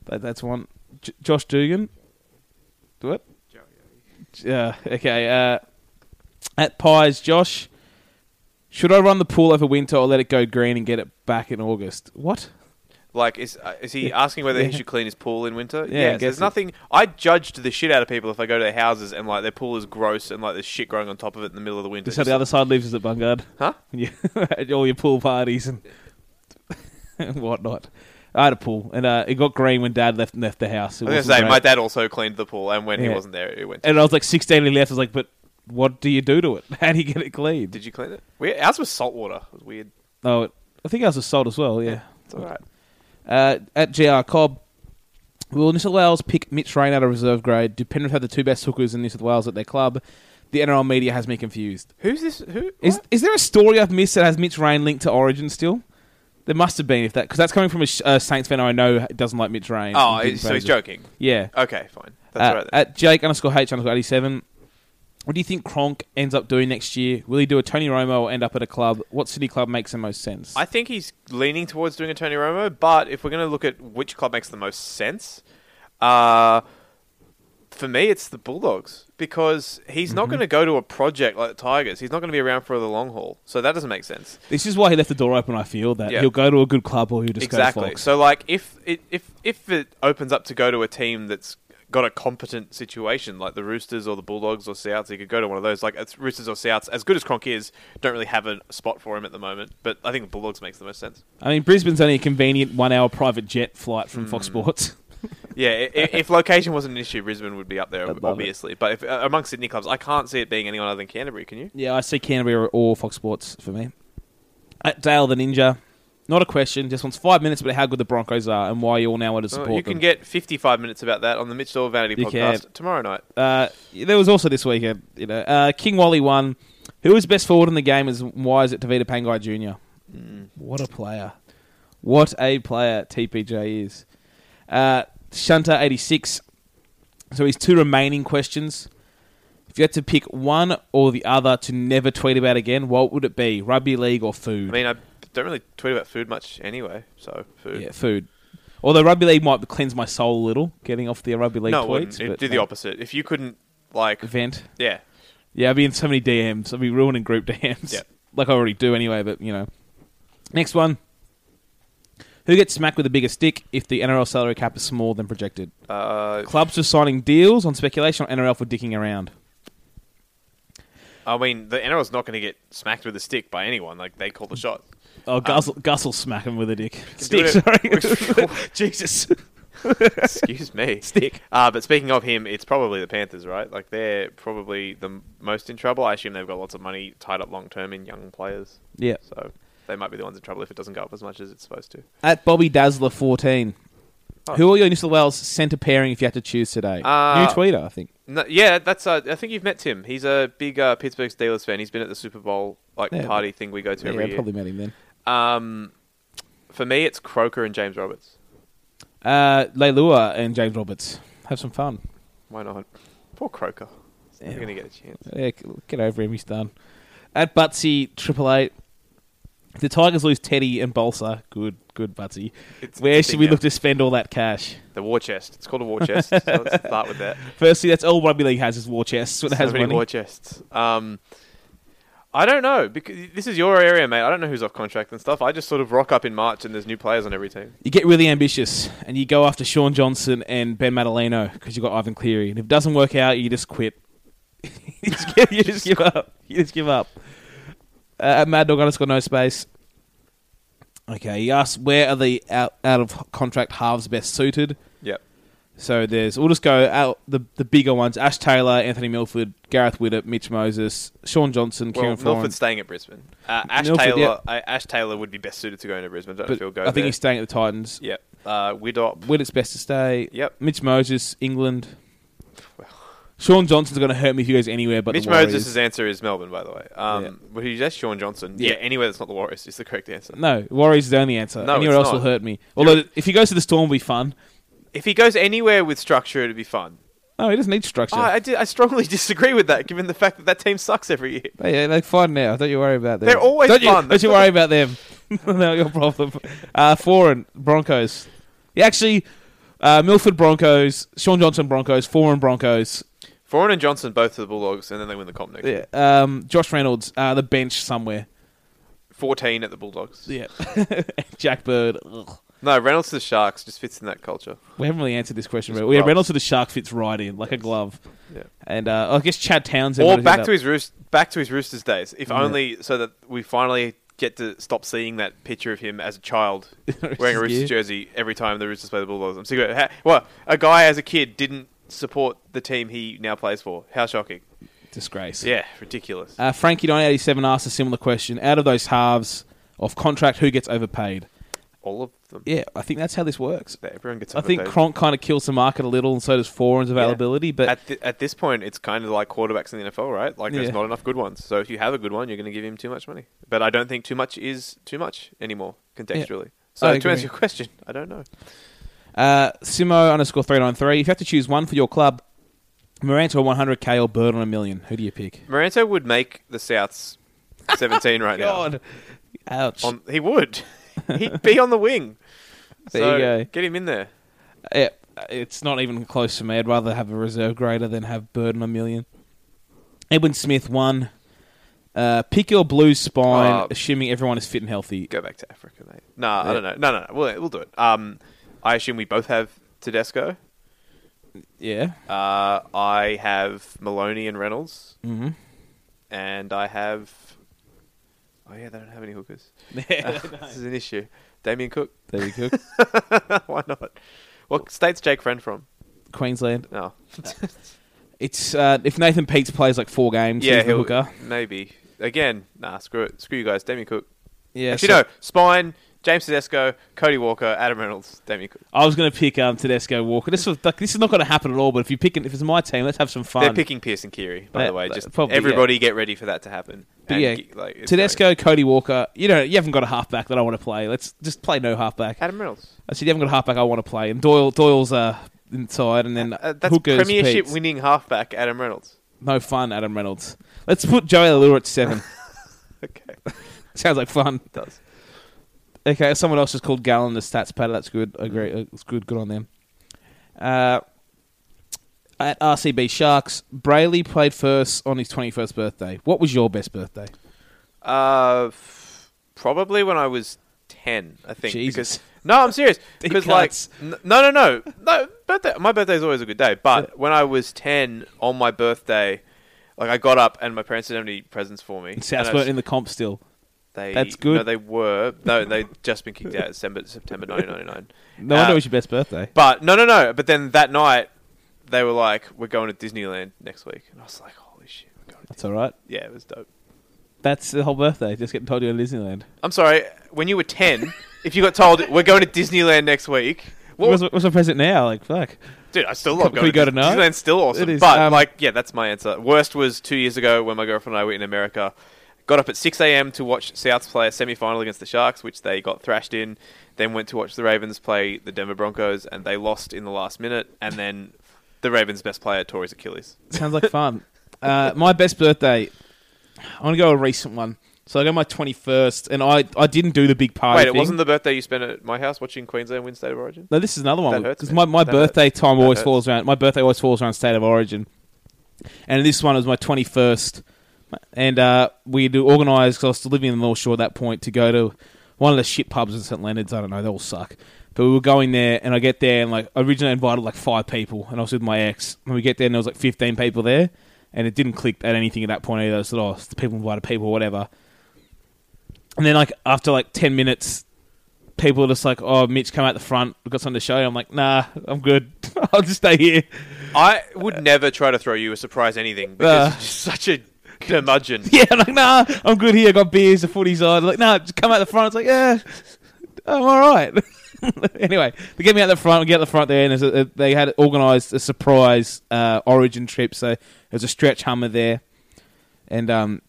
Speaker 3: That, that's one. J- Josh Dugan. Do it. Uh, okay. Uh, at Pies, Josh. Should I run the pool over winter or let it go green and get it back in August? What?
Speaker 2: like is uh, is he asking whether he
Speaker 3: Yeah.
Speaker 2: should clean his pool in winter?
Speaker 3: Yeah, I
Speaker 2: yes,
Speaker 3: guess
Speaker 2: there's
Speaker 3: it-
Speaker 2: nothing. I judged the shit out of people if I go to their houses and like their pool is gross and like there's shit growing on top of it in the middle of the winter.
Speaker 3: That's how
Speaker 2: Just
Speaker 3: the other side lives is at Bungard.
Speaker 2: Huh?
Speaker 3: Yeah, at all your pool parties and, and whatnot. I had a pool, and uh, it got green when Dad left left the house. It
Speaker 2: I was
Speaker 3: wasn't
Speaker 2: gonna say
Speaker 3: great.
Speaker 2: my dad also cleaned the pool, and when he
Speaker 3: Yeah.
Speaker 2: wasn't there, it went.
Speaker 3: and I was like sixteen. And he left. I was like, but what do you do to it? How do you get it cleaned?
Speaker 2: Did you clean it? We, ours was salt water. It was weird.
Speaker 3: oh, it, I think ours was sold as well. Yeah.
Speaker 2: It's all right.
Speaker 3: Uh, at GR Cobb, will New South Wales pick Mitch Rain out of reserve grade? Do Penrith have the two best hookers in New South Wales at their club? The NRL media has me confused.
Speaker 2: Who's this? Who
Speaker 3: Is is there a story I've missed that has Mitch Rain linked to Origin still? There must have been if that because that's coming from a sh- uh, Saints fan I know doesn't like Mitch Rain.
Speaker 2: Oh,
Speaker 3: And
Speaker 2: he-
Speaker 3: didn't
Speaker 2: so
Speaker 3: praise
Speaker 2: he's
Speaker 3: it.
Speaker 2: joking.
Speaker 3: Yeah,
Speaker 2: Okay, fine. That's
Speaker 3: uh,
Speaker 2: right. Then.
Speaker 3: at Jake underscore H underscore eighty seven. What do you think Cronk ends up doing next year? Will he do a Tony Romo or end up at a club? What city club makes the most sense?
Speaker 2: I think he's leaning towards doing a Tony Romo, but if we're going to look at which club makes the most sense, uh, for me, it's the Bulldogs because he's
Speaker 3: Mm-hmm.
Speaker 2: not going to go to a project like the Tigers. He's not going to be around for the long haul, so that doesn't make sense.
Speaker 3: this is why he left the door open. I feel that
Speaker 2: Yeah.
Speaker 3: he'll go to a good club or he'll just go to
Speaker 2: Exactly.
Speaker 3: Fox.
Speaker 2: So, like, if it if if it opens up to go to a team that's got a competent situation, like the Roosters or the Bulldogs or Souths, he could go to one of those. Like, it's Roosters or Souths, as good as Cronk is, don't really have a spot for him at the moment. But I think the Bulldogs makes the most sense.
Speaker 3: I mean, Brisbane's only a convenient one-hour private jet flight from Fox
Speaker 2: Hmm.
Speaker 3: Sports.
Speaker 2: Yeah, i- i- if location wasn't an issue, Brisbane would be up there,
Speaker 3: I'd love it.
Speaker 2: obviously. But if, uh, among Sydney clubs, I can't see it being anyone other than Canterbury. Can you?
Speaker 3: Yeah, I see Canterbury or- or Fox Sports for me. At Dale the Ninja, not a question. Just wants five minutes about how good the Broncos are and why you all now want to
Speaker 2: Uh,
Speaker 3: support
Speaker 2: you can
Speaker 3: them.
Speaker 2: get 55 minutes about that on the Mitch Doyle Vanity
Speaker 3: You
Speaker 2: Podcast
Speaker 3: can.
Speaker 2: tomorrow night.
Speaker 3: uh, there was also this weekend, you know, uh, King Wally won. Who is best forward in the game? Is why is it Tavita Pangai Junior? Mm. What a player! What a player TPJ is. Uh, Shunter eighty six. So his two remaining questions. If you had to pick one or the other to never tweet about again, what would it be? Rugby league or food?
Speaker 2: I mean, I don't really tweet about food much anyway, so food.
Speaker 3: Yeah, food. Although rugby league might cleanse my soul a little, getting off the rugby league
Speaker 2: no, it
Speaker 3: tweets.
Speaker 2: wouldn't. It'd do the opposite. If you couldn't, like,
Speaker 3: Event.
Speaker 2: yeah,
Speaker 3: Yeah, I'd be in so many DMs. I'd be ruining group DMs.
Speaker 2: Yeah.
Speaker 3: Like I already do anyway, but you know. Next one. Who gets smacked with the bigger stick if the NRL salary cap is smaller than projected?
Speaker 2: uh,
Speaker 3: Clubs are signing deals on speculation on NRL for dicking around.
Speaker 2: I mean, the NRL's not going to get smacked with a stick by anyone. Like, they call the shot.
Speaker 3: Oh, Gus, Gus will smack him with a dick.
Speaker 2: Um,
Speaker 3: Stick,
Speaker 2: do
Speaker 3: sorry.
Speaker 2: it.
Speaker 3: Jesus.
Speaker 2: Excuse me.
Speaker 3: Stick.
Speaker 2: Uh, but speaking of him, it's probably the Panthers, right? Like they're probably the m- most in trouble. I assume they've got lots of money tied up long term in young players,
Speaker 3: Yeah.
Speaker 2: so they might be the ones in trouble if it doesn't go up as much as it's supposed to.
Speaker 3: At Bobby Dazzler 14. Who are your New South Wales centre pairing if you had to choose today?
Speaker 2: Uh,
Speaker 3: New tweeter, I think.
Speaker 2: No, yeah, that's. Uh, I think you've met Tim. He's a big uh, Pittsburgh Steelers fan. He's been at the Super Bowl like
Speaker 3: Yeah,
Speaker 2: party thing we go to
Speaker 3: Yeah,
Speaker 2: every
Speaker 3: I
Speaker 2: year.
Speaker 3: probably met him then.
Speaker 2: Um, for me, it's Croker and James Roberts.
Speaker 3: Uh, Leilua and James Roberts. Have some fun.
Speaker 2: Why not? Poor Croker. He's never
Speaker 3: Yeah.
Speaker 2: going to get a chance.
Speaker 3: Yeah, c- get over him. He's done. At Butsy Triple Eight, the Tigers lose Teddy and Bolsa. Good, good Butsy.
Speaker 2: It's-
Speaker 3: Where
Speaker 2: it's a
Speaker 3: should
Speaker 2: thing
Speaker 3: we
Speaker 2: now.
Speaker 3: look to spend all that cash?
Speaker 2: The war chest. It's called a war chest. so let's start with that.
Speaker 3: Firstly, that's all rugby league has is war chests. When it
Speaker 2: so
Speaker 3: has
Speaker 2: many
Speaker 3: money.
Speaker 2: war chests. Um, I don't know because this is your area, mate. I don't know who's off contract and stuff. I just sort of rock up in March and there's new players on every team.
Speaker 3: You get really ambitious and you go after Sean Johnson and Ben Madaleno because you've got Ivan Cleary. And if it doesn't work out, you just quit. you just give, you just give up. You just give up. Uh, at Mad Dog underscore no space. Okay, he asks, where are the out, out of contract halves best suited?
Speaker 2: Yep.
Speaker 3: So there's, we'll just go out the, the bigger ones Ash Taylor, Anthony Milford, Gareth Widdop, Mitch Moses, Sean Johnson,
Speaker 2: Well,
Speaker 3: Kieran Foran.
Speaker 2: Milford's staying at Brisbane. Uh, Ash
Speaker 3: Milford,
Speaker 2: Taylor,
Speaker 3: yeah.
Speaker 2: I, Ash Taylor would be best suited to go into Brisbane. Don't know
Speaker 3: but
Speaker 2: if he'll go.
Speaker 3: I think
Speaker 2: there.
Speaker 3: he's staying at the Titans.
Speaker 2: Yep. Uh, Widop.
Speaker 3: When it's best to stay.
Speaker 2: Yep.
Speaker 3: Mitch Moses, England. Sean Johnson's going to hurt me if he goes anywhere but
Speaker 2: Mitch
Speaker 3: the Warriors.
Speaker 2: Moses' answer is Melbourne, by the way. Um, But he's just Sean Johnson. Yeah. anywhere that's not the Warriors is the correct answer.
Speaker 3: no, Warriors is the only answer.
Speaker 2: No,
Speaker 3: Anywhere
Speaker 2: it's
Speaker 3: else will
Speaker 2: not.
Speaker 3: hurt me. Although, if he goes to the Storm, it'll be fun.
Speaker 2: If he goes anywhere with structure, it'd be fun.
Speaker 3: No, he doesn't need structure.
Speaker 2: Oh, I, di- I strongly disagree with that, given the fact that that team sucks every year.
Speaker 3: they, they fight now. Don't you worry about them.
Speaker 2: They're always
Speaker 3: don't
Speaker 2: fun.
Speaker 3: You, don't you worry about them. Not your problem. Uh, foreign Broncos. Yeah, actually, uh, Milford Broncos, Sean Johnson Broncos, foreign Broncos.
Speaker 2: Foran and Johnson both to the Bulldogs, and then they win the comp next. year.
Speaker 3: Yeah, um, Josh Reynolds, uh, the bench somewhere.
Speaker 2: Fourteen at the Bulldogs.
Speaker 3: Yeah, Jack Bird. Ugh.
Speaker 2: No, Reynolds to the Sharks just fits in that culture.
Speaker 3: We haven't really answered this question, but
Speaker 2: Just
Speaker 3: yeah,
Speaker 2: gloves.
Speaker 3: Reynolds to the shark fits right in like a glove,
Speaker 2: Yeah.
Speaker 3: and uh, I guess Chad Townsend
Speaker 2: Or
Speaker 3: would've
Speaker 2: back
Speaker 3: ended
Speaker 2: to
Speaker 3: up-
Speaker 2: his roost, back to his Roosters days, if only so that we finally get to stop seeing that picture of him as a child wearing a Roosters
Speaker 3: Yeah.
Speaker 2: jersey every time the Roosters play the Bulldogs. I'm sick of it. Ha- Well, a guy as a kid didn't support the team he now plays for. How shocking!
Speaker 3: disgrace.
Speaker 2: Yeah, ridiculous.
Speaker 3: Uh, Frankie nine eighty seven asked a similar question. Out of those halves of contract, who gets overpaid?
Speaker 2: All of them.
Speaker 3: Yeah, I think that's how this works.
Speaker 2: Everyone gets.
Speaker 3: I think
Speaker 2: overpaid.
Speaker 3: Cronk kind of kills the market a little, and so does Foran's availability. But
Speaker 2: at, thi- at this point, it's kind of like quarterbacks in the NFL, right? Like,
Speaker 3: Yeah.
Speaker 2: there's not enough good ones. So if you have a good one, you're going to give him too much money. But I don't think too much is too much anymore, contextually.
Speaker 3: I
Speaker 2: So to
Speaker 3: agree.
Speaker 2: answer your question, I don't know.
Speaker 3: uh, Simo underscore three nine three. If you have to choose one for your club, Morant or one hundred k or Bird on a million, who do you pick?
Speaker 2: Moranto would make the Souths 17 right
Speaker 3: God, ouch.
Speaker 2: now. On, he would. He'd be on the wing.
Speaker 3: There
Speaker 2: So
Speaker 3: you go.
Speaker 2: Get him in there.
Speaker 3: Yeah, it's not even close for me. I'd rather have a reserve grader than have Bird on a million. Edwin Smith one. Uh, pick your blue spine,
Speaker 2: Uh,
Speaker 3: assuming everyone is fit and healthy.
Speaker 2: Go back to Africa, mate. Nah, I don't know. No, no, no. We'll, we'll do it. Um, I assume we both have Tedesco.
Speaker 3: Yeah,
Speaker 2: Uh, I have Maloney and Reynolds. Mm-hmm. And I have. Oh, yeah, they don't have any hookers. this is an issue. Damien Cook.
Speaker 3: there we go.
Speaker 2: Why not? What state's Jake Friend from? Oh.
Speaker 3: Queensland.
Speaker 2: No.
Speaker 3: It's uh, if Nathan Peets plays like four games, yeah,
Speaker 2: yeah,
Speaker 3: he's the
Speaker 2: he'll.
Speaker 3: hooker.
Speaker 2: Maybe. Again, nah, screw it. Screw you guys. Damien Cook.
Speaker 3: Yeah,
Speaker 2: Actually,
Speaker 3: so-
Speaker 2: no. Spine, James Tedesco, Cody Walker, Adam Reynolds, Damien Cook.
Speaker 3: I was going to pick um, Tedesco Walker. This was like, this is not going to happen at all. But if you pick, if it's my team, let's have some fun.
Speaker 2: They're picking Pearson Keary, by
Speaker 3: They-
Speaker 2: the way.
Speaker 3: they-
Speaker 2: Just
Speaker 3: probably, yeah.
Speaker 2: everybody get ready for that to happen.
Speaker 3: But
Speaker 2: And
Speaker 3: yeah,
Speaker 2: ge- like, it's
Speaker 3: Tedesco, Cody Walker. You know, you haven't got a halfback that I want to play. Let's just play no halfback.
Speaker 2: Adam Reynolds.
Speaker 3: I said you haven't got a halfback I want to play, and Doyle Doyle's uh, inside, and then
Speaker 2: Uh, that's
Speaker 3: Hooker's
Speaker 2: premiership
Speaker 3: Peets.
Speaker 2: winning halfback Adam Reynolds.
Speaker 3: No fun, Adam Reynolds. Let's put Joey Alua at seven.
Speaker 2: Okay,
Speaker 3: Sounds like fun.
Speaker 2: does.
Speaker 3: Okay, someone else just called Gallon the stats padder. That's good. I agree. It's good. Good on them. Uh, at RCB Sharks, Brayley played first on his 21st birthday. What was your best birthday?
Speaker 2: Uh, f- probably when I was ten, I think.
Speaker 3: Jesus.
Speaker 2: Because no, I'm serious. Because like,
Speaker 3: cuts.
Speaker 2: n- no, no, no, no. Birthday. My birthday is always a good day. But when I was ten, on my birthday, like I got up and my parents didn't have any presents for me.
Speaker 3: South
Speaker 2: And I
Speaker 3: weren't
Speaker 2: s-
Speaker 3: in the comp still.
Speaker 2: they,
Speaker 3: That's good.
Speaker 2: No, they were. No, they just been kicked out September, September 1999.
Speaker 3: No
Speaker 2: Uh,
Speaker 3: wonder it was your best birthday.
Speaker 2: But no, no, no. But then that night, they were like, "We're going to Disneyland next week," and I was like, "Holy shit, we're going to." Disneyland.
Speaker 3: That's all right.
Speaker 2: Yeah, it was dope.
Speaker 3: That's the whole birthday. Just getting told you at Disneyland.
Speaker 2: I'm sorry, when you were 10, if you got told, we're going to Disneyland next week, what
Speaker 3: what's, what's my present now? Like fuck.
Speaker 2: dude, I still love
Speaker 3: Could
Speaker 2: going
Speaker 3: we
Speaker 2: to
Speaker 3: go to
Speaker 2: Dis-
Speaker 3: Nard?
Speaker 2: Disneyland's still awesome.
Speaker 3: It is,
Speaker 2: But,
Speaker 3: um,
Speaker 2: like, yeah, that's my answer. Worst was two years ago when my girlfriend and I were in America. Got up at 6 a.m. to watch Souths play a semi final against the Sharks, which they got thrashed in. Then went to watch the Ravens play the Denver Broncos, and they lost in the last minute. And then the Ravens' best player tore his Achilles.
Speaker 3: Sounds like fun. uh, my best birthday. I want to go a recent one. So I got my 21st, and I, I didn't do the big party.
Speaker 2: Wait, it
Speaker 3: thing.
Speaker 2: wasn't the birthday you spent at my house watching Queensland win State of Origin?
Speaker 3: No, this is another one
Speaker 2: That hurts
Speaker 3: because
Speaker 2: me.
Speaker 3: my, my
Speaker 2: That
Speaker 3: birthday
Speaker 2: hurts.
Speaker 3: time
Speaker 2: That
Speaker 3: always
Speaker 2: hurts.
Speaker 3: falls around. My birthday always falls around state of origin, and this one was my twenty first. And uh, we do organise, 'cause I was still living in the North Shore at that point, to go to one of the shit pubs in St Leonard's. I don't know, they all suck. But we were going there, and I get there, and like, I originally invited like five people, and I was with my ex. And we get there, and there was like 15 people there, and it didn't click at anything at that point either. I was like, oh, it's the people invited people, whatever. And then, like, after like 10 minutes, people are just like, oh, Mitch, come out the front. We've got something to show you. I'm like, nah, I'm good. I'll just stay here.
Speaker 2: I would never try to throw you a surprise anything because
Speaker 3: Uh.
Speaker 2: you're just such a curmudgeon.
Speaker 3: Yeah, I'm like, nah, I'm good here. I got beers, the footy's on. Like, nah, just come out the front. It's like, yeah, I'm all right. anyway, they get me out the front. We get out the front there, and there's a, they had organised a surprise uh, origin trip. So there's a stretch hummer there, and um,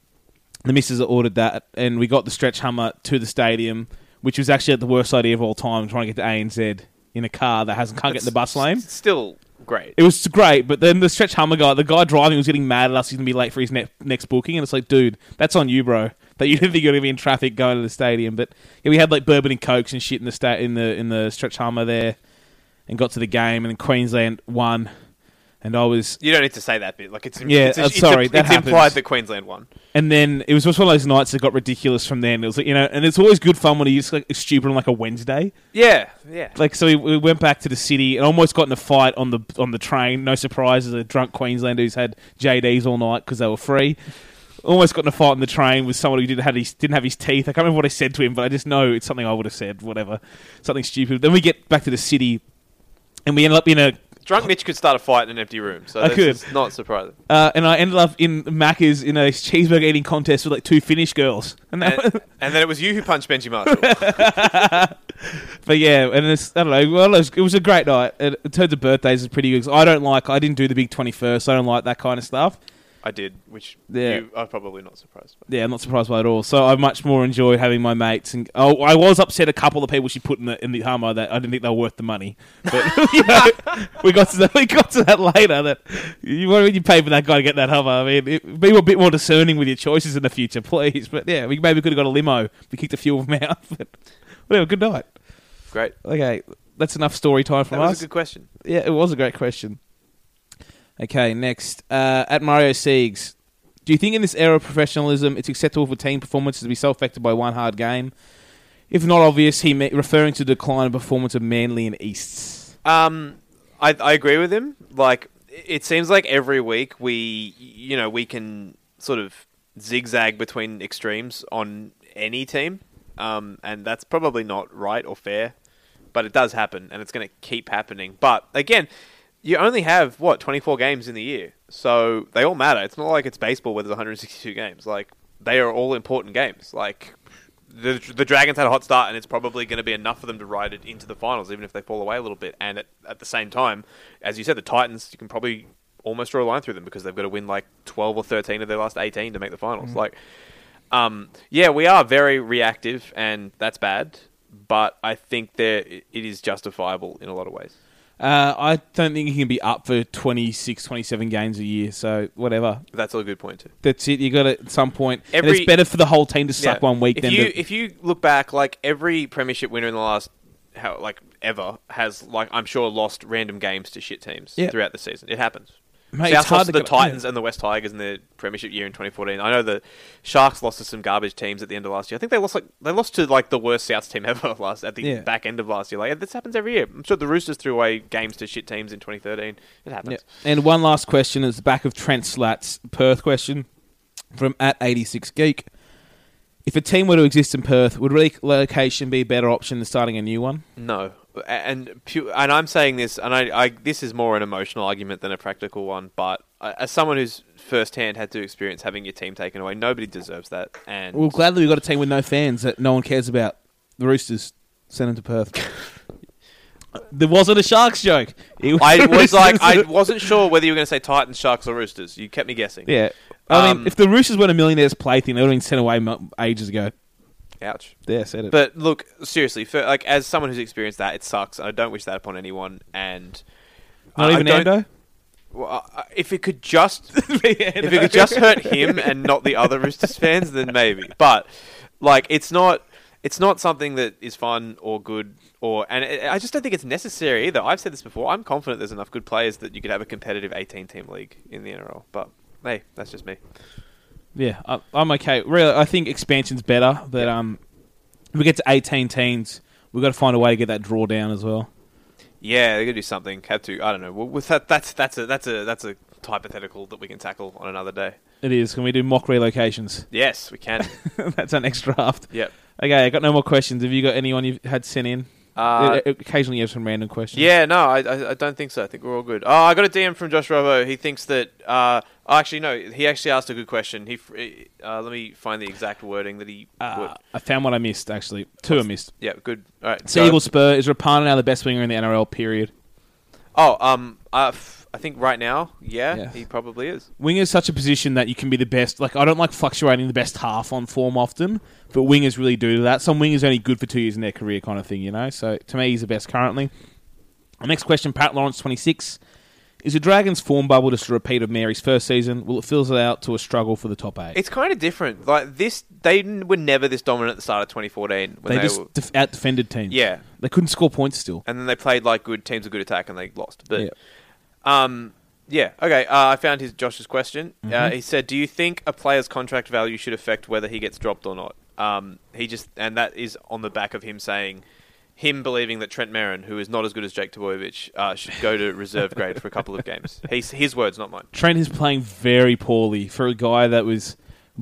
Speaker 3: the missus ordered that, and we got the stretch hummer to the stadium, which was actually the worst idea of all time, trying to get to ANZ in a car that hasn't can't get in the bus lane.
Speaker 2: It's still great.
Speaker 3: It was great, but then the stretch hammer guy, the guy driving, was getting mad at us. He's gonna be late for his ne- next booking, and it's like, dude, that's on you, bro. That you didn't think you're gonna be in traffic going to the stadium. But yeah, we had like bourbon and cokes and shit in the sta- in the in the stretch hammer there, and got to the game, and then Queensland won, and I was,
Speaker 2: You don't need to say that bit. Like it's
Speaker 3: Yeah,
Speaker 2: it's,
Speaker 3: I'm
Speaker 2: it's-
Speaker 3: sorry,
Speaker 2: It's,
Speaker 3: that
Speaker 2: it's implied
Speaker 3: happens.
Speaker 2: that Queensland won.
Speaker 3: and then it was just one of those nights that got ridiculous from then. It was like you know, and it's always good fun when you just like stupid on like a Wednesday.
Speaker 2: Yeah, yeah.
Speaker 3: like so we, we went back to the city and almost got in a fight on the on the train. No surprise, as a drunk Queenslander who's had JDs all night because they were free. Almost got in a fight on the train with someone who didn't have his didn't have his teeth. I can't remember what I said to him, but I just know it's something I would have said. Whatever, something stupid. Then we get back to the city, and we end up in a
Speaker 2: Drunk Mitch could start a fight in an empty room, so
Speaker 3: I
Speaker 2: this
Speaker 3: could.
Speaker 2: is not surprising.
Speaker 3: uh, and I ended up in Macca's in a cheeseburger eating contest with like two Finnish girls. And that was-
Speaker 2: And, and then it was you who punched Benji Marshall.
Speaker 3: But yeah, and it's, I don't know. Well, it was, it was a great night. It, in terms of birthdays, it's pretty good. 'cause I don't like. I didn't do the big twenty first. I don't like that kind of stuff.
Speaker 2: I did, which
Speaker 3: Yeah.
Speaker 2: you are probably not surprised. By.
Speaker 3: Yeah, I'm not surprised by it at all. So I much more enjoy having my mates. And oh, I was upset a couple of people she put in the in the armor that I didn't think they were worth the money. But you know, we got to that, we got to that later. That you what would you pay for that guy to get that Hummer? I mean, it, be a bit more discerning with your choices in the future, please. But yeah, we maybe could have got a limo. We kicked a few of them out. But whatever. Good night.
Speaker 2: Great.
Speaker 3: Okay, that's enough story time
Speaker 2: That
Speaker 3: from
Speaker 2: was
Speaker 3: us.
Speaker 2: a good question.
Speaker 3: Yeah, it was a great question. Okay, next. Uh, at Mario Siegs. Do you think in this era of professionalism it's acceptable for team performances to be so affected by one hard game? If not obvious, he me- referring to decline in performance of Manly and Easts.
Speaker 2: Um, I, I agree with him. Like, it seems like every week we, you know, we can sort of zigzag between extremes on any team, um, and that's probably not right or fair, but it does happen, and it's going to keep happening. But again, you only have what twenty four games in the year, so they all matter. It's not like it's baseball where there's one hundred sixty two games. Like, they are all important games. Like. the the Dragons had a hot start, and it's probably going to be enough for them to ride it into the finals, even if they fall away a little bit. And at, at the same time, as you said, the Titans, you can probably almost draw a line through them because they've got to win like twelve or thirteen of their last eighteen to make the finals. Like, um, yeah, we are very reactive, and that's bad. But I think there it it is justifiable in a lot of ways.
Speaker 3: Uh, I don't think he can be up for 26, 27 games a year, so whatever.
Speaker 2: That's a good point too.
Speaker 3: That's it. You got to, at some point. and
Speaker 2: Every-
Speaker 3: it's better for the whole team to suck
Speaker 2: Yeah.
Speaker 3: one week
Speaker 2: If
Speaker 3: than
Speaker 2: you
Speaker 3: to-
Speaker 2: if you look back, like every premiership winner in the last how like ever has like I'm sure lost random games to shit teams
Speaker 3: Yeah.
Speaker 2: throughout the season. It happens.
Speaker 3: Mate,
Speaker 2: South
Speaker 3: it's hard
Speaker 2: lost to
Speaker 3: to
Speaker 2: the
Speaker 3: go-
Speaker 2: Titans and the West Tigers in the premiership year in 2014. I know the Sharks lost to some garbage teams at the end of last year. I think they lost like they lost to like the worst Souths team ever last at the
Speaker 3: Yeah.
Speaker 2: back end of last year. Like this happens every year. I'm sure the Roosters threw away games to shit teams in 2013. It happens.
Speaker 3: Yeah. And one last question is the back of Trent Slat's Perth question from at eighty six geek. If a team were to exist in Perth, would relocation be a better option than starting a new one?
Speaker 2: No, A- and pu- and I'm saying this, and I, I this is more an emotional argument than a practical one. But I- as someone who's firsthand had to experience having your team taken away, nobody deserves that. And
Speaker 3: Well, gladly we got a team with no fans that no one cares about. The Roosters sent them to Perth. there wasn't a Sharks joke. It
Speaker 2: I
Speaker 3: the
Speaker 2: was like, I
Speaker 3: Roosters.
Speaker 2: wasn't sure whether you were going to say Titans, Sharks, or Roosters. You kept me guessing.
Speaker 3: yeah. I
Speaker 2: Um,
Speaker 3: mean, if the Roosters weren't a millionaire's plaything, they would have been sent away mo- ages ago.
Speaker 2: Ouch.
Speaker 3: There, I said it.
Speaker 2: But look, seriously, for, like as someone who's experienced that, it sucks. and I don't wish that upon anyone. And I-
Speaker 3: not
Speaker 2: I
Speaker 3: even
Speaker 2: don't-
Speaker 3: Ando.
Speaker 2: Well, I- I- if it could just if it could just hurt him and not the other Roosters fans, then maybe. But like, it's not it's not something that is fun or good or and I I just don't think it's necessary either. I've said this before. I'm confident there's enough good players that you could have a competitive 18 team league in the NRL. But hey, that's just me.
Speaker 3: Yeah, I, I'm okay. Really, I think expansion's better. But um, if we get to 18 teams, we've got to find a way to get that draw down as well.
Speaker 2: Yeah, they're gonna do something. Have to. I don't know. Well, with that, that's that's a that's a that's a hypothetical that we can tackle on another day.
Speaker 3: It is. Can we do mock relocations?
Speaker 2: Yes, we can.
Speaker 3: That's our next draft.
Speaker 2: yep.
Speaker 3: Okay, I got no more questions. Have you got anyone you've had sent in?
Speaker 2: Uh,
Speaker 3: O- Occasionally, you have some random questions.
Speaker 2: Yeah, no, I, I I don't think so. I think we're all good. Oh, I got a DM from Josh Robo. He thinks that. Uh, actually, no, he actually asked a good question. He f- uh, let me find the exact wording that he.
Speaker 3: Uh,
Speaker 2: put.
Speaker 3: I found what I missed. Actually, two I missed.
Speaker 2: Yeah, good. All right.
Speaker 3: So
Speaker 2: go.
Speaker 3: Eagle Spur is Rapana now the best winger in the NRL. Period.
Speaker 2: Oh, um, uh, f- I think right now, yeah,
Speaker 3: Yeah.
Speaker 2: he probably is.
Speaker 3: Winger is such a position that you can be the best. Like I don't like fluctuating the best half on form often, but wingers really do that. Some wingers are only good for two years in their career, kind of thing, you know. So to me, he's the best currently. Our next question, Pat Lawrence, twenty six. Is the Dragons' form bubble just a repeat of Mary's first season? Will it fill it out to a struggle for the top eight?
Speaker 2: It's kind of different. Like this, they n- were never this dominant at the start of 2014. When
Speaker 3: they,
Speaker 2: they,
Speaker 3: just
Speaker 2: were,
Speaker 3: def- out defended teams.
Speaker 2: Yeah.
Speaker 3: they couldn't score points still.
Speaker 2: and then they played like good teams with good attack, and they lost. But
Speaker 3: Yeah.
Speaker 2: Um, yeah. Okay. Uh, I found his Josh's question.
Speaker 3: Mm-hmm.
Speaker 2: Uh, he said, "Do you think a player's contract value should affect whether he gets dropped or not?" Um, he just, and that is on the back of him saying, him believing that Trent Merrin, who is not as good as Jake Tobovich, uh, should go to reserve grade for a couple of games. He's his words, not mine.
Speaker 3: Trent is playing very poorly for a guy that was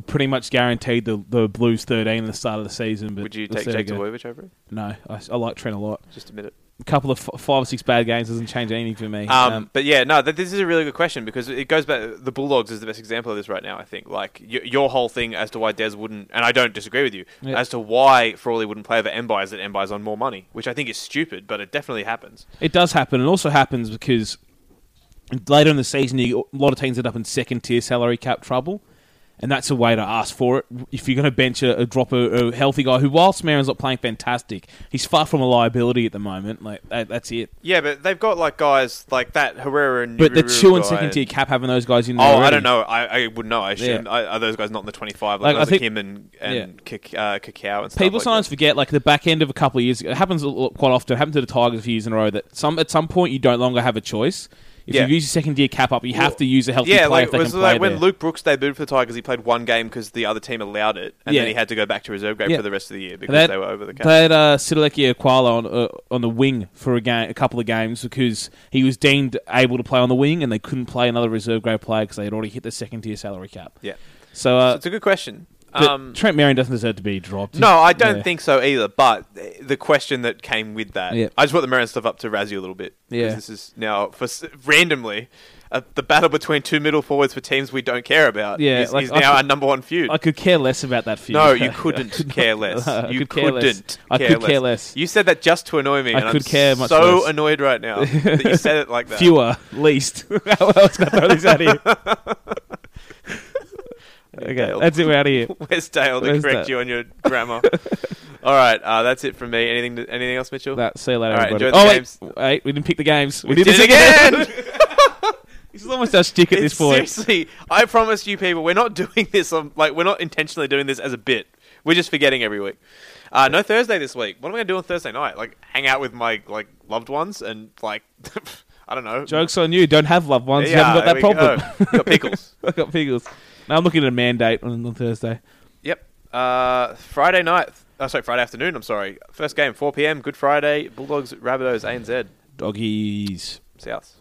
Speaker 3: pretty much guaranteed the, the Blues 13 at the start of the season. But
Speaker 2: Would you take
Speaker 3: let's see how
Speaker 2: Jake
Speaker 3: it goes.
Speaker 2: Tobovich over him?
Speaker 3: No, I, I like Trent a lot.
Speaker 2: Just admit it.
Speaker 3: A couple of f- five or six bad games doesn't change anything for me.
Speaker 2: Um, but yeah, no, th- this is a really good question because it goes back. The Bulldogs is the best example of this right now. I think like y- your whole thing as to why Des wouldn't, and I don't disagree with you
Speaker 3: Yeah.
Speaker 2: as to why Frawley wouldn't play over Embi is that Embi's on more money, which I think is stupid, but it definitely happens.
Speaker 3: It does happen. It also happens because later in the season, you, a lot of teams end up in second tier salary cap trouble, and that's a way to ask for it. If you're going to bench a, a drop a, a healthy guy who, whilst Marin's not playing fantastic, he's far from a liability at the moment. Like that, that's it.
Speaker 2: Yeah, but they've got like guys like that Herrera and
Speaker 3: But the
Speaker 2: Nururu
Speaker 3: two and
Speaker 2: guy.
Speaker 3: second tier cap having those guys in
Speaker 2: Oh,
Speaker 3: there.
Speaker 2: I
Speaker 3: already.
Speaker 2: don't know. I, I would know. I assume
Speaker 3: Yeah.
Speaker 2: I, are those guys not in the twenty-five? Like,
Speaker 3: Like, I
Speaker 2: guys like
Speaker 3: think-
Speaker 2: him and and Kik, uh, Kakao and stuff
Speaker 3: People
Speaker 2: like
Speaker 3: sometimes
Speaker 2: that.
Speaker 3: forget, like the back end of a couple of years ago, it happens a lot- quite often. It happened to the Tigers a few years in a row that some at some point you don't longer have a choice. If
Speaker 2: Yeah.
Speaker 3: you use your second year cap up, you have to use a healthy
Speaker 2: Yeah,
Speaker 3: player
Speaker 2: like,
Speaker 3: if they
Speaker 2: was
Speaker 3: can
Speaker 2: like
Speaker 3: play
Speaker 2: when
Speaker 3: there.
Speaker 2: Luke Brooks debuted for the Tigers, he played one game because the other team allowed it, and
Speaker 3: Yeah.
Speaker 2: then he had to go back to reserve grade
Speaker 3: Yeah.
Speaker 2: for the rest of the year because
Speaker 3: That-
Speaker 2: they were over the cap.
Speaker 3: They had uh, Sidilekia Akwala on uh, on the wing for a game, a couple of games because he was deemed able to play on the wing, and they couldn't play another reserve grade player because they had already hit the second tier salary cap.
Speaker 2: yeah, so
Speaker 3: So, uh,
Speaker 2: it's a good question.
Speaker 3: but
Speaker 2: Um,
Speaker 3: Trent Merrin doesn't deserve to be dropped.
Speaker 2: no, I don't
Speaker 3: Yeah.
Speaker 2: think so either. But the question that came with that,
Speaker 3: Yeah.
Speaker 2: I just brought the Marin stuff up to Razzie a little bit because
Speaker 3: Yeah.
Speaker 2: this is now for s- randomly. Uh, the battle between two middle forwards for teams we don't care about
Speaker 3: Yeah,
Speaker 2: is,
Speaker 3: like,
Speaker 2: is
Speaker 3: I
Speaker 2: now
Speaker 3: could-
Speaker 2: our number one feud.
Speaker 3: I could care less about that feud.
Speaker 2: No, you
Speaker 3: I
Speaker 2: couldn't
Speaker 3: could
Speaker 2: care
Speaker 3: not-
Speaker 2: less.
Speaker 3: I
Speaker 2: you
Speaker 3: could care less.
Speaker 2: couldn't.
Speaker 3: I could care less.
Speaker 2: You said that just to annoy me.
Speaker 3: I
Speaker 2: and
Speaker 3: could
Speaker 2: I'm
Speaker 3: care much
Speaker 2: So
Speaker 3: less.
Speaker 2: annoyed right now that you said it like that.
Speaker 3: Fewer, least. How else can I throw this out here? okay,
Speaker 2: Dale.
Speaker 3: that's it. We're out of here.
Speaker 2: Where's Dale to
Speaker 3: Where's
Speaker 2: correct
Speaker 3: Dale?
Speaker 2: you on your grammar? All right, uh, that's it from me. Anything? Anything else, Mitchell?
Speaker 3: That, see you later,
Speaker 2: All right,
Speaker 3: everybody.
Speaker 2: enjoy the
Speaker 3: oh,
Speaker 2: games.
Speaker 3: wait, wait, we didn't pick the games. We,
Speaker 2: We
Speaker 3: did, this
Speaker 2: did it
Speaker 3: again. this is almost our stick at this
Speaker 2: It's
Speaker 3: point.
Speaker 2: Seriously, I promise you, people, we're not doing this. On, like, we're not intentionally doing this as a bit. We're just forgetting every week. Uh, no Thursday this week. What am I going to do on Thursday night? Like, hang out with my like loved ones and like, I don't know.
Speaker 3: Jokes on you. Don't have loved ones. you
Speaker 2: Yeah,
Speaker 3: haven't got that
Speaker 2: there we go.
Speaker 3: problem.
Speaker 2: Got pickles.
Speaker 3: I got pickles. Now I'm looking at a mandate on, on Thursday.
Speaker 2: Yep. Uh, Friday night. Oh, sorry, Friday afternoon. I'm sorry. First game, 4 p.m. Good Friday. Bulldogs, Rabbitohs, ANZ,
Speaker 3: Doggies.
Speaker 2: South.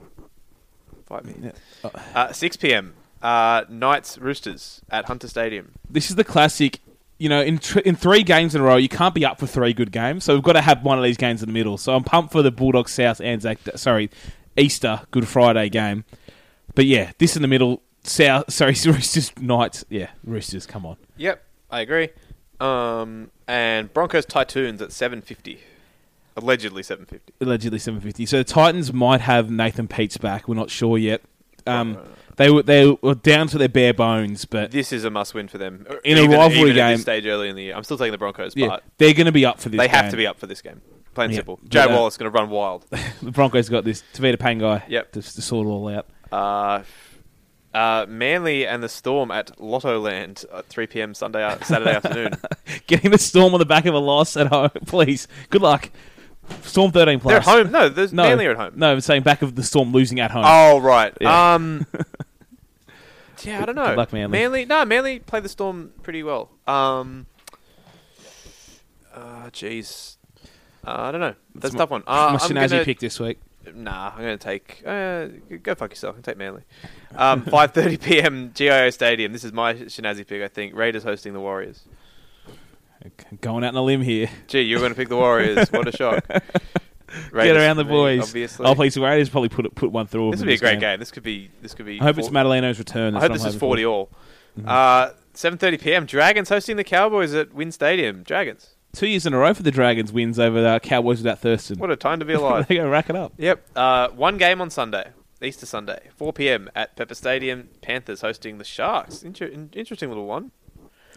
Speaker 2: Fight me.
Speaker 3: Oh.
Speaker 2: Uh, 6 p.m. Uh, Knights, Roosters at Hunter Stadium.
Speaker 3: This is the classic. You know, in tr- in three games in a row, you can't be up for three good games. So we've got to have one of these games in the middle. So I'm pumped for the Bulldogs South Anzac. Sorry, Easter Good Friday game. But yeah, this in the middle. South. Sorry, Roosters Knights. Yeah, Roosters. Come on.
Speaker 2: Yep, I agree. Um, and Broncos, Titans at 7:50. Allegedly 7:50.
Speaker 3: allegedly 750. So the Titans might have Nathan Peets back. We're not sure yet. Um, they were they were down to their bare bones, but
Speaker 2: This is a must-win for them or
Speaker 3: In a
Speaker 2: even-
Speaker 3: rivalry
Speaker 2: even at
Speaker 3: game-
Speaker 2: this stage early in the year. I'm still taking the Broncos,
Speaker 3: yeah,
Speaker 2: but
Speaker 3: they're going to be up for this.
Speaker 2: they have
Speaker 3: game.
Speaker 2: to be up for this game. Plain and
Speaker 3: Yeah,
Speaker 2: simple.
Speaker 3: but,
Speaker 2: Jay
Speaker 3: uh,
Speaker 2: Wallace going to run wild.
Speaker 3: The Broncos got this Tavita Pangai.
Speaker 2: Yep.
Speaker 3: to, to sort it all out.
Speaker 2: Uh, f- uh, Manly and the Storm at Lotto Land at 3 p.m. Sunday uh, Saturday afternoon.
Speaker 3: Getting the storm on the back of a loss at home, please. Good luck. Storm thirteen plus.
Speaker 2: They're at home. No, there's
Speaker 3: No,
Speaker 2: Manly are at home.
Speaker 3: No, I'm saying back of the storm losing at home.
Speaker 2: Oh right.
Speaker 3: Yeah.
Speaker 2: Um. Yeah, I don't know.
Speaker 3: luck, Manly.
Speaker 2: no, Manly played the Storm pretty well. Um, uh, jeez, uh, I don't know. That's, a
Speaker 3: my-
Speaker 2: tough one. Uh,
Speaker 3: my
Speaker 2: I'm
Speaker 3: Sinazi
Speaker 2: gonna-
Speaker 3: pick this week.
Speaker 2: Nah, I'm gonna take. Uh, go fuck yourself. and take Manly. Um, 5:30 p.m. GIO Stadium. This is my Shinazi pick. I think Raiders hosting the Warriors.
Speaker 3: Okay, going out on a limb here.
Speaker 2: Gee, you were gonna pick the Warriors. What a shock!
Speaker 3: Get
Speaker 2: Raiders
Speaker 3: around the
Speaker 2: for me,
Speaker 3: boys. Oh,
Speaker 2: Obviously,
Speaker 3: I'll play some Warriors. Probably put put one through.
Speaker 2: this
Speaker 3: them
Speaker 2: would be a great
Speaker 3: in
Speaker 2: game. This could be. This could be.
Speaker 3: I hope
Speaker 2: four-
Speaker 3: it's Madaleno's return.
Speaker 2: I
Speaker 3: That's
Speaker 2: hope
Speaker 3: what
Speaker 2: this
Speaker 3: I'm
Speaker 2: is
Speaker 3: hoping for.
Speaker 2: 40 all. Uh, 7:30 p.m. Dragons hosting the Cowboys at Wynn Stadium. Dragons.
Speaker 3: Two years in a row for the Dragons wins over the Cowboys without Thurston.
Speaker 2: What a time to be alive.
Speaker 3: they go rack it up.
Speaker 2: yep. Uh, one game on Sunday, Easter Sunday, 4 p.m. at Pepper Stadium. Panthers hosting the Sharks. Inter- in- interesting little one.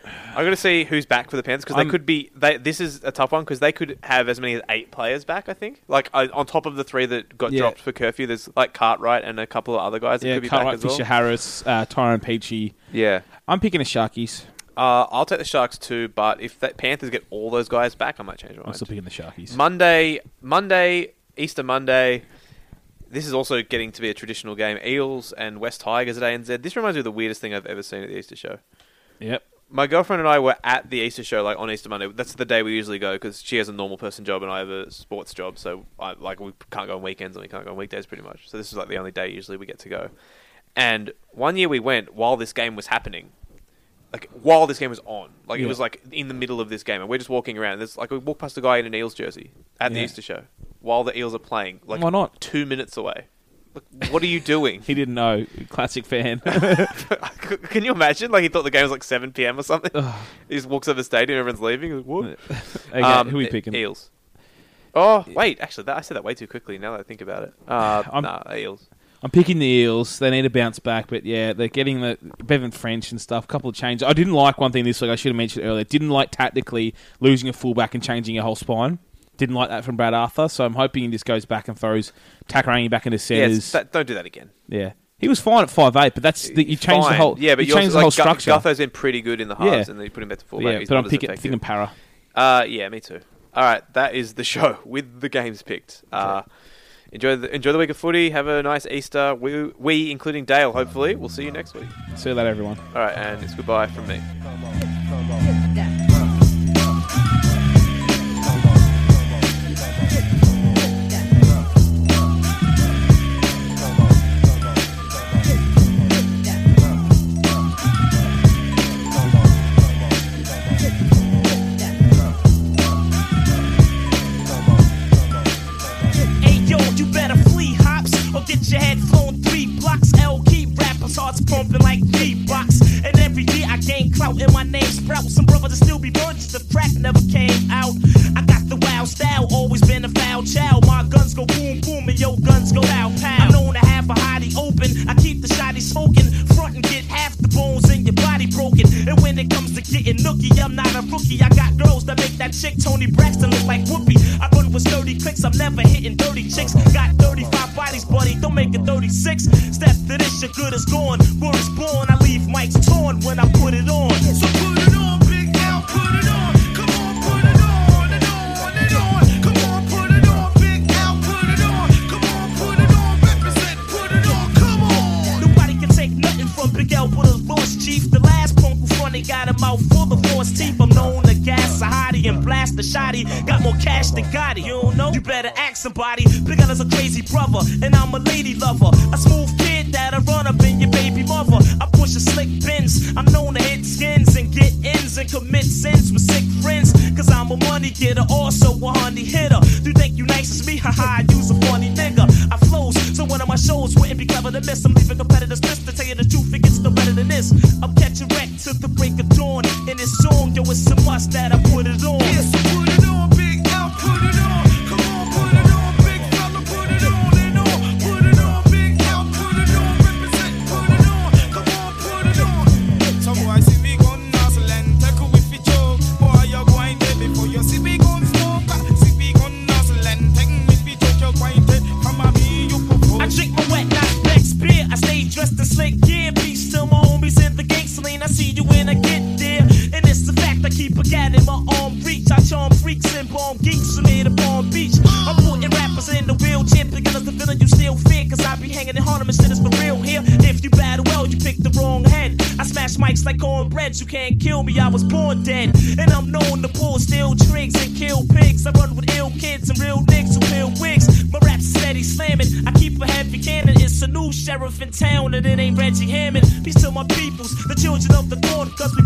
Speaker 2: I'm going to see who's back for the Panthers because they
Speaker 3: I'm-
Speaker 2: could be. They, this is a tough one because they could have as many as eight players back. I think, like I, on top of the three that got
Speaker 3: Yeah.
Speaker 2: dropped for curfew, there's like Cartwright and a couple of other guys that
Speaker 3: Yeah,
Speaker 2: could be
Speaker 3: Cartwright,
Speaker 2: back as well.
Speaker 3: Fisher, Harris, uh, Tyrone Peachy.
Speaker 2: yeah,
Speaker 3: I'm picking the Sharkies.
Speaker 2: Uh, I'll take the Sharks too, but if the Panthers get all those guys back, I might change my
Speaker 3: I'm
Speaker 2: mind.
Speaker 3: still picking the Sharkies.
Speaker 2: Monday, Monday, Easter Monday. This is also getting to be a traditional game. Eels and West Tigers at ANZ. This reminds me of the weirdest thing I've ever seen at the Easter show.
Speaker 3: yep.
Speaker 2: My girlfriend and I were at the Easter show, like on Easter Monday. That's the day we usually go because she has a normal person job and I have a sports job. So, I, like, we can't go on weekends and we can't go on weekdays pretty much. So, this is like the only day usually we get to go. And one year we went while this game was happening like while this game was on. Like it
Speaker 3: Yeah.
Speaker 2: was like in the middle of this game, and we're just walking around. There's like we walk past a guy in an Eels jersey at the
Speaker 3: Yeah.
Speaker 2: Easter show while the Eels are playing. Like
Speaker 3: Why not?
Speaker 2: Two minutes away. Like, what are you doing?
Speaker 3: He didn't know. Classic fan.
Speaker 2: Can you imagine? Like he thought the game was like 7 p.m. or something. he just walks over the stadium, everyone's leaving. He's Like, what?
Speaker 3: okay, who are we
Speaker 2: e-
Speaker 3: picking?
Speaker 2: Eels. Oh wait, actually, that, I said that way too quickly. Now that I think about it, uh,
Speaker 3: I'm-
Speaker 2: nah, Eels.
Speaker 3: I'm picking the Eels. They need to bounce back, but yeah, they're getting the Bevan French and stuff. A couple of changes. I didn't like one thing this week. I should have mentioned earlier. Didn't like tactically losing a fullback and changing a whole spine. Didn't like that from Brad Arthur. So I'm hoping he just goes back and throws Takarangi back into
Speaker 2: Yeah,
Speaker 3: centers.
Speaker 2: that, don't do that again.
Speaker 3: yeah, he was fine at five eight, but that's the, you changed the
Speaker 2: Fine.
Speaker 3: whole
Speaker 2: yeah, but
Speaker 3: you
Speaker 2: are
Speaker 3: changed the whole structure.
Speaker 2: Gutho's been pretty good in the halves,
Speaker 3: Yeah.
Speaker 2: and then you put him back to fullback.
Speaker 3: yeah,
Speaker 2: He's
Speaker 3: but
Speaker 2: not
Speaker 3: I'm
Speaker 2: as
Speaker 3: picking
Speaker 2: effective.
Speaker 3: picking Para.
Speaker 2: Uh, yeah, me too. All right, that is the show with the games picked. Uh, enjoy the enjoy the week of footy. Have a nice Easter. We, we including Dale, hopefully. We'll see you next week.
Speaker 3: See you later, everyone.
Speaker 2: All right, and it's goodbye from me.
Speaker 8: Hey yo, you better flee hops or get your head flown three blocks. L keep rappers hearts pumping like Reeboks. And every year I gain clout and my name sprout. Some brothers that still be bunches. The crack never came out. I got the wild style, always been a foul child. My guns go boom boom and your guns go out pow. I'm known to have a hottie open. I keep the shotty smoking. Front and get half the bones in your body broken. And when it comes to getting nookie, I'm not a rookie. I got girls that make that chick Tony Braxton look like Whoopi. I run with sturdy clicks, I'm never hitting dirty chicks. Got 35 bodies, buddy, don't make it 36. Step to this, your good is gone. Word is born, I leave mics torn when I put it on. So put it on, Big L, put it on. Come on, put it on and on and on. Come on, put it on, Big L, put it on. Come on, put it on, represent, put it on, come on. Nobody can take nothing from Big L with a lost chief. The last punk who funny got a mouth full of force teeth. I'm known to gas a hottie and blast a shotty. Got more cash than Gotti. You don't know? You better ask somebody. Big L is a crazy brother, and I'm a lady lover. A smooth kid that'll run up in your baby mother. I push a slick bins. I'm known to hit skins and get ends and commit sins with sick friends. Cause I'm a money getter, also a honey hitter. You think you nice as me? Haha, you's a funny nigga. I flows, so one of my shows wouldn't be clever to miss. I'm leaving competitors pissed to tell you the truth. It gets no better than this. I'm catching wreck to the break of dawn. In this song, yo, it's a must that I put it on.
Speaker 9: Yes, put it on, big L, put it on. Come on, put it on, big fella, put it on and on. Put it on, big L, put it on, represent, put it on. Come on, put it on. Some boy see me gun nozzle and tackle with the choke. Boy, you're going dead before you see me gun smoke. See me gun nozzle and tackle with the choke. You're going dead from a me, you provoke.
Speaker 8: I drink my wet, not Beck's beer. I stay tricks like cornbread. You can't kill me, I was born dead. And I'm known to pull steel trigs and kill pigs. I run with ill kids and real niggas who peel wigs. My rap's steady slamming. I keep a heavy cannon. It's a new sheriff in town, and it ain't Reggie Hammond. Peace to my peoples, the children of the dawn, cause we